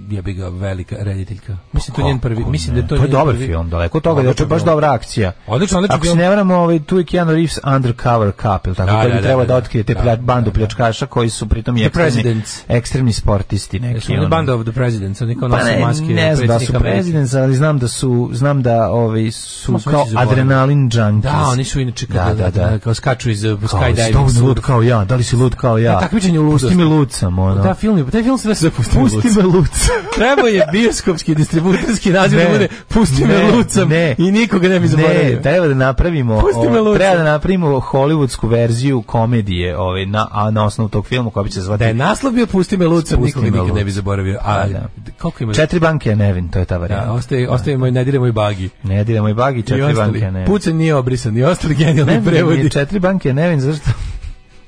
G: jebi ga velika rediteljka. Mislim to je njen prvi,
F: Kako
G: mislim da
F: ne?
G: je to,
F: je
G: njen
F: dobar
G: prvi-
F: film, daleko od toga da je
G: Odličan
F: to baš
G: film.
F: dobra akcija.
G: Odličan, odličan
F: Ako se
G: film.
F: ne varam, ovaj tu je Keanu Reeves Undercover Cup, ili tako
G: Da,
F: da, to
G: da,
F: bi
G: da,
F: trebao
G: da,
F: da, otkrije te
G: da,
F: plja-
G: da,
F: bandu
G: da.
F: pljačkaša koji su pritom i
G: The
F: ekstremni,
G: Presidents.
F: ekstremni sportisti neki.
G: Jesu oni
F: ono.
G: Band of the Presidents, oni kao
F: Pa
G: nose
F: ne,
G: maske
F: ne znam da su
G: predsjednika Amerike.
F: prezidents, ali znam da su znam da ovaj
G: Ma,
F: su
G: sve
F: kao
G: si zaboravio.
F: adrenalin junkies.
G: Da, oni su inače kada, da, da, kao skaču iz uh,
F: Kao, jesi
G: skydiving.
F: dovoljno lud
G: suda.
F: kao ja, da li si lud kao ja?
G: Da, takmičenje u ludosti.
F: Pusti mi lud sam, ono.
G: Da, film, je- taj film se da se zapusti.
F: Pusti me lud sam.
G: Trebao je bioskopski distributorski naziv da
F: Ne,
G: bude Pusti me
F: ne,
G: lucam
F: ne.
G: i nikoga ne bi zaboravio.
F: Ne, treba da napravimo,
G: Pusti me
F: o,
G: lucam.
F: treba da napravimo hollywoodsku verziju komedije, ovaj na a na osnovu tog filma koja bi se
G: Da je
F: zvati
G: naslov bio Pusti me lucam,
F: Pusti
G: nikoga
F: me
G: nikad ne bi
F: lucam.
G: zaboravio. A
F: Da,
G: koliko ima?
F: Četiri banke je nevin, to je ta varijanta.
G: Da, ostaje, ostaje moj, ne diraj moj bagi.
F: Ne diramo i bagi,
G: I
F: četiri banke je
G: ostali.
F: nevin.
G: Pucan nije obrisan i ostali genijalni
F: Ne,
G: prevodi.
F: ne, četiri banke je nevin, zašto?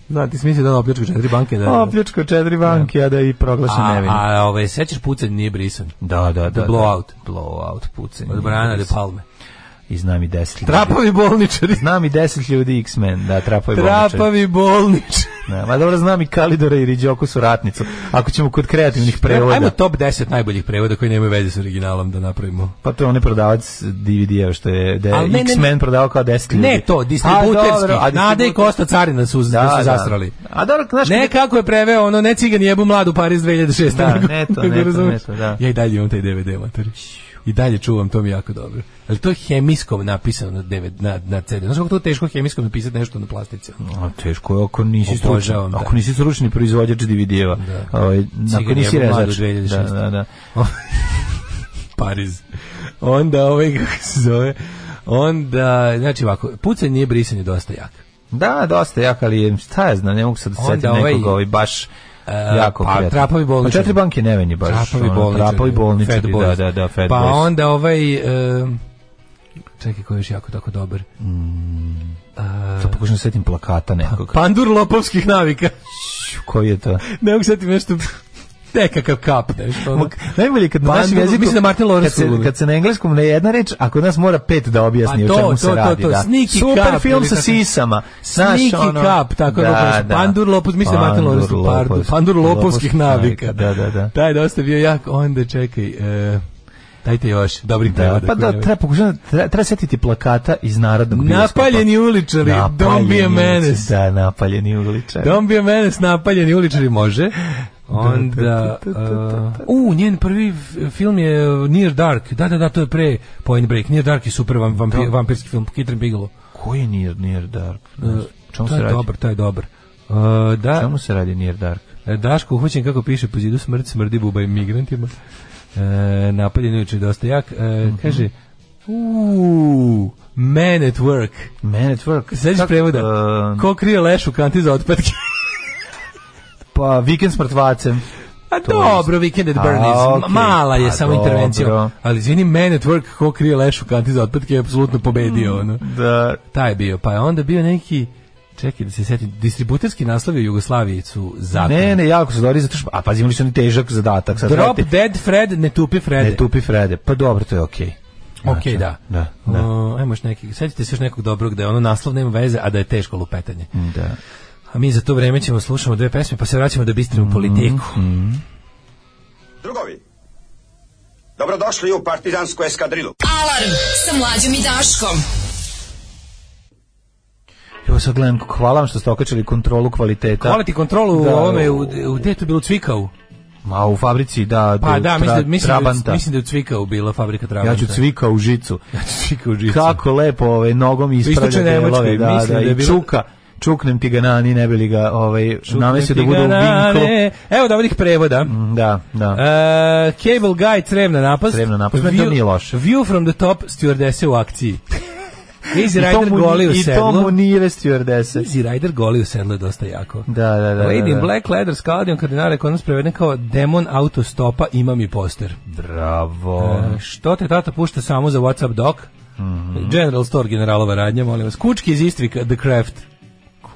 G: Da, ti si mislio da on opljačka četiri banke. Da, da.
F: Opljačko četiri banke, a da i proglašen
G: A,
F: nevin.
G: a ovaj, sećaš pucanj nije brisan.
F: Da, da, da.
G: The
F: da.
G: Blowout.
F: Blowout, pucanje.
G: Od Brana de Palme.
F: I znam i deset ljudi.
G: Trapavi bolničari.
F: Znam i deset ljudi X-Men, da, trapovi bolničari.
G: Trapavi bolničari.
F: Ne, ma dobro znam i Kalidora i Riđoku su ratnicu. Ako ćemo kod kreativnih prevoda,
G: Ajmo top 10 najboljih prevoda koji nemaju veze s originalom da napravimo.
F: pa to je onaj prodavac DVD-a što je da je
G: Ali ne, ne, ne.
F: X-Men prodavao kao 10 ljudi.
G: Ne to,
F: A, dobro,
G: distributerski.
F: a
G: Nade i
F: distributer-
G: Kosta Carina su, da, su zastrali.
F: Da. A dobro, znaš,
G: Ne kako je preveo ono, ne cigan jebu mladu Paris 2006.
F: Da,
G: nego-
F: ne to,
G: nego
F: ne to,
G: razumeš.
F: ne to, da.
G: Ja i dalje imam taj DVD mater. I dalje čuvam, to mi je jako dobro. Ali to je hemijskom napisano na, DVD, na, na CD. Znaš kako to teško hemijskom napisati nešto na plastici? ono?
F: A teško je ako nisi
G: Obožavam,
F: stručan,
G: da.
F: ako nisi stručni proizvođač DVD-eva.
G: Da.
F: Ovaj
G: Cigan
F: ako nisi
G: jebu mladu
F: rezač.
G: 2006.
F: Da, da, da.
G: Pariz. Onda ovaj, kako se zove, onda, znači ovako, pucanj nije brisanje dosta jak.
F: Da, dosta jak, ali je- šta ja znam, ne mogu sad
G: Onda
F: setiti
G: ovaj-
F: nekog ovaj baš
G: E,
F: jako
G: pa,
F: kreativnog.
G: trapovi bolničari.
F: Pa četiri banke nevenje baš.
G: Trapovi
F: ono,
G: bolničari.
F: Trapovi
G: Fat
F: bolničari, da,
G: Boys.
F: da, da, Fat
G: Pa
F: Boys.
G: onda ovaj... e, čekaj, koji je još jako tako dobar?
F: Sad pokušam da setim plakata nekog.
G: Pandur lopovskih navika.
F: koji je to?
G: ne mogu setim nešto... Nekakav kap, nešto. ono.
F: Najbolje je kad na
G: Pa,
F: našem
G: dobro,
F: jeziku...
G: mislim da Martin Lawrence
F: kad se,
G: ulovi.
F: kad se na engleskom ne jedna reč, ako nas mora pet da objasni
G: Pa
F: o
G: to,
F: čemu
G: to,
F: se
G: to,
F: radi.
G: to,
F: da.
G: Sneaky
F: Super
G: Cup
F: film
G: ili
F: sa
G: tako-
F: sisama. Znaš,
G: Sniki
F: ono-
G: kap, tako da, da, Pandur Lopus, mislim da Martin
F: Pandur
G: Lopus, pardu,
F: Lopus.
G: Pandur Lopovskih navika.
F: Da, da, da.
G: Taj je dosta bio jak, onda čekaj, e, dajte još, dobrih
F: Da,
G: prevoda.
F: pa
G: koji
F: da,
G: ne-
F: treba pokušati, treba, treba setiti plakata iz narodnog bioskopa.
G: Napaljeni uličari, don't be a
F: pa- Napaljeni
G: menace.
F: uličari, Da, napaljeni uličari.
G: Don't be a menace, napaljeni uličari može. Onda, uh, u, njen prvi f- film je uh, Near Dark, da, da, da, to je pre Point Break. Near Dark je super vam, vampir, vampirski film, Kitrin Bigelow.
F: Koji je Near, Near Dark?
G: Uh,
F: Znači, čemu
G: to
F: se
G: je
F: radi?
G: dobar, taj je dobar. Uh, da,
F: Čemu se radi Near Dark?
G: e, Daško uhvaćen kako piše po zidu smrt, smrdi buba i migrantima. E, napaljeni uličari dosta jak. E,
F: Mhm.
G: Kaže, u, Man at Work.
F: Man at Work.
G: Sećaš
F: Kako,
G: prevoda?
F: e,
G: Ko krije leš u kanti za otpadke?
F: pa, vikend s mrtvacem.
G: A
F: To
G: dobro, Weekend at
F: A,
G: Bernie's, ma-
F: okej.
G: mala je
F: A,
G: samo
F: dobro.
G: intervencija. Ali izvini, Man at Work, ko krije lešu kanti za otpadke, je apsolutno
F: Mm.
G: pobedio. Ono.
F: Da,
G: Taj je bio, pa je onda bio neki, čekaj da se setim, distributerski naslovi u Jugoslaviji su zakon.
F: Ne, ne, jako su dobri, zato što, a pazi, imali su oni težak zadatak. Sad,
G: Drop
F: gledajte,
G: Dead Fred, ne tupi Frede.
F: Ne tupi Frede. Pa dobro, to je okej.
G: Ok,
F: Znači,
G: da.
F: Da, da.
G: O, ajmo još neki, setite se još nekog dobrog da je ono naslov nema veze, a da je teško lupetanje.
F: da.
G: A mi za to vreme ćemo slušamo dve pesme, pa se vraćamo da bistrimo
F: Mm.
G: politiku.
A: Drugovi, dobrodošli u partizansku eskadrilu.
J: Alarm sa mlađom i Daškom.
F: Evo sad gledam, kako- hvala vam što ste okačili kontrolu kvaliteta.
G: Hvala ti kontrolu
F: Da,
G: u ovome, u,
F: u-
G: u, gde je to bilo cvikao?
F: Ma, u fabrici, da,
G: Pa
F: u
G: da,
F: tra-
G: mislim, da- mislim, da,
F: Trabanta.
G: je- mislim da je u Cvikao bila fabrika Trabanta.
F: ja ću cvika u žicu.
G: Cvikao u žicu.
F: Kako lepo ove, nogom ispravlja
G: Istočne Nemačke,
F: delove. Da,
G: mislim
F: da,
G: da je
F: i
G: bilo-
F: čuka. Čuknem ti ga nani, ne bi li ga ovaj, namestio da bude u Mm. vinklu.
G: Tiganane. Evo dobrih prevoda.
F: Da, da.
G: E, cable guy, crevna napast.
F: Crevna napast, meni to nije loše.
G: View from the top, stewardese u akciji. Easy
F: I to
G: Rider
F: mu,
G: goli u
F: i to mu
G: sedlu.
F: nije stjuardese.
G: Easy Rider goli u sedlu je dosta jako.
F: Da, da, da.
G: Lady
F: da,
G: in
F: da.
G: Black Leather s Kaladion Kardinara je kod nas preveden kao Demon autostopa, imam i poster.
F: Bravo.
G: E, Što te tata pušta samo za
F: Mhm.
G: Whatsapp dok? General Store generalova radnja, molim vas. Kučki iz Istrika, The Craft.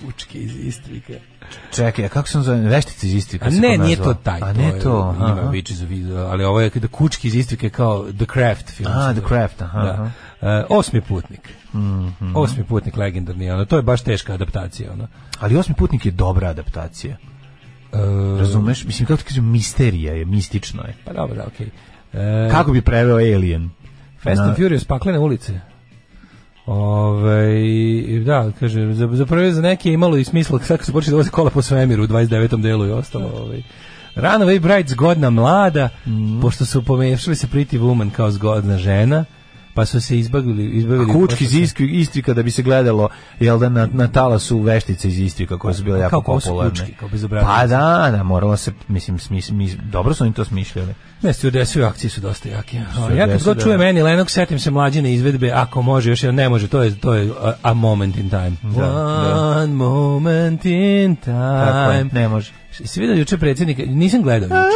G: Pučke iz Istrika.
F: Čekaj, a kako se on zove? Veštica iz Istrika?
G: A
F: se
G: ne,
F: to
G: nije
F: nazvao.
G: to taj.
F: A ne
G: je-
F: to.
G: Ima
F: aha.
G: Witch za video, ali ovo je kada Kučki iz Istrike kao The Craft film.
F: A,
G: se
F: The
G: zove.
F: Craft, aha, aha. Mhm.
G: Da. E, osmi putnik. Osmi putnik legendarni, ono, to je baš teška adaptacija. Ono.
F: Ali Osmi putnik je dobra adaptacija.
G: E,
F: Razumeš? Mislim, kako ti kažem, misterija je, mistično je.
G: Pa dobro, okej. E,
F: Kako bi preveo Alien?
G: Fast
F: Na-
G: and Furious, paklene ulice. Ove, da, kaže, za, za prve za neke je imalo i smisla sad kad su počeli da voze kola po svemiru u 29. delu i ostalo. Ovaj. Runaway Bride zgodna mlada, pošto su pomešali se Pretty Woman kao zgodna žena, pa su se izbavili... izbavili
F: Kučki iz
G: posle-
F: Istri- Istrika da bi se gledalo jel da na, na talasu veštice iz Istrika koje su bile jako
G: Kao- kao su
F: popularne.
G: kučki, kao bezobrazni.
F: pa da, da, moralo se, mislim, smis, mis, dobro su oni to smišljali.
G: Ne, stewardesse u akciji su dosta jake. Ja kad
F: Stewardesse,
G: god
F: da.
G: čujem Annie Lennox, setim se mlađine izvedbe, ako može, još jedan ne može, to je, to je a, a moment in time.
F: da.
G: One moment in
F: Tako je,
G: time.
F: ne može.
G: Jesi vidio juče predsjednika? Nisam gledao juče.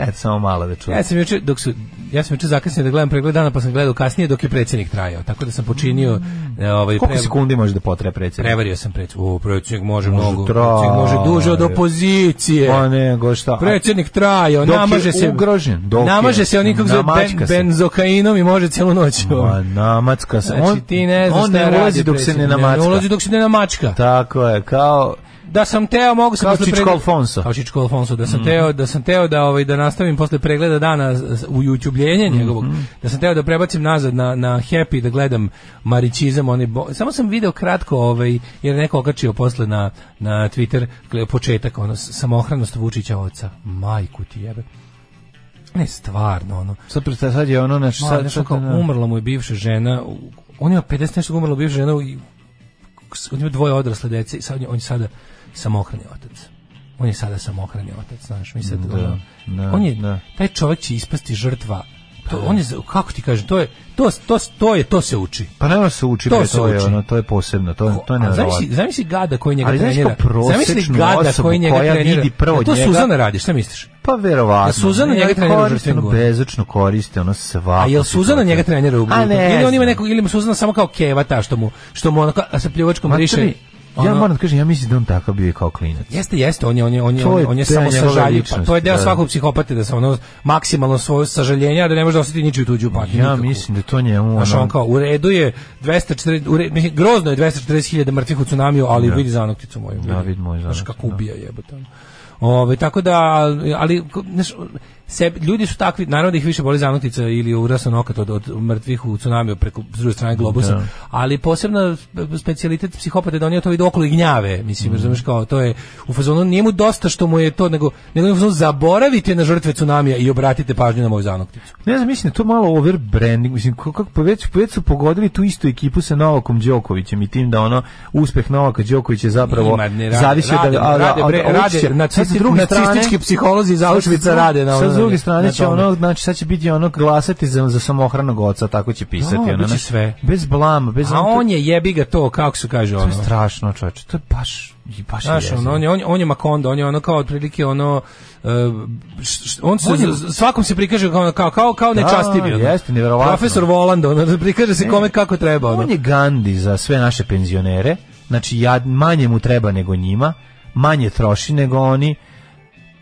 F: Eto, samo malo da čujem.
G: Ja sam juče dok su ja sam juče zakasnio da gledam pregled dana, pa sam gledao kasnije dok je predsjednik trajao. Tako da sam počinio e, ovaj
F: Koliko
G: pre-
F: sekundi može da potraje predsjednik?
G: prevario sam predsjednik. O, predsjednik može,
F: Može
G: mnogo.
F: trajao.
G: Predsjednik može duže od opozicije.
F: Pa nego šta? A-
G: Predsjednik trajao,
F: Dok je
G: namaže se
F: ugrožen, dok je-
G: namaže se onikog za
F: namačka
G: ben,
F: se.
G: benzokainom i može celu noć. ono.
F: Ma, namacka se.
G: Znači,
F: on,
G: ti ne znaš
F: on
G: šta
F: ne
G: radi
F: ulazi dok se ne
G: predsjednik.
F: namacka.
G: Ne ulazi dok se ne namačka.
F: Tako je, kao...
G: Da sam teo, mogu sam
F: Kao
G: posle
F: Čičko
G: pregleda-
F: Alfonso.
G: Kao Čičko Alfonso, da sam teo, da sam teo da ovaj da nastavim posle pregleda dana s- u YouTubeljenje njegovog. Da sam teo da prebacim nazad na na Happy da gledam Marićizam, oni bo- samo sam video kratko ovaj jer je neko okačio posle na na Twitter gle, početak ono s- samohranost Vučića oca. Majku ti jebe. Ne stvarno ono.
F: Sad, pre- sad je ono, znači,
G: Sad,
F: sad, sad,
G: kao,
F: da.
G: umrla mu je bivša žena, u- on ima 50 nešto umrla bivša žena, i- s- on ima dvoje odrasle dece i sad on je- on je sada samohrani otac. On je sada samohrani otac, znaš, mi sad, ono,
F: da,
G: on je,
F: da.
G: taj čovjek će ispasti žrtva, to, on je, za- kako ti kažem, to je, to, to, to je, to se uči.
F: Pa nema se uči,
G: To
F: to,
G: se
F: to je
G: uči.
F: ono, to je posebno, to, to je
G: A
F: nevjerovatno.
G: Zamisli, zamisli gada koji njega
F: Ali znaš
G: trenira.
F: kao prosječnu osobu koja vidi prvo
G: Ja, E, to
F: njega-
G: Suzana radi, šta misliš?
F: Pa verovatno.
G: A Suzana njega
F: Ne,
G: trenira u
F: koriste
G: žrtvenim
F: ono
G: govorima.
F: Bezočno koriste, ono svako.
G: A jel Suzana njega trenira u
F: A
G: Blue?
F: ne
G: Ili on ima
F: znam.
G: nekog ili mu Suzana samo kao keva ta što mu što mu onako a sa pljuvačkom
F: Ma
G: riše.
F: čekaj,
G: Ono-
F: Ja moram da kažem, ja mislim da on takav bio i kao klinac.
G: Jeste, jeste, on je on je on je
F: To je
G: on je
F: deo
G: samo
F: njegove
G: sažaljiv, pa
F: ličnosti,
G: to je deo
F: da.
G: svakog psihopate da se ono maksimalno svoje sažaljenje, a da ne može da osjeti ničiju tuđu patnju.
F: Ja
G: nikakvu.
F: mislim da to njemu... ono-
G: Znaš, on kao, u redu je 240, u redu, mislim, grozno je 240.000 mrtvih u tsunamiju, ali vidi zanokticu moju.
F: Da, vidi moju
G: Znaš,
F: zanokticu,
G: kako
F: da.
G: ubija jebote. ono. Ove, tako da, ali, ko- znaš, sebi- ljudi su takvi, naravno da ih više boli zanoktica ili urasa nokat od, od mrtvih u tsunamiju preko s druge strane globusa, ali posebno specijalitet psihopata je da oni o to vide okolo i gnjave,
F: Mhm.
G: mislim, razumeš kao, to je u fazonu, nije mu dosta što mu je to, nego, nego je u fazonu, zaboravite na žrtve tsunamija i obratite pažnju na moju zanokticu.
F: Ne znam, mislim da je to malo overbranding, mislim kako kako pa već, već su pogodili tu istu ekipu sa Novakom Đokovićem i tim da ono uspeh Novaka Đokovića je zapravo
G: Ima, ne, rade,
F: zavisi od
G: rade,
F: a- a-
G: rade, bre,
F: od
G: rade,
F: Vučića.
G: nacisti-
F: Sad sa druge strane-
G: nacistički psiholozi iz Auschwitza
F: sad s dru-
G: rade na
F: Sad
G: ono-
F: s druge strane
G: na
F: će
G: tome.
F: ono, znači sad će biti ono glasati za, za samohranog oca, tako će pisati.
G: Da,
F: ono,
G: biće
F: ne?
G: sve.
F: Bez blama, bez
G: A
F: ono-
G: on je jebi ga to, kako se kaže
F: To
G: ono.
F: je strašno, čoveče, to je baš, i baš je
G: Znaš,
F: jezivo.
G: ono, on, je, on, je- on je Makondo, on je ono kao otprilike ono... e, š- š- on se, z- svakom se prikaže kao, kao, kao, kao nečastivi. ono.
F: jeste, nevjerovatno.
G: Profesor Voland, ono, prikaže se kome kako treba. Ono.
F: On je Gandhi za sve naše penzionere, znači ja, manje mu treba nego njima, manje troši nego oni,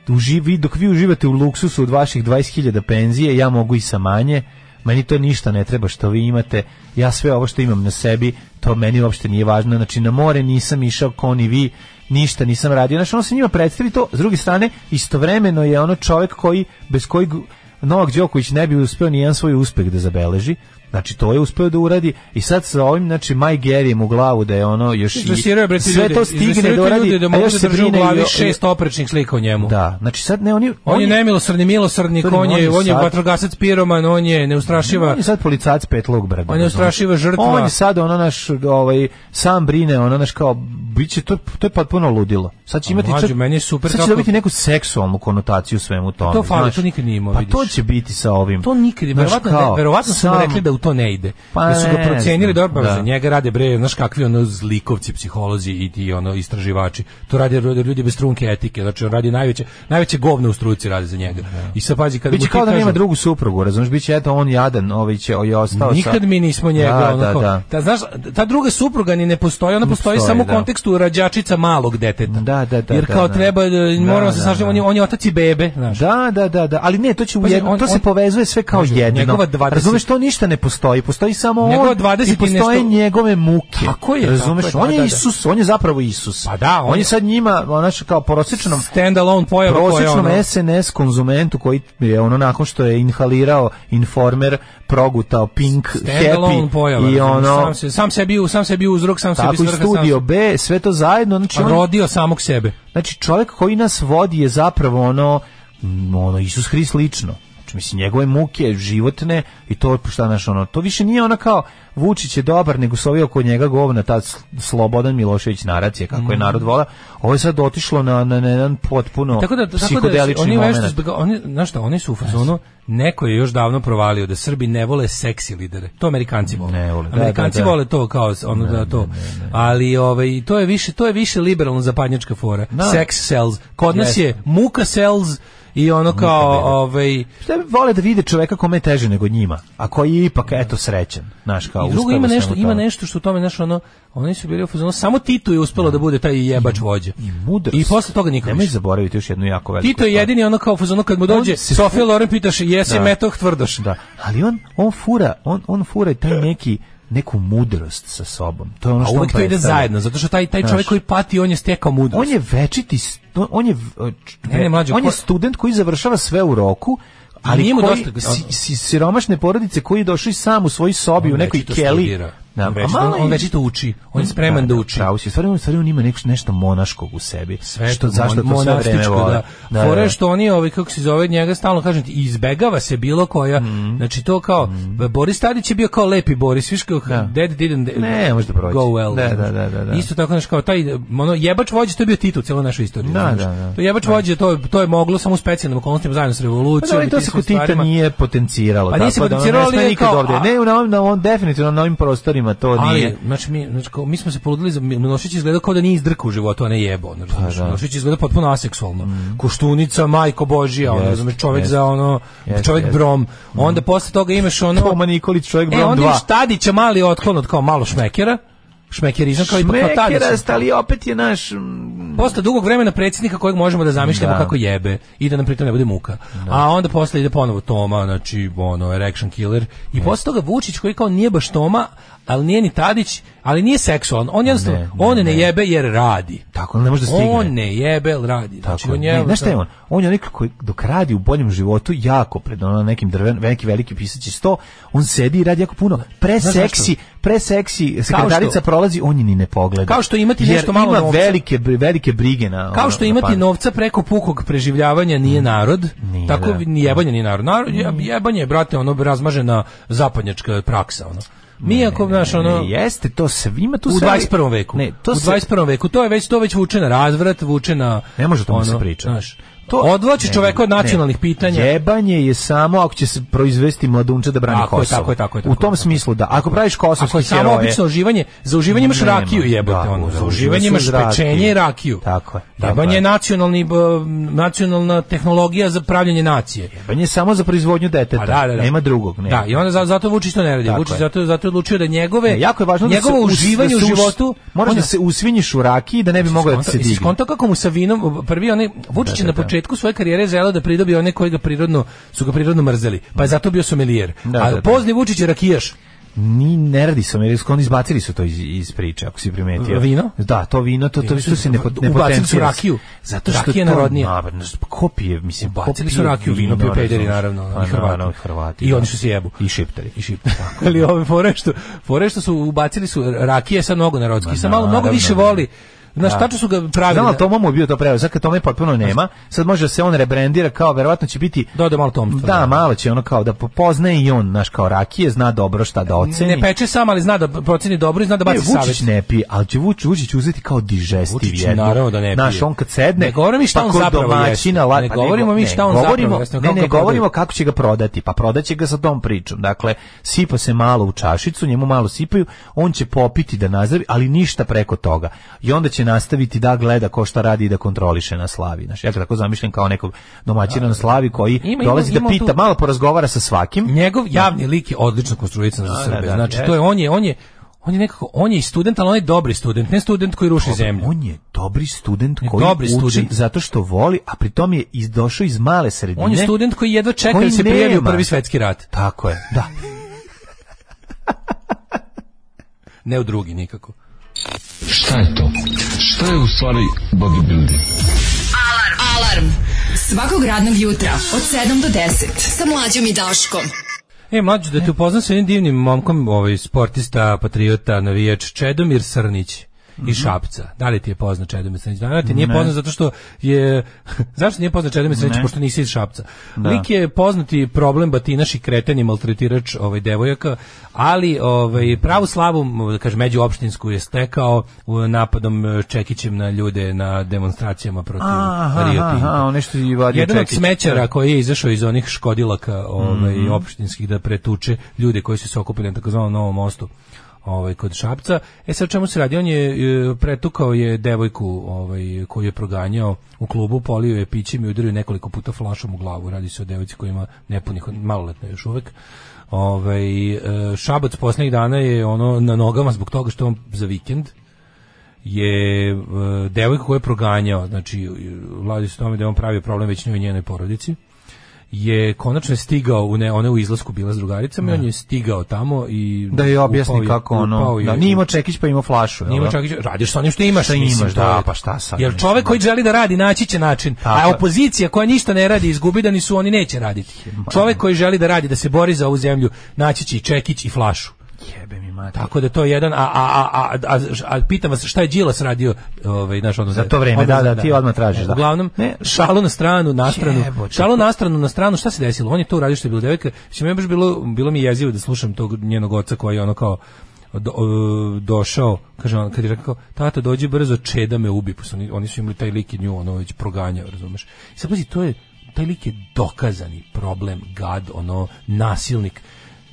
F: Uživi, dok vi uživate u luksusu od vaših 20.000 penzije, ja mogu i sa manje, meni to ništa ne treba što vi imate, ja sve ovo što imam na sebi, to meni uopšte nije važno, znači na more nisam išao kao ni vi, ništa nisam radio, znači on se njima predstavi to, s druge strane, istovremeno je ono čovjek koji, bez kojeg Novak Đoković ne bi uspeo ni jedan svoj uspeh da zabeleži, Znači to je uspeo da uradi i sad sa ovim znači Maj Gerijem u glavu da je ono još i
G: Izdresirao je, bre, ti
F: sve
G: ljude,
F: to stigne
G: izdresirao
F: da
G: ti
F: uradi
G: ljude da
F: a
G: mogu
F: još
G: da
F: se
G: drže u
F: brine i
G: glavi
F: o-
G: šest oprečnih slika o njemu.
F: da, znači sad ne, on je,
G: On, je nemilosrdni, milosrdni,
F: To je,
G: on je,
F: on je
G: on je
F: sad-
G: vatrogasac piroman, on je neustrašiva,
F: on je sad policajac petlog brada.
G: On je ustrašiva žrtva.
F: On je sad ono naš, ovaj, sam brine, ono naš kao, bit će, to, to je potpuno ludilo. Sad će
G: A
F: imati
G: mlađe,
F: čak-
G: meni je super
F: sad će
G: kako-
F: dobiti neku seksualnu konotaciju svemu tome.
G: To fali,
F: znaš.
G: to nikad nije imao,
F: Pa
G: vidiš.
F: to će biti sa ovim.
G: To nikad,
F: Znaš,
G: verovatno,
F: kao,
G: verovatno smo
F: sam
G: rekli da u to ne ide.
F: Pa
G: da su ga
F: ne
G: procenili
F: znam,
G: dobro,
F: da.
G: za njega rade bre, znaš kakvi ono zlikovci, psiholozi i ti ono istraživači. To rade rade ljudi bez trunke etike, znači on radi najveće najveće govno u struci radi za njega. I sad pazi kad
F: Biće
G: mu ti
F: kao da nema
G: kažu-
F: drugu suprugu, razumiješ, biće eto on jadan, ovaj će, ovaj je ostao sa...
G: Nikad mi nismo njega,
F: Da,
G: ono
F: da,
G: kao-
F: da.
G: Ta, znaš, ta druga supruga ni ne postoji, ona postoji,
F: postoji,
G: samo u
F: da.
G: kontekstu rađačica malog deteta.
F: Da, da, da.
G: Jer
F: da,
G: kao
F: da.
G: treba, da, moramo se
F: da,
G: sažem,
F: da.
G: on, je, on je otac i bebe, znaš.
F: Da, da, da, da, ali ne, to će u
G: Pazi,
F: jedno,
G: on-
F: to se
G: on-
F: povezuje sve kao
G: Može,
F: jedno.
G: njegova 20
F: Razumeš, to ništa ne postoji, postoji samo on
G: Njegova 20
F: i
G: i nešto-
F: postoje njegove muke.
G: Tako je,
F: Razumeš,
G: tako je,
F: on
G: da,
F: je
G: da, da.
F: Isus, on je zapravo Isus.
G: Pa da,
F: on,
G: on
F: je
G: je-
F: sad njima, onaš, kao prosječnom
G: Stand alone pojava koja je
F: prosječnom
G: ono...
F: SNS konzumentu koji je ono nakon što je inhalirao informer progutao pink happy
G: Standalone pojava.
F: i
G: razumiješ,
F: ono
G: sam, se, sam sebi, u- sam sebi uzrok, sam
F: tako i
G: sebi svrha, sam
F: studio
G: se-
F: B sve to zajedno znači
G: Pa
F: on,
G: rodio samog sebe.
F: znači čovjek koji nas vodi je zapravo ono mm, ono Isus Hrist lično znači mislim njegove muke životne i to šta naš ono to više nije ona kao Vučić je dobar nego su ovi oko njega govna ta s- Slobodan Milošević naracija kako
G: Mhm.
F: je narod vola ovo je sad otišlo na na, na jedan potpuno
G: Tako da, tako da
F: psihodelični
G: oni
F: moment.
G: nešto zbog, oni, znaš šta, oni su u fazonu, neko je još davno provalio da Srbi ne vole seksi lidere. To Amerikanci vole.
F: Ne vole, da,
G: Amerikanci
F: da, da.
G: vole to kao ono da to. Ali ovaj to je više to je više liberalno zapadnjačka fora.
F: Da.
G: Sex sells. Kod nas
F: Jeste.
G: je muka sells i ono kao ovaj
F: Šta bi vole da vide čoveka kome je teže nego njima, a koji je ipak, eto, srećan. Znaš, kao
G: I drugo
F: uspeo
G: ima
F: u svemu
G: nešto, ima
F: tome.
G: nešto što u tome znaš ono, oni su bili u fazonu samo Titu je uspelo da bude taj jebač vođa.
F: I mudrost.
G: I posle toga niko
F: Nemoj
G: više.
F: zaboraviti još jednu jako veliku
G: Tito je
F: stvar.
G: jedini ono kao u fazonu kad mu dođe
F: On se-
G: Sofija Loren pitaš jesi
F: Da.
G: metoh tvrdoš.
F: Da, ali on, on fura, on, on fura taj neki, neku mudrost sa sobom. To je ono
G: A
F: što on
G: uvek to ide
F: predstavlja.
G: zajedno, zato što taj, taj
F: Znaš.
G: čovjek koji pati, on je stekao mudrost.
F: On je večiti, st- on je, v-
G: Ne, ne, mlađo,
F: on je
G: ko-
F: student koji završava sve u roku, ali
G: Nije mu
F: koji,
G: dosta-
F: si, si- siromašne porodice koji je došao i sam u svojoj sobi u nekoj keli.
G: Da,
F: Da,
G: on,
F: a
G: večito,
F: malo
G: on,
F: je-
G: on večito uči, on je spreman da, uči.
F: Pravo si, u stvari, on, u stvari on ima nešto, nešto monaškog u sebi.
G: Sve
F: što,
G: to
F: zašto
G: mon-
F: to sve vreme
G: monastičko,
F: vole.
G: Da. Fora je što oni, ovaj, kako se zove, njega stalno kažem ti, izbegava se bilo koja,
F: Mhm.
G: znači to kao, Boris Tadić je bio kao lepi Boris, viš kao,
F: Da.
G: dead didn't
F: Ne, može da prođe.
G: go well.
F: Da,
G: znaš.
F: da, da, da, da.
G: Isto tako, znaš, kao taj, ono, jebač vođa, to je bio Tito u cijeloj našoj istoriji.
F: Da,
G: znaš.
F: da, da.
G: To jebač vođa, to, je- to je moglo samo u specijalnim okolnostima zajedno s
F: Pa
G: revolucijom.
F: da, ali
G: i
F: to
G: tim
F: se
G: svim
F: kod Tita
G: stvarima.
F: nije potenciralo.
G: Pa nije se
F: tako da ono
G: potenciralo,
F: ne sme
G: ali je
F: nikad
G: kao-
F: ovdje.
G: a-
F: Ne, na ovim, na ovom, definitivno na ovim prostorima to Pa nije.
G: Ali, znači, mi, znači, kao, mi smo se poludili, za- Milošić izgleda kao da nije izdrkao u životu, a ne jebo. Ono,
F: Pa
G: razumeš? Milošić izgleda potpuno aseksualno. Koštunica, majko Božija, ono,
F: Mhm. Jest,
G: razumeš, čovjek
F: jest.
G: za ono,
F: Jest,
G: čovjek
F: jest. Mhm.
G: brom. Onda posle toga imaš ono...
F: Toma Nikolić, čovjek
G: e,
F: brom
G: onda
F: 2.
G: imaš Tadića mali otklon od kao malo šmekera, šmekerizam kao ipak kao Tadića.
F: Šmekerast, ali opet je naš... mm,
G: Posle dugog vremena predsjednika kojeg možemo da zamišljamo
F: Da.
G: kako jebe i da nam pritom ne bude muka. A onda posle ide ponovo Toma, znači ono erection killer i posle toga Vučić koji kao nije baš Toma, ali nije ni Tadić, ali nije seksualan. On jednostavno
F: Ne, ne,
G: on ne,
F: ne.
G: jebe jer radi.
F: Tako, ne može da stigne.
G: On ne jebe, jer radi. Znači,
F: Tako,
G: on
F: je.
G: je,
F: ne, znaš šta je on? On je onaj koji dok radi u boljem životu jako pred ono nekim drven, veliki, veliki pisaći sto, on sedi i radi jako puno. Pre
G: Znaš
F: seksi, pre seksi sekretarica
G: što-
F: prolazi, on je ni ne pogleda.
G: Kao što imati
F: Jer
G: nešto malo
F: ima
G: novca.
F: velike, br- velike brige na... ono,
G: Kao što
F: na
G: imati
F: pamet.
G: novca preko pukog preživljavanja nije narod,
F: Nije,
G: tako
F: da.
G: ni jebanje nije narod. narod jeb- jebanje je, brate, ono razmažena zapadnjačka praksa. Ono. Mi ako, znaš, ono...
F: Ne, jeste, to se ima tu
G: u
F: sve-
G: 21. veku.
F: Ne, to
G: u
F: se
G: 21. veku. To je već to već vuče na razvrat, vuče na ono,
F: Ne može o tome se priča.
G: Znaš, to odvlači
F: ne,
G: čoveka od
F: ne.
G: nacionalnih pitanja.
F: Jebanje je samo ako će se proizvesti mladunče da brani
G: Tako je,
F: Kosovo.
G: tako je, tako je,
F: U
G: tako
F: tom
G: je.
F: smislu da. Ako praviš kosovski
G: Ako je samo
F: heroje,
G: obično uživanje, za uživanje imaš
F: Nema,
G: rakiju jebote
F: da,
G: ono,
F: za
G: za uživanje
F: uživanje
G: imaš
F: uz rakiju.
G: pečenje i rakiju.
F: Tako je, tako
G: Jebanje
F: je.
G: je nacionalni, b- nacionalna tehnologija za pravljanje nacije.
F: jebanje je pa samo za proizvodnju deteta.
G: Pa da, da, da.
F: E, Nema drugog, ne.
G: Da, i onda za- zato Vučić to ne radi.
F: Tako
G: Vučić
F: je.
G: zato, zato je odlučio da njegove,
F: Ne, jako je važno
G: njegovo
F: da se us-
G: uživanje
F: da se
G: u
F: us-
G: životu...
F: Moraš
G: on-
F: da se usvinjiš u rakiji da ne bi mogao da ti se
G: Jesi
F: digne.
G: skontao kako mu sa vinom, prvi onaj, Vučić je
F: Da, da,
G: na
F: da.
G: početku svoje karijere želeo da pridobije one koji ga prirodno, su ga prirodno mrzeli, pa je zato bio somelijer.
F: Da, da, da.
G: A pozni Vučić je rakijaš.
F: Ni ne radi se, jer skon izbacili su to iz, iz priče, ako si primetio.
G: Vino?
F: Da, to vino, to to
G: Vino
F: to
G: su-
F: se ne pot- ne
G: ubacili su
F: potencira.
G: rakiju.
F: Zato što
G: Rakija je
F: to-
G: narodnija.
F: Naravno, kopije, mislim,
G: Bacili
F: ko
G: su
F: pije
G: rakiju, vino pio pederi,
F: razumeš?
G: naravno,
F: Pa
G: i Hrvati.
F: naravno, Hrvati.
G: I
F: da.
G: oni što se jebu.
F: I šiptari.
G: I šip. Ali ove fore što, fore što su ubacili su rakije sa mnogo narodski, sa malo, mnogo
F: naravno,
G: više
F: da.
G: voli Znaš, da. tačno su ga pravili.
F: Znam, ali
G: da-
F: Toma mu je bio to preveo. Sad kad Tome potpuno nema, sad može da se on rebrendira kao, verovatno će biti...
G: Doda malo tomstva.
F: Da, malo će ono kao da poznaje i on, znaš, kao rakije, zna dobro šta da oceni.
G: Ne peče sam, ali zna da proceni dobro i zna da baci
F: Ne, Vučić
G: savjet.
F: ne pije, ali će Vučić, Vučić uzeti kao digestiv
G: Vučić
F: jednu.
G: naravno da ne
F: Znaš,
G: pije.
F: on kad sedne,
G: Ne govorimo mi šta
F: pa
G: on
F: kod
G: zapravo
F: domaćina,
G: jeste.
F: la-
G: Ne
F: pa
G: govorimo mi šta on
F: govorimo,
G: zapravo jeste,
F: Ne,
G: kako
F: ne,
G: ga
F: govorimo
G: prodaju.
F: kako će ga prodati, pa prodaće ga sa tom pričom. Dakle, sipa se malo u čašicu, njemu malo sipaju, on će popiti da nazdravi, ali ništa preko toga. I onda će nastaviti da gleda ko šta radi i da kontroliše na slavi. Znaš, ja ga tako zamišljam kao nekog domaćina na slavi koji
G: Ima- ima-
F: dolazi da
G: ima
F: pita,
G: tu-
F: malo porazgovara sa svakim.
G: Njegov javni lik je odlično konstruisan za
F: Da,
G: Srbe.
F: da, da,
G: znači,
F: jest.
G: to je, on je, on je, on je nekako, on je i student, ali on je dobri student, ne student koji ruši zemlju.
F: On je dobri student
G: Je
F: koji
G: dobri
F: uči
G: student.
F: zato što voli, a pritom je iz- došao iz male sredine.
G: On je student koji jedva čeka
F: koji
G: da se prijavi u
F: nema.
G: prvi svetski rat.
F: Tako je, da.
G: Ne u drugi nikako.
L: Šta je to? Šta je u stvari bodybuilding?
J: Alarm. Alarm. Svakog radnog jutra od 7 do 10 sa mlađom i Daškom.
G: E, mlađu, da te upoznam sa jednim divnim momkom, ovaj, sportista, patriota, navijač, Čedomir Srnić iz Šapca. Da li ti je poznat Čedomir Srnić? Da, ti nije
F: Mhm. Ne.
G: poznat zato što je... Zašto nije poznat Čedomir Srnić?
F: Ne.
G: Pošto nisi iz Šapca.
F: Da.
G: Lik je poznati problem batinaš i kreten i maltretirač ovaj, devojaka, ali ovaj, pravu slavu, m, da kažem, međuopštinsku je stekao u napadom e, Čekićem na ljude na demonstracijama protiv Rio Tinta.
F: nešto i vadio
G: Jedan od
F: čekić.
G: smećara koji je izašao iz onih škodilaka ovaj, opštinskih da pretuče ljude koji su se okupili na takozvanom Novom mostu ovaj, kod Šapca. E sad o čemu se radi? On je e, pretukao je devojku ovaj, koju je proganjao u klubu, polio je pićem i udario je nekoliko puta flašom u glavu. Radi se o devojci koja ima nepunih, maloletna je još uvek. Ovaj, e, šabac poslednjih dana je ono na nogama zbog toga što je on za vikend je e, devojka koju je proganjao, znači vladi se tome da je on pravio problem već njoj i njenoj porodici, je konačno je stigao, u ne, ona je u izlasku bila s drugaricama i on je stigao tamo i
F: Da je
G: upao
F: objasni
G: je-
F: kako
G: upao
F: ono,
G: je
F: da,
G: u-
F: nije imao čekić pa imao flašu. jel
G: nije imao
F: da?
G: čak i- radiš sa onim što imaš,
F: Šta
G: mislim,
F: imaš,
G: to
F: da,
G: je-
F: pa šta sad,
G: Jer
F: mislim,
G: čovek
F: da.
G: koji želi da radi, naći će način.
F: Tako
G: A
F: je.
G: opozicija koja ništa ne radi, izgubi da ni su oni neće raditi. Čovek koji želi da radi, da se bori za ovu zemlju, naći će i čekić i flašu.
F: Jebe mi mati.
G: Tako da to je jedan a a a a, a, a pitam vas šta je Đilas radio ovaj naš odnos
F: Za to vreme,
G: odnos-
F: da, da, ti odmah tražiš, da.
G: Uglavnom
F: Ne.
G: šalu na stranu, na stranu.
F: Jebote.
G: Šalu na stranu, na stranu, šta se desilo? On je to uradio što je bilo devojka. Mislim, meni baš bilo bilo mi je jezivo da slušam tog njenog oca koji je ono kao do, e, došao, kaže on, kad je rekao, tata dođi brzo, čeda me ubi, pošto oni, oni su imali taj lik i nju, ono već proganjao, razumeš. I sad, pazi, to je, taj lik je dokazani problem, gad, ono, nasilnik,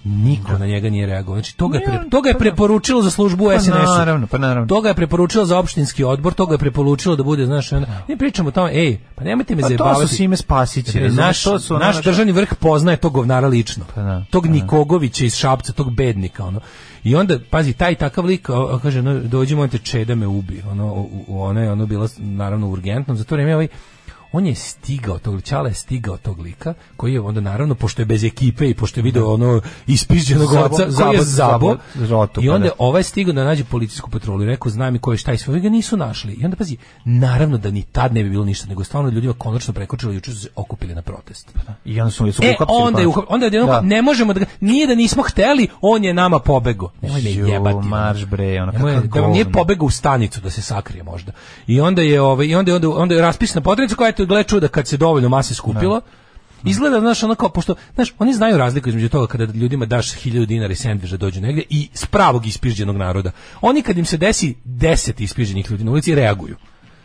G: niko na njega nije reagovao. Znači, toga je, pre, toga je preporučilo za službu u
F: Pa
G: SNS-u.
F: naravno, pa naravno.
G: Toga je preporučilo za opštinski odbor, toga je preporučilo da bude, znaš, ono, ne pričamo o tome, ej, pa nemojte me
F: Pa
G: zajebavati.
F: to su Sime Spasići,
G: Jer naš,
F: to su ono
G: naš
F: što-
G: državni vrh poznaje tog govnara lično.
F: da,
G: tog Nikogovića iz Šapca, tog bednika, ono. I onda, pazi, taj takav lik, o, o, kaže, no, dođi molim te čeda me ubi. Ono, u- u- ona je ono bila, naravno, urgentno, za to vreme ovaj, on je stigao tog Ćala je stigao tog lika koji je onda naravno pošto je bez ekipe i pošto je video ono ispiđenog
F: Zabo-
G: oca koji
F: zabo-
G: je zabo
F: zabo- rotu,
G: i
F: pa
G: onda
F: da.
G: ovaj je stigao da nađe policijsku patrolu i rekao znam i ko je šta i sve ovi ga nisu našli i onda pazi naravno da ni tad ne bi bilo ništa nego stvarno ljudima konačno prekočilo juče su se okupili na protest
F: I onda su, su ga
G: E,
F: uhapsili,
G: onda je,
F: pa-
G: uhap- onda je jednom-
F: Da.
G: ne možemo da ga, nije da nismo hteli, on je nama pobego. Nemoj me
F: Ju,
G: jebati. ono.
F: marš bre, ono,
G: Nemoj-
F: kakav
G: da vam nije
F: govno.
G: pobegao u stanicu da se sakrije možda. I onda je ovaj i onda je, onda, onda je raspisana podrednica koja je to gle čuda kad se dovoljno mase skupilo. Izgleda, znaš, ono kao, pošto, znaš, oni znaju razliku između toga kada ljudima daš 1000 dinara i sandvič da dođu negdje i s pravog ispižđenog naroda. Oni kad im se desi 10 ispižđenih ljudi na ulici reaguju.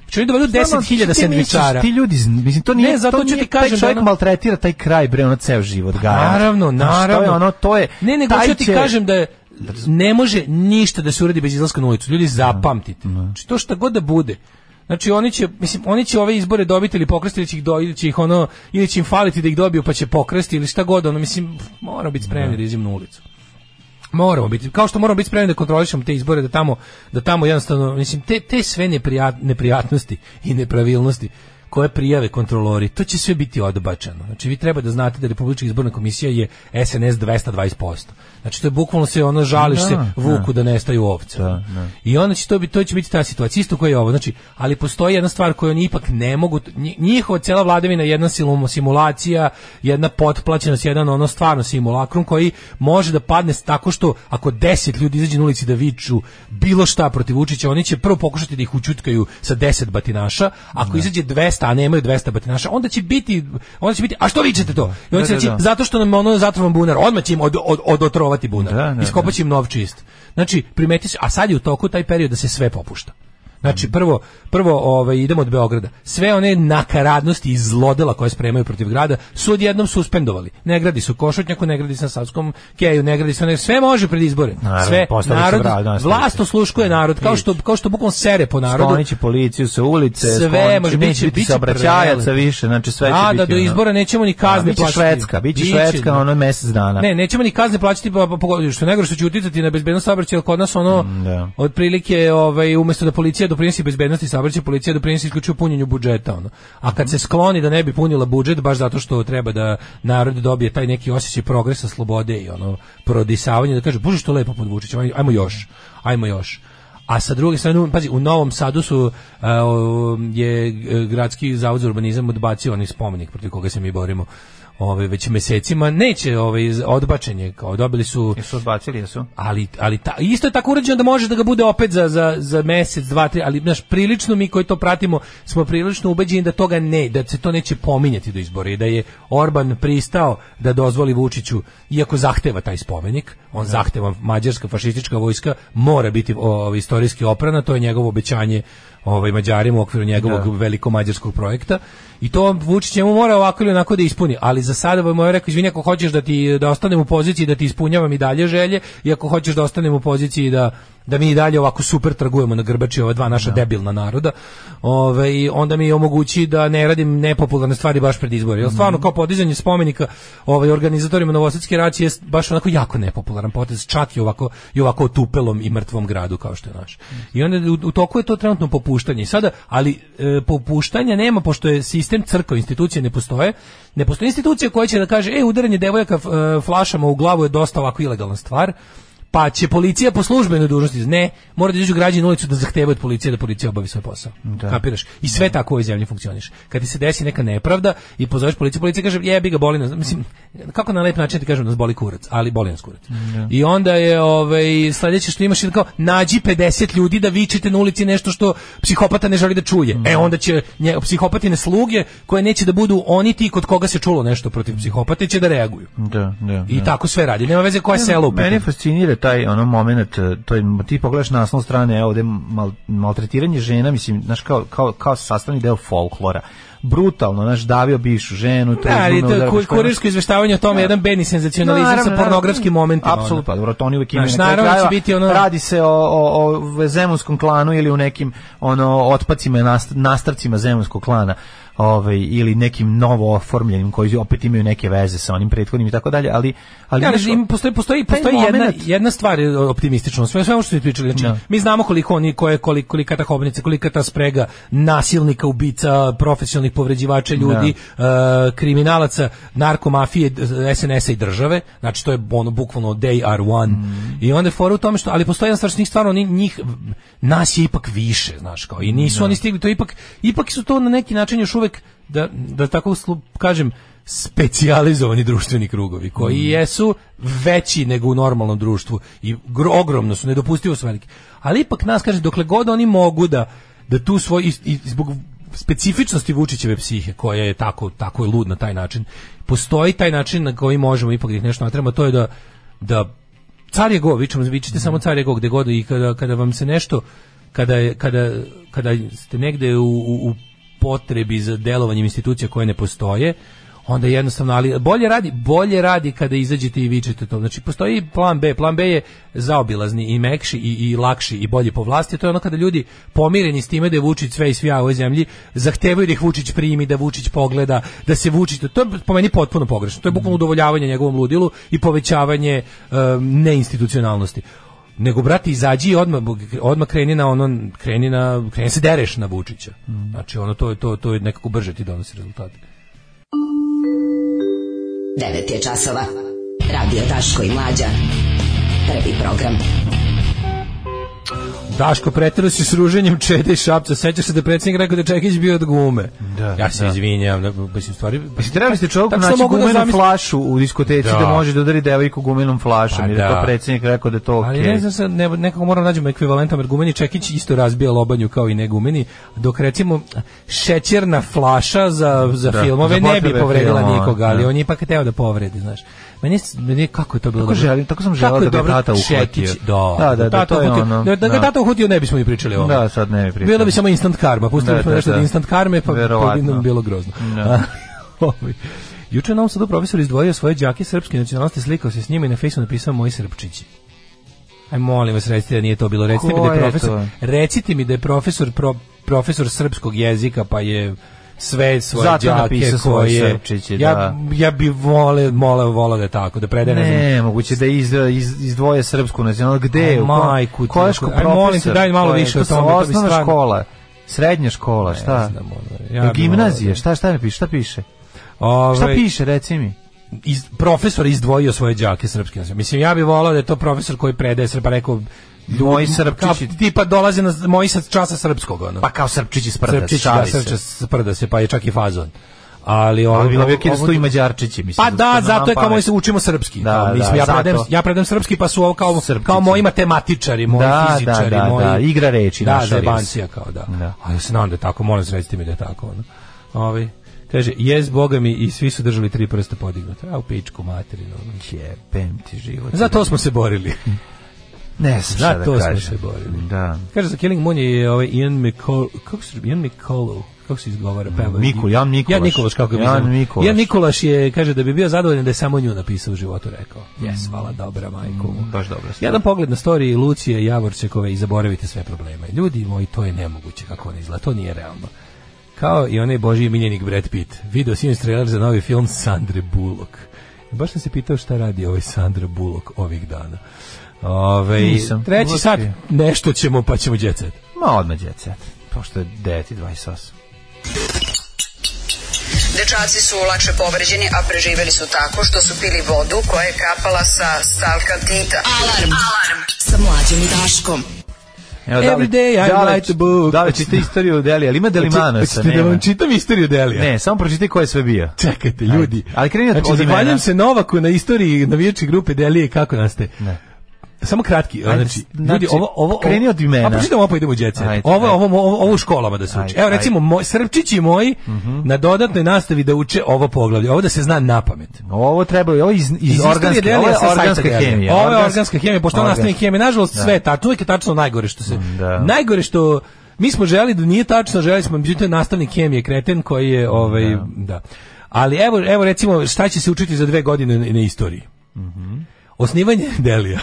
G: Znači oni dovedu
F: Stvarno,
G: 10.000
F: ti misliš,
G: sendvičara.
F: Ti ljudi, zn- mislim, to nije,
G: Ne, zato
F: to
G: ću
F: nije-
G: ti kažem
F: taj
G: da
F: čovjek
G: ono-
F: maltretira taj kraj, bre, ono ceo život ga.
G: Naravno,
F: To je
G: naravno.
F: ono, to je...
G: Ne, nego
F: taj
G: ću ti
F: će-
G: kažem da je ne može ništa da se uradi bez izlaska na ulicu. Ljudi zapamtite. Znači to šta god da bude. Znači oni će, mislim, oni će ove izbore dobiti ili pokrasti ili će ih, do, ili će ih ono, ili će im faliti da ih dobiju pa će pokrasti ili šta god, ono, mislim, moramo biti spremni da izađemo na ulicu. Moramo biti, kao što moramo biti spremni da kontrolišemo te izbore, da tamo, da tamo jednostavno, mislim, te, te sve neprijat, neprijatnosti i nepravilnosti koje prijave kontrolori, to će sve biti odbačeno. Znači vi treba da znate da Republička izborna komisija je SNS 220%. Znači to je bukvalno se ono žališ se
F: Da,
G: vuku
F: da.
G: da nestaju ovce.
F: Da, da.
G: I onda će to biti to će biti ta situacija isto koja je ovo. Znači, ali postoji jedna stvar koju oni ipak ne mogu nji- njihova cela vladavina je jedna silom- simulacija, jedna potplaćenost, jedan ono stvarno simulakrum koji može da padne s- tako što ako 10 ljudi izađe na ulici da viču bilo šta protiv Vučića, oni će prvo pokušati da ih učutkaju sa 10 batinaša, ako izađe 200, a nemaju 200 batinaša, onda će biti onda će biti a što vičete to? I onda
F: Da,
G: će
F: da,
G: reći,
F: da.
G: zato što nam je ono zatrovan bunar, odmah će im od, od, odotrovati bunar.
F: Da, da,
G: Iskopat će im nov čist. Znači, primeti se, a sad je u toku taj period da se sve popušta. Znači, prvo, prvo ovaj, idemo od Beograda. Sve one nakaradnosti i zlodela koje spremaju protiv grada su odjednom suspendovali. Ne gradi su Košutnjaku, ne gradi su na Savskom keju, ne gradi su... Ne, sve može pred izbore.
F: Naravno,
G: sve,
F: postavit će
G: narod,
F: vrat, nastavit će.
G: vlast osluškuje narod, kao što, kao što bukvalno sere po narodu.
F: Skloniće policiju sa ulice,
G: Sve,
F: skloniće,
G: može,
F: neće
G: biće-
F: biti
G: biće
F: saobraćajaca
G: prelepo.
F: više, znači sve će
G: A,
F: biti.
G: da do
F: ono-
G: izbora nećemo ni
F: A,
G: kazne
F: biće
G: plaćati.
F: Švedska, biće Švedska ono mesec dana.
G: Ne, nećemo ni kazne plaćati, pa, pa, pa, što je najgore što će uticati na bezbednost saobraćaja, kod nas ono,
F: Mm, da.
G: otprilike, ovaj, umesto da policija doprinosi bezbednosti saobraćaja, policija doprinosi isključivo punjenju budžeta. Ono. A kad se skloni da ne bi punila budžet, baš zato što treba da narod dobije taj neki osjećaj progresa, slobode i ono, prodisavanje, da kaže, bože što lepo pod Vučićem, aj- ajmo još, ajmo još. A sa druge strane, u- pazi, u Novom Sadu su e, o, je e, gradski zavod za urbanizam odbacio onaj spomenik protiv koga se mi borimo ovaj već mesecima neće ovaj iz- odbačen je kao dobili su
F: Jesu odbacili, jesu?
G: ali, ali ta, isto je tako urađeno da može da ga bude opet za, za, za mesec, dva, tri, ali znaš, prilično mi koji to pratimo smo prilično ubeđeni da toga ne, da se to neće pominjati do izbora i da je Orban pristao da dozvoli Vučiću, iako zahteva taj spomenik, on zahteva mađarska fašistička vojska, mora biti o, istorijski oprana, to je njegovo obećanje ovaj Mađarima u okviru njegovog
F: Da.
G: veliko mađarskog projekta i to Vučić njemu mora ovako ili onako da ispuni, ali za sada vam je rekao izvini ako hoćeš da ti da ostanem u poziciji da ti ispunjavam i dalje želje i ako hoćeš da ostanem u poziciji da da mi i dalje ovako super trgujemo na grbači ova dva naša debilna naroda. Ovaj onda mi omogući da ne radim nepopularne stvari baš pred izbore. Jel stvarno kao podizanje spomenika ovaj organizatorima Novosadske racije je baš onako jako nepopularan potez, čak i ovako i ovako otupelom i mrtvom gradu kao što je naš. I onda u, u toku je to trenutno popuštanje. I sada, ali e, popuštanja nema pošto je sistem crkva, institucije ne postoje. Ne postoji institucija koja će da kaže, e, udaranje devojaka f- e, flašama u glavu je dosta ovako ilegalna stvar pa će policija po službenoj dužnosti ne, mora da izađu građani na ulicu da zahtevaju od policije da policija obavi svoj posao. Kapiraš? I sve tako u ovoj zemlji funkcioniš. Kad ti se desi neka nepravda i pozoveš policiju, policija kaže jebi ga boli nas. Mislim, kako na lep način ti kažem nas boli kurac, ali boli nas kurac. I onda je ovaj sledeće što imaš je kao nađi 50 ljudi da vičete na ulici nešto što psihopata ne želi da čuje. E onda će nje, psihopatine sluge koje neće da budu oni ti kod koga se čulo nešto protiv psihopate će da reaguju.
F: Da, da.
G: I tako sve radi. Nema veze koje selo u pitanju.
F: Mene fascinira taj ono moment, eh, to je, ti pogledaš naslovnu stranu, evo ovde mal, maltretiranje žena, mislim, znaš, kao, kao, kao sastavni deo folklora. Brutalno, znaš, davio bivšu ženu, to
G: Da, ali to je
F: udarao,
G: ku-
F: što je ono-
G: kurirsko izveštavanje o tome, jedan bedni senzacionalizam
F: Naravno,
G: sa pornografskim
F: naravno.
G: momentima. ono.
F: Apsolutno, pa dobro, to oni uvijek imaju.
G: Znaš,
F: na kraju
G: naravno će
F: krajeva.
G: biti ono-
F: Radi se o, o, o zemunskom klanu ili u nekim ono, otpacima, i nast- nastavcima zemunskog klana ovaj, ili nekim novo oformljenim koji opet imaju neke veze sa onim prethodnim i tako dalje, ali... ali
G: Ja,
F: znaš,
G: ali im postoji postoji
F: taj
G: postoji jedna
F: moment-
G: jedna stvar je optimistično sve sve ovo što ste pričali znači
F: Da.
G: mi znamo koliko oni koje koliko kolika ta hobotnica, kolika ta sprega nasilnika ubica profesionalnih povređivača ljudi e, kriminalaca narkomafije d- SNS-a i države znači to je ono bukvalno they are one
F: Mm.
G: i onda je fora u tome što ali postoji jedna stvar što njih stvarno oni- njih nas je ipak više znaš kao i nisu oni stigli to je ipak ipak su to na neki način još uvek da da tako slu- kažem specijalizovani društveni krugovi koji jesu veći nego u normalnom društvu i gro- ogromno su nedopustivo su veliki ali ipak nas kaže dokle god oni mogu da da tu svoj i, i zbog specifičnosti Vučićeve psihe koja je tako tako je lud na taj način postoji taj način na koji možemo ipak da ih nešto natremo to je da da car je go vičemo vičite samo car je go gde god i kada kada vam se nešto kada je- kada kada ste negde u, u, u potrebi za delovanjem institucija koje ne postoje, onda jednostavno, ali bolje radi, bolje radi kada izađete i vičete to. Znači, postoji plan B. Plan B je zaobilazni i mekši i, i lakši i bolji po vlasti. To je ono kada ljudi pomireni s time da je Vučić sve i svija u ovoj zemlji, zahtevaju da ih Vučić primi, da Vučić pogleda, da se Vučić... To je po meni potpuno pogrešno. To je bukvalno udovoljavanje njegovom ludilu i povećavanje em, um, neinstitucionalnosti nego brate izađi i odmah odmah kreni na ono kreni na kreni se dereš na Vučića.
F: Mm.
G: Znači ono to je to to je nekako brže ti donosi rezultate.
K: 9 je časova. Radio Daško i Mlađa. Prvi program.
G: Daško pretero si s ruženjem Čede i Šapca. Sećaš se da je predsjednik rekao da je Čekić bio od gume.
F: Da,
G: ja se
F: da.
G: izvinjam, da, mislim stvari.
F: Mislim, trebali ste čovjeku
G: Tako što
F: naći
G: mogu da
F: gumenu
G: zamislim-
F: flašu u diskoteci da,
G: Da.
F: može da udari devojku gumenom flašom,
G: Pa
F: jer je
G: da.
F: to predsjednik rekao da je to
G: Ali
F: okej.
G: ne znam, sad, ne, nekako moram nađemo ekvivalentan, jer gumeni Čekić isto razbija lobanju kao i ne gumeni, dok recimo šećerna flaša za, za
F: Da,
G: filmove
F: za
G: ne bi
F: potrebe
G: povredila
F: filmova,
G: nikoga, ali
F: da.
G: on je ipak teo da povredi, znaš. Meni, je s- meni je- kako je to bilo
F: Tako želim- tako sam želeo
G: je
F: da ga
G: dobro
F: tata uhvatio.
G: Čekić- Da,
F: Da, da, da,
G: tata
F: to je
G: uhvatio-
F: ono,
G: Da, da
F: da.
G: ga tata uhvatio, ne bismo ni pričali o ovome.
F: Da, sad ne bi pričao.
G: Bilo bi samo instant karma, pustili
F: Da,
G: smo
F: da,
G: nešto
F: da.
G: da, instant karme, pa
F: Verovatno.
G: bi nam bilo grozno.
F: Da.
G: Ovaj, Juče je na ovom sadu profesor izdvojio svoje đake srpske nacionalnosti, slikao se s njima i na fejsu napisao moji srpčići. Aj molim vas recite da nije to bilo, recite mi
F: Ko
G: da je
F: je
G: profesor,
F: to?
G: recite mi da je profesor pro- profesor srpskog đezika pa je sve svoje
F: Zato
G: đake
F: napisao svoje
G: koje
F: srpčiće,
G: ja
F: da.
G: ja bi voleo moleo voleo da je tako da predaje ne, znam,
F: Ne, moguće da iz, iz, izdvoje srpsku nacionalnu. Gde?
G: Aj,
F: U kom-
G: majku ti,
F: koja ško-
G: aj, molim te,
F: profesor?
G: daj malo
F: To je-
G: više
F: to
G: o
F: su
G: tome, to bi
F: Osnovna
G: stvarno-
F: škola, srednja škola, šta?
G: ne znam, ono,
F: Ja
G: ja bi
F: gimnazije,
G: voleo
F: šta, šta ne piše, šta piše?
G: da- Ovaj,
F: Šta piše, reci mi?
G: iz, profesor izdvojio svoje đake srpske nacionalnosti. Mislim ja bih voleo da je to profesor koji predaje srpa rekao
F: Moji
G: kao,
F: srpčići,
G: tipa dolaze na moji sa časa srpskog ono.
F: pa kao srpčići sprda,
G: Srpčić, da,
F: šali
G: Srpčić
F: se.
G: sprda se, pa je čak i fazon. Ali ovo...
F: Ali bilo bi
G: ovo-
F: okej da
G: ovo-
F: stoji mađarčići, mislim.
G: Pa da,
F: to nam
G: zato je kao
F: pamet.
G: moji se učimo srpski.
F: Da,
G: Kao, mislim,
F: da,
G: ja, predam,
F: zato.
G: ja predam srpski, pa su ovo kao,
F: Srpčići.
G: kao moji matematičari, moji
F: Da,
G: fizičari,
F: da, da,
G: moji...
F: da, igra reči
G: Da,
F: naša,
G: zebancija kao da.
F: Da.
G: Ali ja se nadam da je tako, molim se recite mi da je tako. Ono. Ovi, kaže, jez boga mi i svi su držali tri prsta podignuta. A u pičku materinu. ono.
F: Jebem ti život.
G: Za to smo se borili.
F: ne znam šta
G: za
F: da
G: to smo
F: kažem.
G: se borili.
F: Da.
G: Kaže, za Killing Moon je ovaj Ian McCall... Kako se... Ian McCall... Kako se izgovara? Peva.
F: Miku- Mm, Jan Mikulaš.
G: Jan Nikolaš, kako ga mi
F: Jan
G: znamo.
F: Mikulaš.
G: Jan Nikolaš je, kaže, da bi bio zadovoljan da je samo nju napisao u životu, rekao. Jes, hvala dobra, majko.
F: Mm, Baš dobro.
G: Jedan pogled na storiji Lucije Javorčekove i zaboravite sve probleme. Ljudi moji, to je nemoguće kako ona izgleda, to nije realno. Kao i onaj Božji miljenik Brad Pitt. Video sinoć trailer za novi film Sandre Bullock. Baš sam se pitao šta radi ovaj Sandra Bullock ovih dana. Ove,
F: Nisam,
G: treći
F: uopšte.
G: sat, nešto ćemo pa ćemo djecet.
F: Ma odmah djece. Pošto je deti 28.
M: Dečaci su lakše povređeni, a preživeli su tako što su pili vodu koja je kapala sa stalka Tita.
K: Alarm. Alarm. Sa Mlađom i Daškom.
F: Evo,
G: Every day I write a book.
F: Da li čita istoriju Delija, ali ima Delimanosa?
G: Hoćete da
F: nema?
G: vam čitam istoriju Delija?
F: Ne, samo pročitaj ko je sve bio.
G: Čekajte, ljudi.
F: Ajde. Ali kreni od-
G: znači,
F: od imena.
G: zahvaljujem se Novaku na istoriji navijačke grupe Delije i kako nastaje.
F: Ne.
G: Samo kratki,
F: Ajde,
G: znači,
F: znači,
G: ljudi, ovo, ovo,
F: kreni od imena.
G: A pročitamo ovo pa idemo u djece.
F: Ajde,
G: Ovo,
F: ajde.
G: ovo, ovo, ovo u školama da se uči.
F: Ajde, Mhm.
G: Evo,
F: ajde.
G: recimo, moj, srpčići moji na dodatnoj nastavi da uče ovo poglavlje. Ovo da se zna na pamet.
F: Ovo treba, ovo iz, iz,
G: Iz
F: organske,
G: istorije
F: ovo je
G: Delija sa
F: organska
G: sajta Delija.
F: hemija.
G: Ovo je
F: Organska-
G: organska hemija, pošto ona
F: Organska.
G: nastaje hemija. Nažalost, sve je tačno, uvijek je tačno najgore što se...
F: Mm, da.
G: Najgore što... Mi smo želi da nije tačno, želi smo, međutim, nastavnik hemije kreten koji je, ovaj, da. Ali evo, evo recimo, šta će se učiti za dve godine na, na istoriji?
F: Mhm.
G: Osnivanje Delija.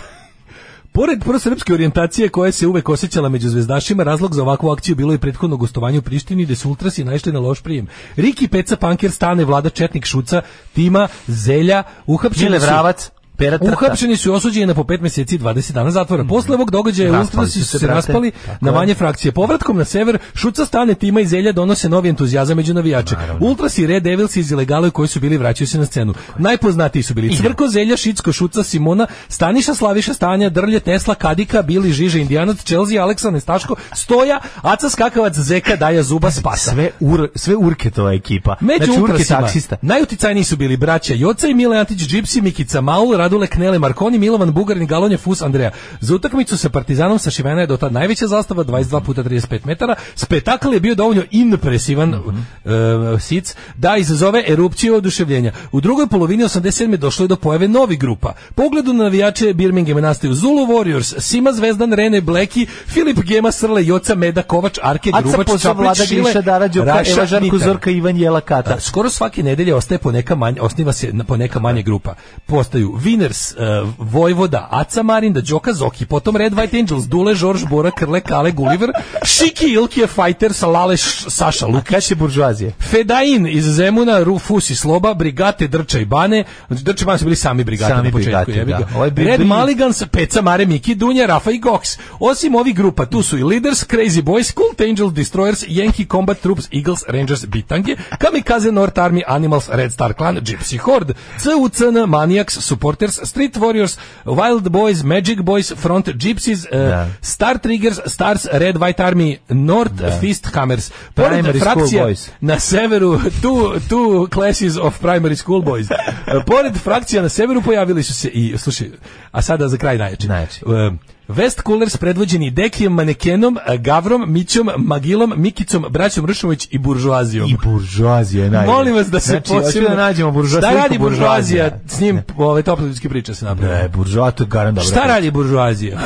G: Pored prosrpske orijentacije koja se uvek osjećala među zvezdašima, razlog za ovakvu akciju bilo je prethodno gostovanje u Prištini gde su ultrasi naišli na loš prijem. Riki Peca Panker Stane, Vlada Četnik Šuca, Tima Zelja, uhapšeni
F: Mile
G: su...
F: Vravac, Pera Trta. Mhm.
G: Uhapšeni su i osuđeni na po pet mjeseci i 20 dana zatvora. Posle ovog događaja
F: Raspali
G: ultrasi
F: su
G: su
F: se,
G: se
F: brate.
G: raspali
F: Tako
G: na
F: je.
G: manje frakcije. Povratkom na sever, Šuca stane Tima i Zelja donose novi entuzijazam među navijače. Ultrasi Red Devils iz ilegale koji su bili vraćaju se na scenu. Najpoznatiji su bili Crko, Zelja, Šicko, Šuca, Simona, Staniša, Slaviša, Stanja, Drlje, Tesla, Kadika, Bili, Žiže, Indijanac, Chelsea, Aleksa, Nestaško, Stoja, Aca, Skakavac, Zeka, Daja, Zuba, Spasa.
F: Sve, ur, sve urketova ekipa.
G: Među
F: znači, urke
G: ukrasima
F: taksista.
G: najuticajniji su bili braća Joca i Mile Antić, Džipsi, Mikica Maul, Radule Knele, Markoni, Milovan Bugarin, Galonje, Fus, Andreja. Za utakmicu sa Partizanom sa Šivena je do tad najveća zastava, 22 puta 35 metara. Spektakl je bio dovoljno impresivan
F: Mhm.
G: e, sic da izazove erupciju oduševljenja. U drugoj polovini 87. došlo je do pojave novih grupa. Pogledu na navijače Birminghama nastaju Zulu Warriors, Sima Zvezdan, Rene Bleki, Filip Gema Srle, Joca Meda Kovač, Arke
F: Aca
G: Grubač,
F: Posa,
G: Čaplić,
F: Vlada
G: Šile,
F: Gliša, Dara Đoka,
G: Raša,
F: Eva Žarko,
G: Mitar.
F: Zorka, Ivan Jela Kata.
G: Skoro svake nedelje ostaje poneka manje, osniva se na- poneka manje grupa. Postaju Vin Sinners, uh, Vojvoda, Aca Marinda, Đoka Zoki, potom Red White Angels, Dule, Žorž, Bora, Krle, Kale, Gulliver, Šiki, Ilkije, Fajter, Salale, Š- Saša, Lukaš
F: je buržuazije.
G: Fedain iz Zemuna, Rufus i Sloba, Brigate, Drča i Bane, Drča i Bane su bili sami Brigate
F: Sami
G: na
F: Brigate,
G: početku. jebi ga.
F: da. Ovaj bi-
G: Red
F: bi-
G: Maligans, Peca, Mare, Miki, Dunja, Rafa i Gox. Osim ovih grupa, tu su i Leaders, Crazy Boys, Cult Angels, Destroyers, Yankee Combat Troops, Eagles, Rangers, Bitange, Kamikaze, North Army, Animals, Red Star Clan, Gypsy Horde, CUCN, Maniacs, Supporters, Street Warriors, Wild Boys, Magic Boys, Front Gypsies, eh, Star Triggers, Stars, Red White Army, North Fist Hammers. Pored
F: Primary School
G: frakcija-
F: Boys.
G: na severu tu tu classes of primary school boys. E, Pored frakcija na severu pojavili su se i slušaj, a sada za kraj najjači. E, West Coolers predvođeni Dekijem, Manekenom, e, Gavrom, Mićom, Magilom, Mikicom, Braćom Ršumović i Buržuazijom.
F: I buržuazija je najbolje.
G: Molim vas da se
F: znači,
G: posebno-
F: hoću da nađemo buržuazija.
G: Šta radi buržuazija? S njim ove toplodijske priče se naprave.
F: Ne, buržuazija to je garant dobro.
G: Šta radi buržuazija?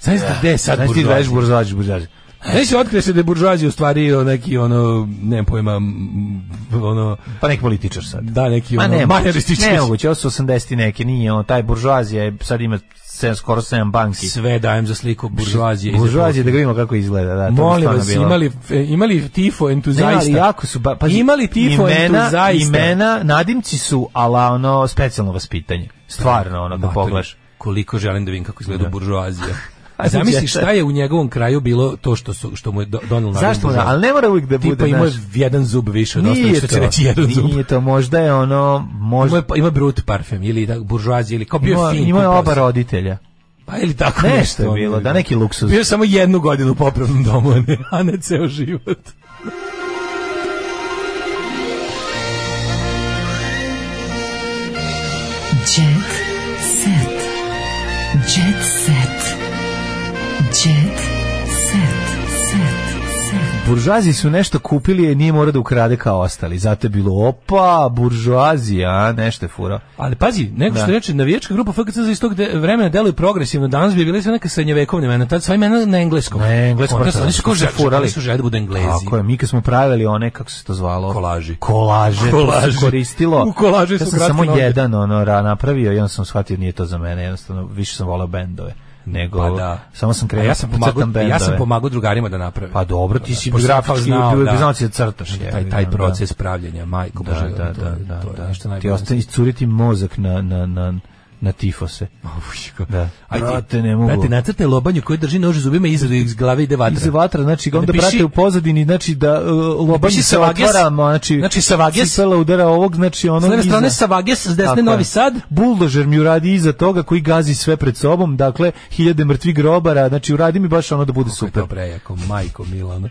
G: Znaš ti gde je
F: Znaš Znači,
G: sad
F: ti
G: buržuazija?
F: daješ buržuazija, buržuazija.
G: Ne se otkrije se da je buržuazija u stvari o, neki ono, ne pojma, m, ono...
F: Pa neki političar sad.
G: Da, neki
F: Ma
G: ono,
F: ne,
G: manjaristički.
F: ne moguće, ovo su 80 i neke, nije ono, taj buržuazija je, sad ima 7, skoro 7 banki.
G: Sve dajem za sliku buržuazije. iz
F: Buržuazije, da
G: Evrope.
F: ga vidimo kako izgleda. Da, to bi
G: Molim
F: stvarno
G: vas,
F: bilo-
G: imali, e, imali tifo
F: Ne,
G: entuziasta.
F: ali jako su, ba, pazi,
G: imali tifo
F: imena,
G: entuziasta.
F: imena, nadimci su, ala ono, specijalno vaspitanje. Stvarno, ono, da
G: Matori,
F: pogledaš.
G: Koliko želim da vidim kako izgleda
F: Da.
G: buržuazija.
F: Ajde,
G: Zamisli
F: djeca.
G: šta je u njegovom kraju bilo to što su što mu je do- donelo naziv
F: Zašto ona?
G: buržuazija.
F: Ali ne mora uvijek da
G: Tipa
F: bude,
G: ima
F: znaš.
G: jedan zub više od ostalih, što će reći jedan zub.
F: nije to, možda je ono, možda...
G: Ima, ima brut parfem ili da, buržuazija ili kao bio
F: Ima,
G: fin.
F: ima je
G: kupao
F: oba
G: se.
F: roditelja.
G: Pa ili tako
F: Nešto
G: nešto.
F: je bilo,
G: ono,
F: da, neki luksuz.
G: Bio je samo jednu godinu u popravnom domu, a ne, a ne ceo život.
J: Jet set. Jet set. Jet set. Set. Set.
F: Buržuazi su nešto kupili i nije mora da ukrade kao ostali. Zato je bilo, opa, buržuazija, a, nešto je furao.
G: Ali pazi, nego što
F: Da.
G: reče, navijačka grupa FKC za iz tog de- vremena deluje progresivno. Danas bi bili sve neka srednjevekovna imena, tad sva imena na engleskom.
F: Na engleskom. pa
G: Onda su oni su kao žel- oni su želi da budu englezi.
F: Tako je, mi kad smo pravili one, kako se to zvalo?
G: Kolaži.
F: Kolaže, to
G: Kolaži.
F: se koristilo.
G: U kolaži
F: ja
G: su
F: sam
G: kratke
F: samo
G: noge.
F: jedan ono, ra, napravio i onda sam shvatio nije to za mene, jednostavno više sam volao bendove. Nego,
G: Pa da.
F: samo sam
G: A
F: krenuo,
G: ja sam
F: crtam
G: pomagao,
F: bendove.
G: ja sam pomagao drugarima da naprave.
F: Pa dobro, ti si
G: Pošto sam kao
F: grafički,
G: znao,
F: bio-
G: da. Znači,
F: znao si da crtaš, je,
G: Taj, taj
F: da.
G: proces pravljenja, majko
F: Da,
G: Bože,
F: da,
G: to-
F: da, da,
G: to je
F: da.
G: nešto
F: Ti
G: najbolje.
F: ostane iscuriti mozak na, na, na, na tifose. Da.
G: Aj ti-
F: Brate, ne mogu.
G: Brate, nacrtaj lobanju koji drži nož u zubima i iz, iz glave ide vatra.
F: Iz vatra, znači onda
G: Napiši-
F: brate u pozadini, znači da uh, lobanj se
G: Napiši Savages.
F: otvara, znači,
G: Znači, Savages.
F: cipela udara ovog, znači ono
G: S jedne
F: iza.
G: strane Savages, s
F: Tako
G: desne
F: je.
G: Novi Sad.
F: Buldožer mi uradi iza toga koji gazi sve pred sobom, dakle, hiljade mrtvih grobara, znači uradi mi baš ono da bude
G: Kako
F: super.
G: je to prejako, majko Milano.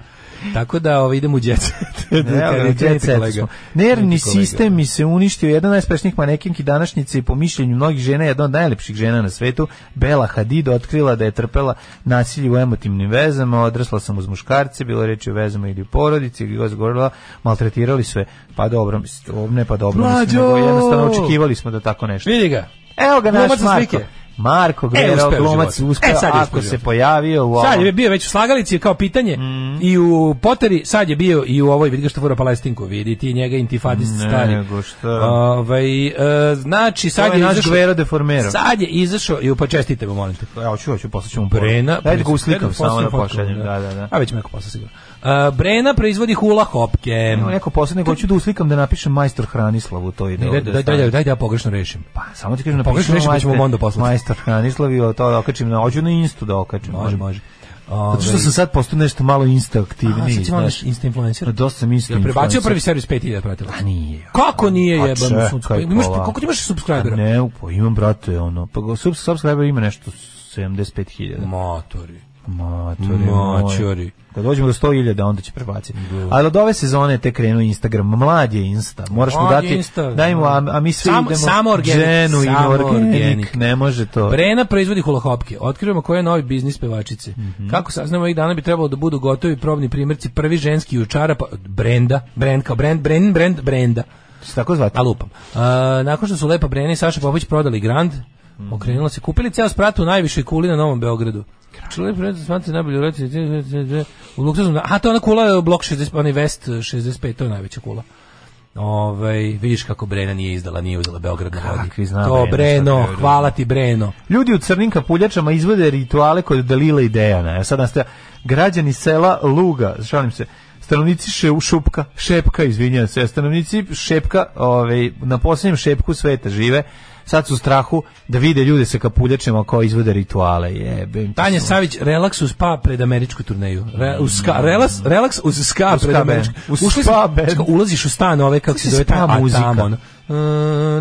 G: Tako da ovaj, idemo u djece.
F: Evo ga, jet set smo. Nervni sistem mi se uništio. Jedna od najspešnijih manekinki današnjice i po mišljenju mnogih žena, jedna od najlepših žena na svetu, Bela Hadid, otkrila da je trpela nasilje u emotivnim vezama, odrasla sam uz muškarce, bilo je reči o vezama ili u porodici, ili vas govorila, maltretirali su je, pa dobro, mislim, ne pa dobro, mislim,
G: Mlađo!
F: nego jednostavno očekivali smo da tako nešto.
G: Vidi ga.
F: Evo ga naš
G: Glumac sa
F: Marko.
G: slike. E,
F: Marko Gvero,
G: uspeo u
F: glumac
G: životu.
F: uspeo,
G: E, sad je uspeo
F: ako
G: u
F: se
G: životu.
F: pojavio u ovom...
G: Sad je bio već u slagalici kao pitanje i u Poteri, sad je bio i u ovoj, vidi ga što fura Palestinku, vidi ti njega intifadist
F: Ne,
G: stari.
F: nego šta.
G: Ovaj, e, znači, sad
F: To
G: je,
F: je naš
G: izašao-
F: Gvero deformero.
G: Sad je izašao, i pa čestite mu, molim te.
F: Evo, ću, ću, posle ću mu
G: Brena,
F: Dajte ga
G: proizvodi-
F: uslikam
G: Dajte
F: samo da
G: poslednju
F: pošaljem.
G: fotku,
F: Da, da, da.
G: A već meko posla sigurno. E, Brena proizvodi hula hopke.
F: Evo, neko posle nego hoću da uslikam da napišem majstor Hranislavu to ide.
G: Daj,
F: ovde
G: daj, daj,
F: stane.
G: daj, daj da ja pogrešno rešim.
F: Pa, samo ti kažem
G: Pogrešno
F: napišem
G: rešim, pa ćemo
F: majstor-
G: Mondo poslati.
F: Majstor Hranislav i to da okačim na hoću na Instu da okačim.
G: Može, može.
F: Zato što sam sad postao nešto malo Insta aktivniji.
G: sad ćemo ono
F: znaš.
G: insta influencer.
F: Dosta sam Insta
G: Jel prebacio
F: influencer.
G: prvi servis 5000 pratila?
F: A nije.
G: Kako nije
F: A
G: jebam
F: čekaj,
G: sunce? Pa imaš,
F: kola.
G: koliko ti imaš subscribera?
F: A Ne, upo, imam brate ono. Pa go- sub- subscriber ima nešto 75.000.
G: Matori.
F: Matori.
G: Mačori.
F: Kad dođemo do 100.000 onda će prebaciti. Ali od ove sezone te krenu Instagram. Mlad je Insta. Moraš mu
G: Mlad je
F: dati,
G: Insta.
F: daj mu, a, a mi svi
G: Samo-
F: idemo
G: samo organik,
F: dženu i
G: samo
F: organik.
G: organik.
F: Ne može to.
G: Brena proizvodi hulohopke. Otkrivamo koji je novi biznis pevačice. Kako saznamo ovih dana bi trebalo da budu gotovi probni primjerci prvi ženski jučara pa brenda, brend kao brend, brend, brend, brenda.
F: Se tako zvati.
G: A lupam. A, nakon što su Lepa Brena i Saša Popović prodali Grand,
F: Mhm.
G: okrenula se, kupili ceo sprat u najvišoj kuli na Novom Beogradu. Čuli Lepa Brena smatra najbolju reći eh, u luksuznom... A, to je ona kula je blok 60, onaj West 65, to je najveća kula. Ovaj vidiš kako Brena nije izdala, nije uzela Beograd na vodi.
F: Kakvi zna
G: To
F: Brena, šta
G: Breno,
F: Brena.
G: hvala ti Breno.
F: Ljudi u crnim kapuljačama izvode rituale kod Dalila i Dejana. Ja sad nastaja građani sela Luga, šalim se, stanovnici Še- Šupka, Šepka, izvinjam se, stanovnici Šepka, ovaj, na posljednjem Šepku sveta žive, sad su u strahu da vide ljude sa kapuljačima koji izvode rituale. Jebe, im ti
G: Tanja
F: su-
G: Savić, relaks uz spa pred američku turneju. Re, uz ska, relaks, relaks uz ska
F: Uz
G: pred
F: ska
G: američku.
F: band. Uz
G: Ušli
F: spa
G: smo-
F: band.
G: čekaj, Ulaziš u stan ove, kako se
F: Mislim,
G: zove,
F: spa
G: ta
F: muzika.
G: muzika.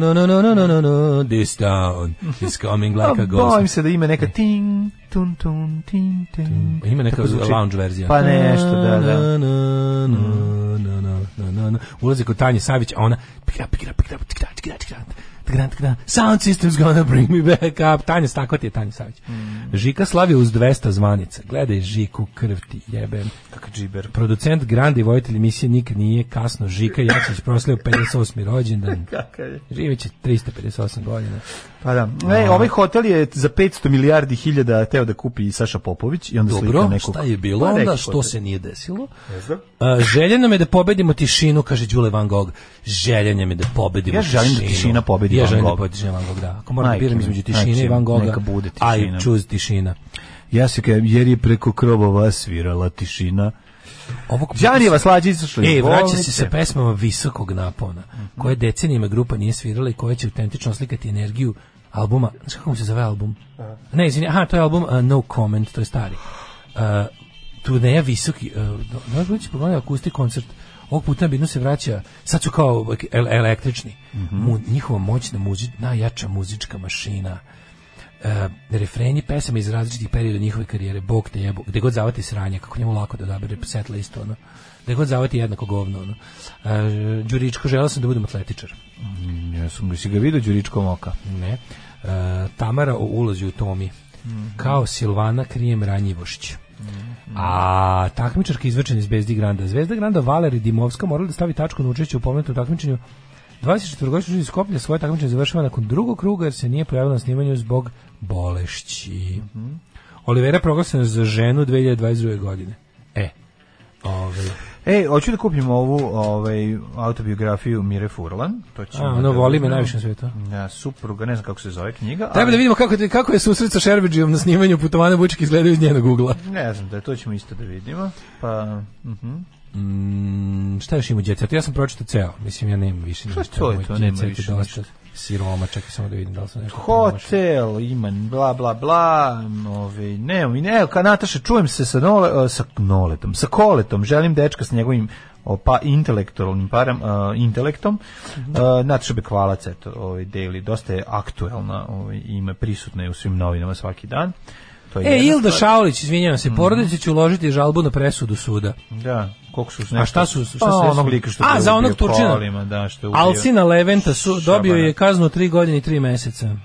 G: No, no, no, no, no, no, no, this town is coming like a
F: A,
G: ghost.
F: Bojim se da ima neka ting, tun, tun, ting, ting.
G: Ima neka
F: Tako zvuči.
G: lounge verzija.
F: Pa nešto, da, da.
G: Na, na, na, na, na, na, na, na. Mm. Ulazi kod Tanje Savić, a ona pikra, pikra, pikra, tikra, tikra, tikra, tikra, tikra. Sound system's gonna bring me back up. Tanja, tako ti je Tanja Savić.
F: Mm.
G: Žika Slavija uz 200 zvanica. Gledaj Žiku, krv ti jebem.
F: Kakav džiber.
G: Producent Grandi, vojitelj emisije Nikad nije kasno. Žika Jacić proslavio 58. rođendan.
F: Kakav je.
G: Živeće 358 godina.
F: Pa da. Ne, ovaj hotel je za 500 milijardi hiljada teo da kupi i Saša Popović i onda slika
G: Dobro,
F: nekog.
G: šta je bilo
F: Pa
G: onda,
F: neki
G: što
F: hotel.
G: se nije desilo?
F: Ne znam.
G: A, želja nam je da pobedimo tišinu, kaže Đule Van Gogh. Želja nam je da pobedimo
F: Ja
G: tišinu.
F: želim da tišina pobedi
G: ja
F: Van
G: želim da
F: Gogha.
G: pobedi Van Gogh, da. Ako moram da
F: Majke
G: biram
F: mi,
G: između tišine
F: znači,
G: i Van Gogha,
F: neka bude tišina.
G: I choose tišina.
F: Ja se kajem, jer je preko krovova svirala tišina.
G: Ovog
F: Đanijeva slađa izašla iz
G: E, vraća
F: bolnice.
G: se sa pesmama visokog napona, koje decenijama grupa nije svirala i koje će autentično slikati energiju albuma, znaš kako mu se zove album? Ne, izvini, aha, to je album uh, No Comment, to je stari. Uh, turneja visoki, uh, do- dobro ljudi će pogledati akusti koncert, ovog puta na Binu se vraća, sad su kao el- električni, Mu- njihova moćna muzi, najjača muzička mašina, e, refreni pesama iz različitih perioda njihove karijere, bog te jebo, gde god zavati sranje, kako njemu lako da odabere set listu, ono, gde god zavati jednako govno, ono. E, Đuričko, želeo sam da budem atletičar.
F: Ja sam ga si ga vidio Đuričkom oka.
G: Ne. E, Tamara o ulazi u Tomi.
F: Mhm.
G: Kao Silvana krijem ranjivošć. A takmičarka izvrčena iz Bezdi Granda. Zvezda Granda Valeri Dimovska morala da stavi tačku na učešće u pomenutom takmičenju. 24-godišnji iz Skoplja svoje takmičenje završava nakon drugog kruga jer se nije pojavila na snimanju zbog bolešći.
F: Mhm.
G: Olivera proglašena za ženu 2022. godine. E, ovaj,
F: E, hoću da kupim ovu ovaj, autobiografiju Mire Furlan. To ćemo
G: A, ono,
F: da
G: voli me
F: uzmemo.
G: najviše na svijetu.
F: Ja, supruga, ne znam kako se zove knjiga.
G: Treba
F: ali-
G: da vidimo kako, kako je susret sa Šerbeđijom na snimanju putovanja Vuček izgledaju iz njenog ugla.
F: Ne znam da je, to ćemo isto da vidimo. Pa, mhm.
G: Mm, šta još ima djeca? Ja sam pročitao ceo. Mislim, ja nemam više.
F: Šta
G: ništa.
F: Pa to je
G: Moj
F: to? Nema
G: Jet Set je
F: više
G: dosta Siroma, čekaj samo da vidim da li sam nešto... promašio.
F: Hotel, ima bla bla bla, ovaj ne, mi ne, ka Nataša čujem se sa nole, e, sa noletom, sa koletom, želim dečka sa njegovim o, pa intelektualnim param, a, intelektom.
G: Mhm.
F: Uh, Nataša Bekvalac, eto, ovaj daily, dosta je aktuelna, ovaj ima prisutna je u svim novinama svaki dan. To je
G: E,
F: jedna
G: Ilda
F: stvar. Mhm.
G: Šaulić, izvinjavam se, porodice će uložiti žalbu na presudu suda.
F: Da, koliko su
G: A šta su- šta
F: pa,
G: su-
F: onog lika što
G: A,
F: je
G: za
F: ubio
G: onog Turčina.
F: kolima, da, što je ubio.
G: Alcina Leventa su, dobio
F: Šabana.
G: je kaznu 3 godine i 3 meseca.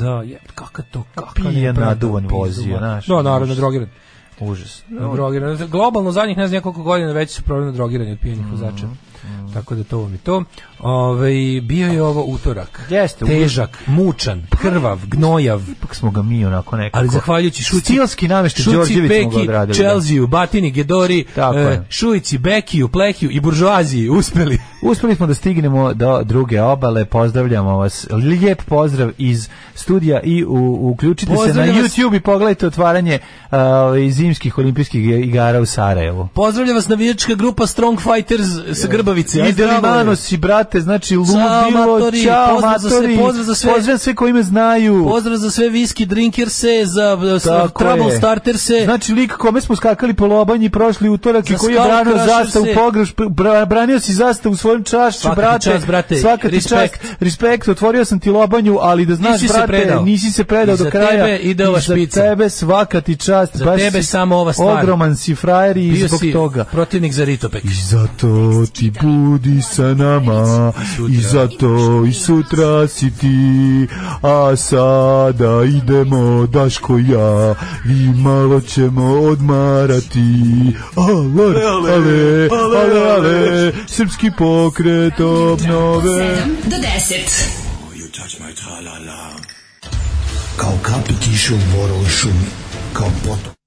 G: Da, je, kaka to, kaka
F: Pijen,
G: nepravda,
F: naduvan
G: pizdu
F: vozio,
G: mater.
F: znaš,
G: Da, naravno,
F: znaš.
G: drogiran.
F: Užas.
G: Na drogiran. Globalno zadnjih ne znam ja koliko godina već su problem na drogiranju od
F: Mhm,
G: pijenih vozača. Tako da to vam je to. Ove, bio je ovo utorak.
F: Jeste,
G: Težak, mučan, krvav, gnojav.
F: Ipak smo ga mi onako nekako.
G: Ali zahvaljujući Šuci...
F: Stilski nameštaj
G: Šuci,
F: Đorđević smo ga
G: Peki,
F: odradili, da.
G: Čelziju, Batini, Gedori,
F: Tako
G: e,
F: je.
G: Šujici, Bekiju, Plekiju i buržoaziji uspeli.
F: Uspeli smo da stignemo do druge obale. Pozdravljamo vas. Lijep pozdrav iz studija i u, uključite se na
G: Pozdravljam vas.
F: YouTube i pogledajte otvaranje uh, zimskih olimpijskih igara u Sarajevu.
G: Pozdravlja vas navijačka grupa Strong Fighters s Grbavice.
F: I
G: Aj, zdravo je.
F: Delimanosi, brate, znači ludilo,
G: matori,
F: čao
G: pozdrav za sve,
F: matori,
G: pozdrav za sve.
F: pozdrav sve koji me znaju.
G: Pozdrav za sve viski drinkerse, za e, s-
F: Tako
G: trouble
F: je.
G: starterse.
F: Znači lik kome smo skakali po lobanji prošli utorak i
G: Za
F: koji je
G: Skull
F: branio
G: Crusher
F: zastavu
G: se-
F: pogreš, bra- branio si zastavu u svojem čašću,
G: Svaka ti
F: brate.
G: čast, brate,
F: Svaka ti
G: respekt.
F: čast, respekt, otvorio sam ti lobanju, ali da znaš,
G: Nisi se
F: brate,
G: predao.
F: nisi se predao
G: I za
F: do kraja.
G: tebe ide ova
F: I za
G: špica.
F: tebe svaka ti čast.
G: Za
F: baš
G: tebe
F: si-
G: samo ova stvar.
F: Ogroman si frajer i
G: Bio
F: zbog
G: si
F: toga.
G: protivnik za Ritopek.
F: I zato ti budi sa nama I zato i sutra si ti A sada idemo Daško i ja I malo ćemo odmarati Ale, ale, ale, ale Srpski pokret obnove
J: 7 do 10.
N: Kao kapi kiše u borovoj šumi, kao pot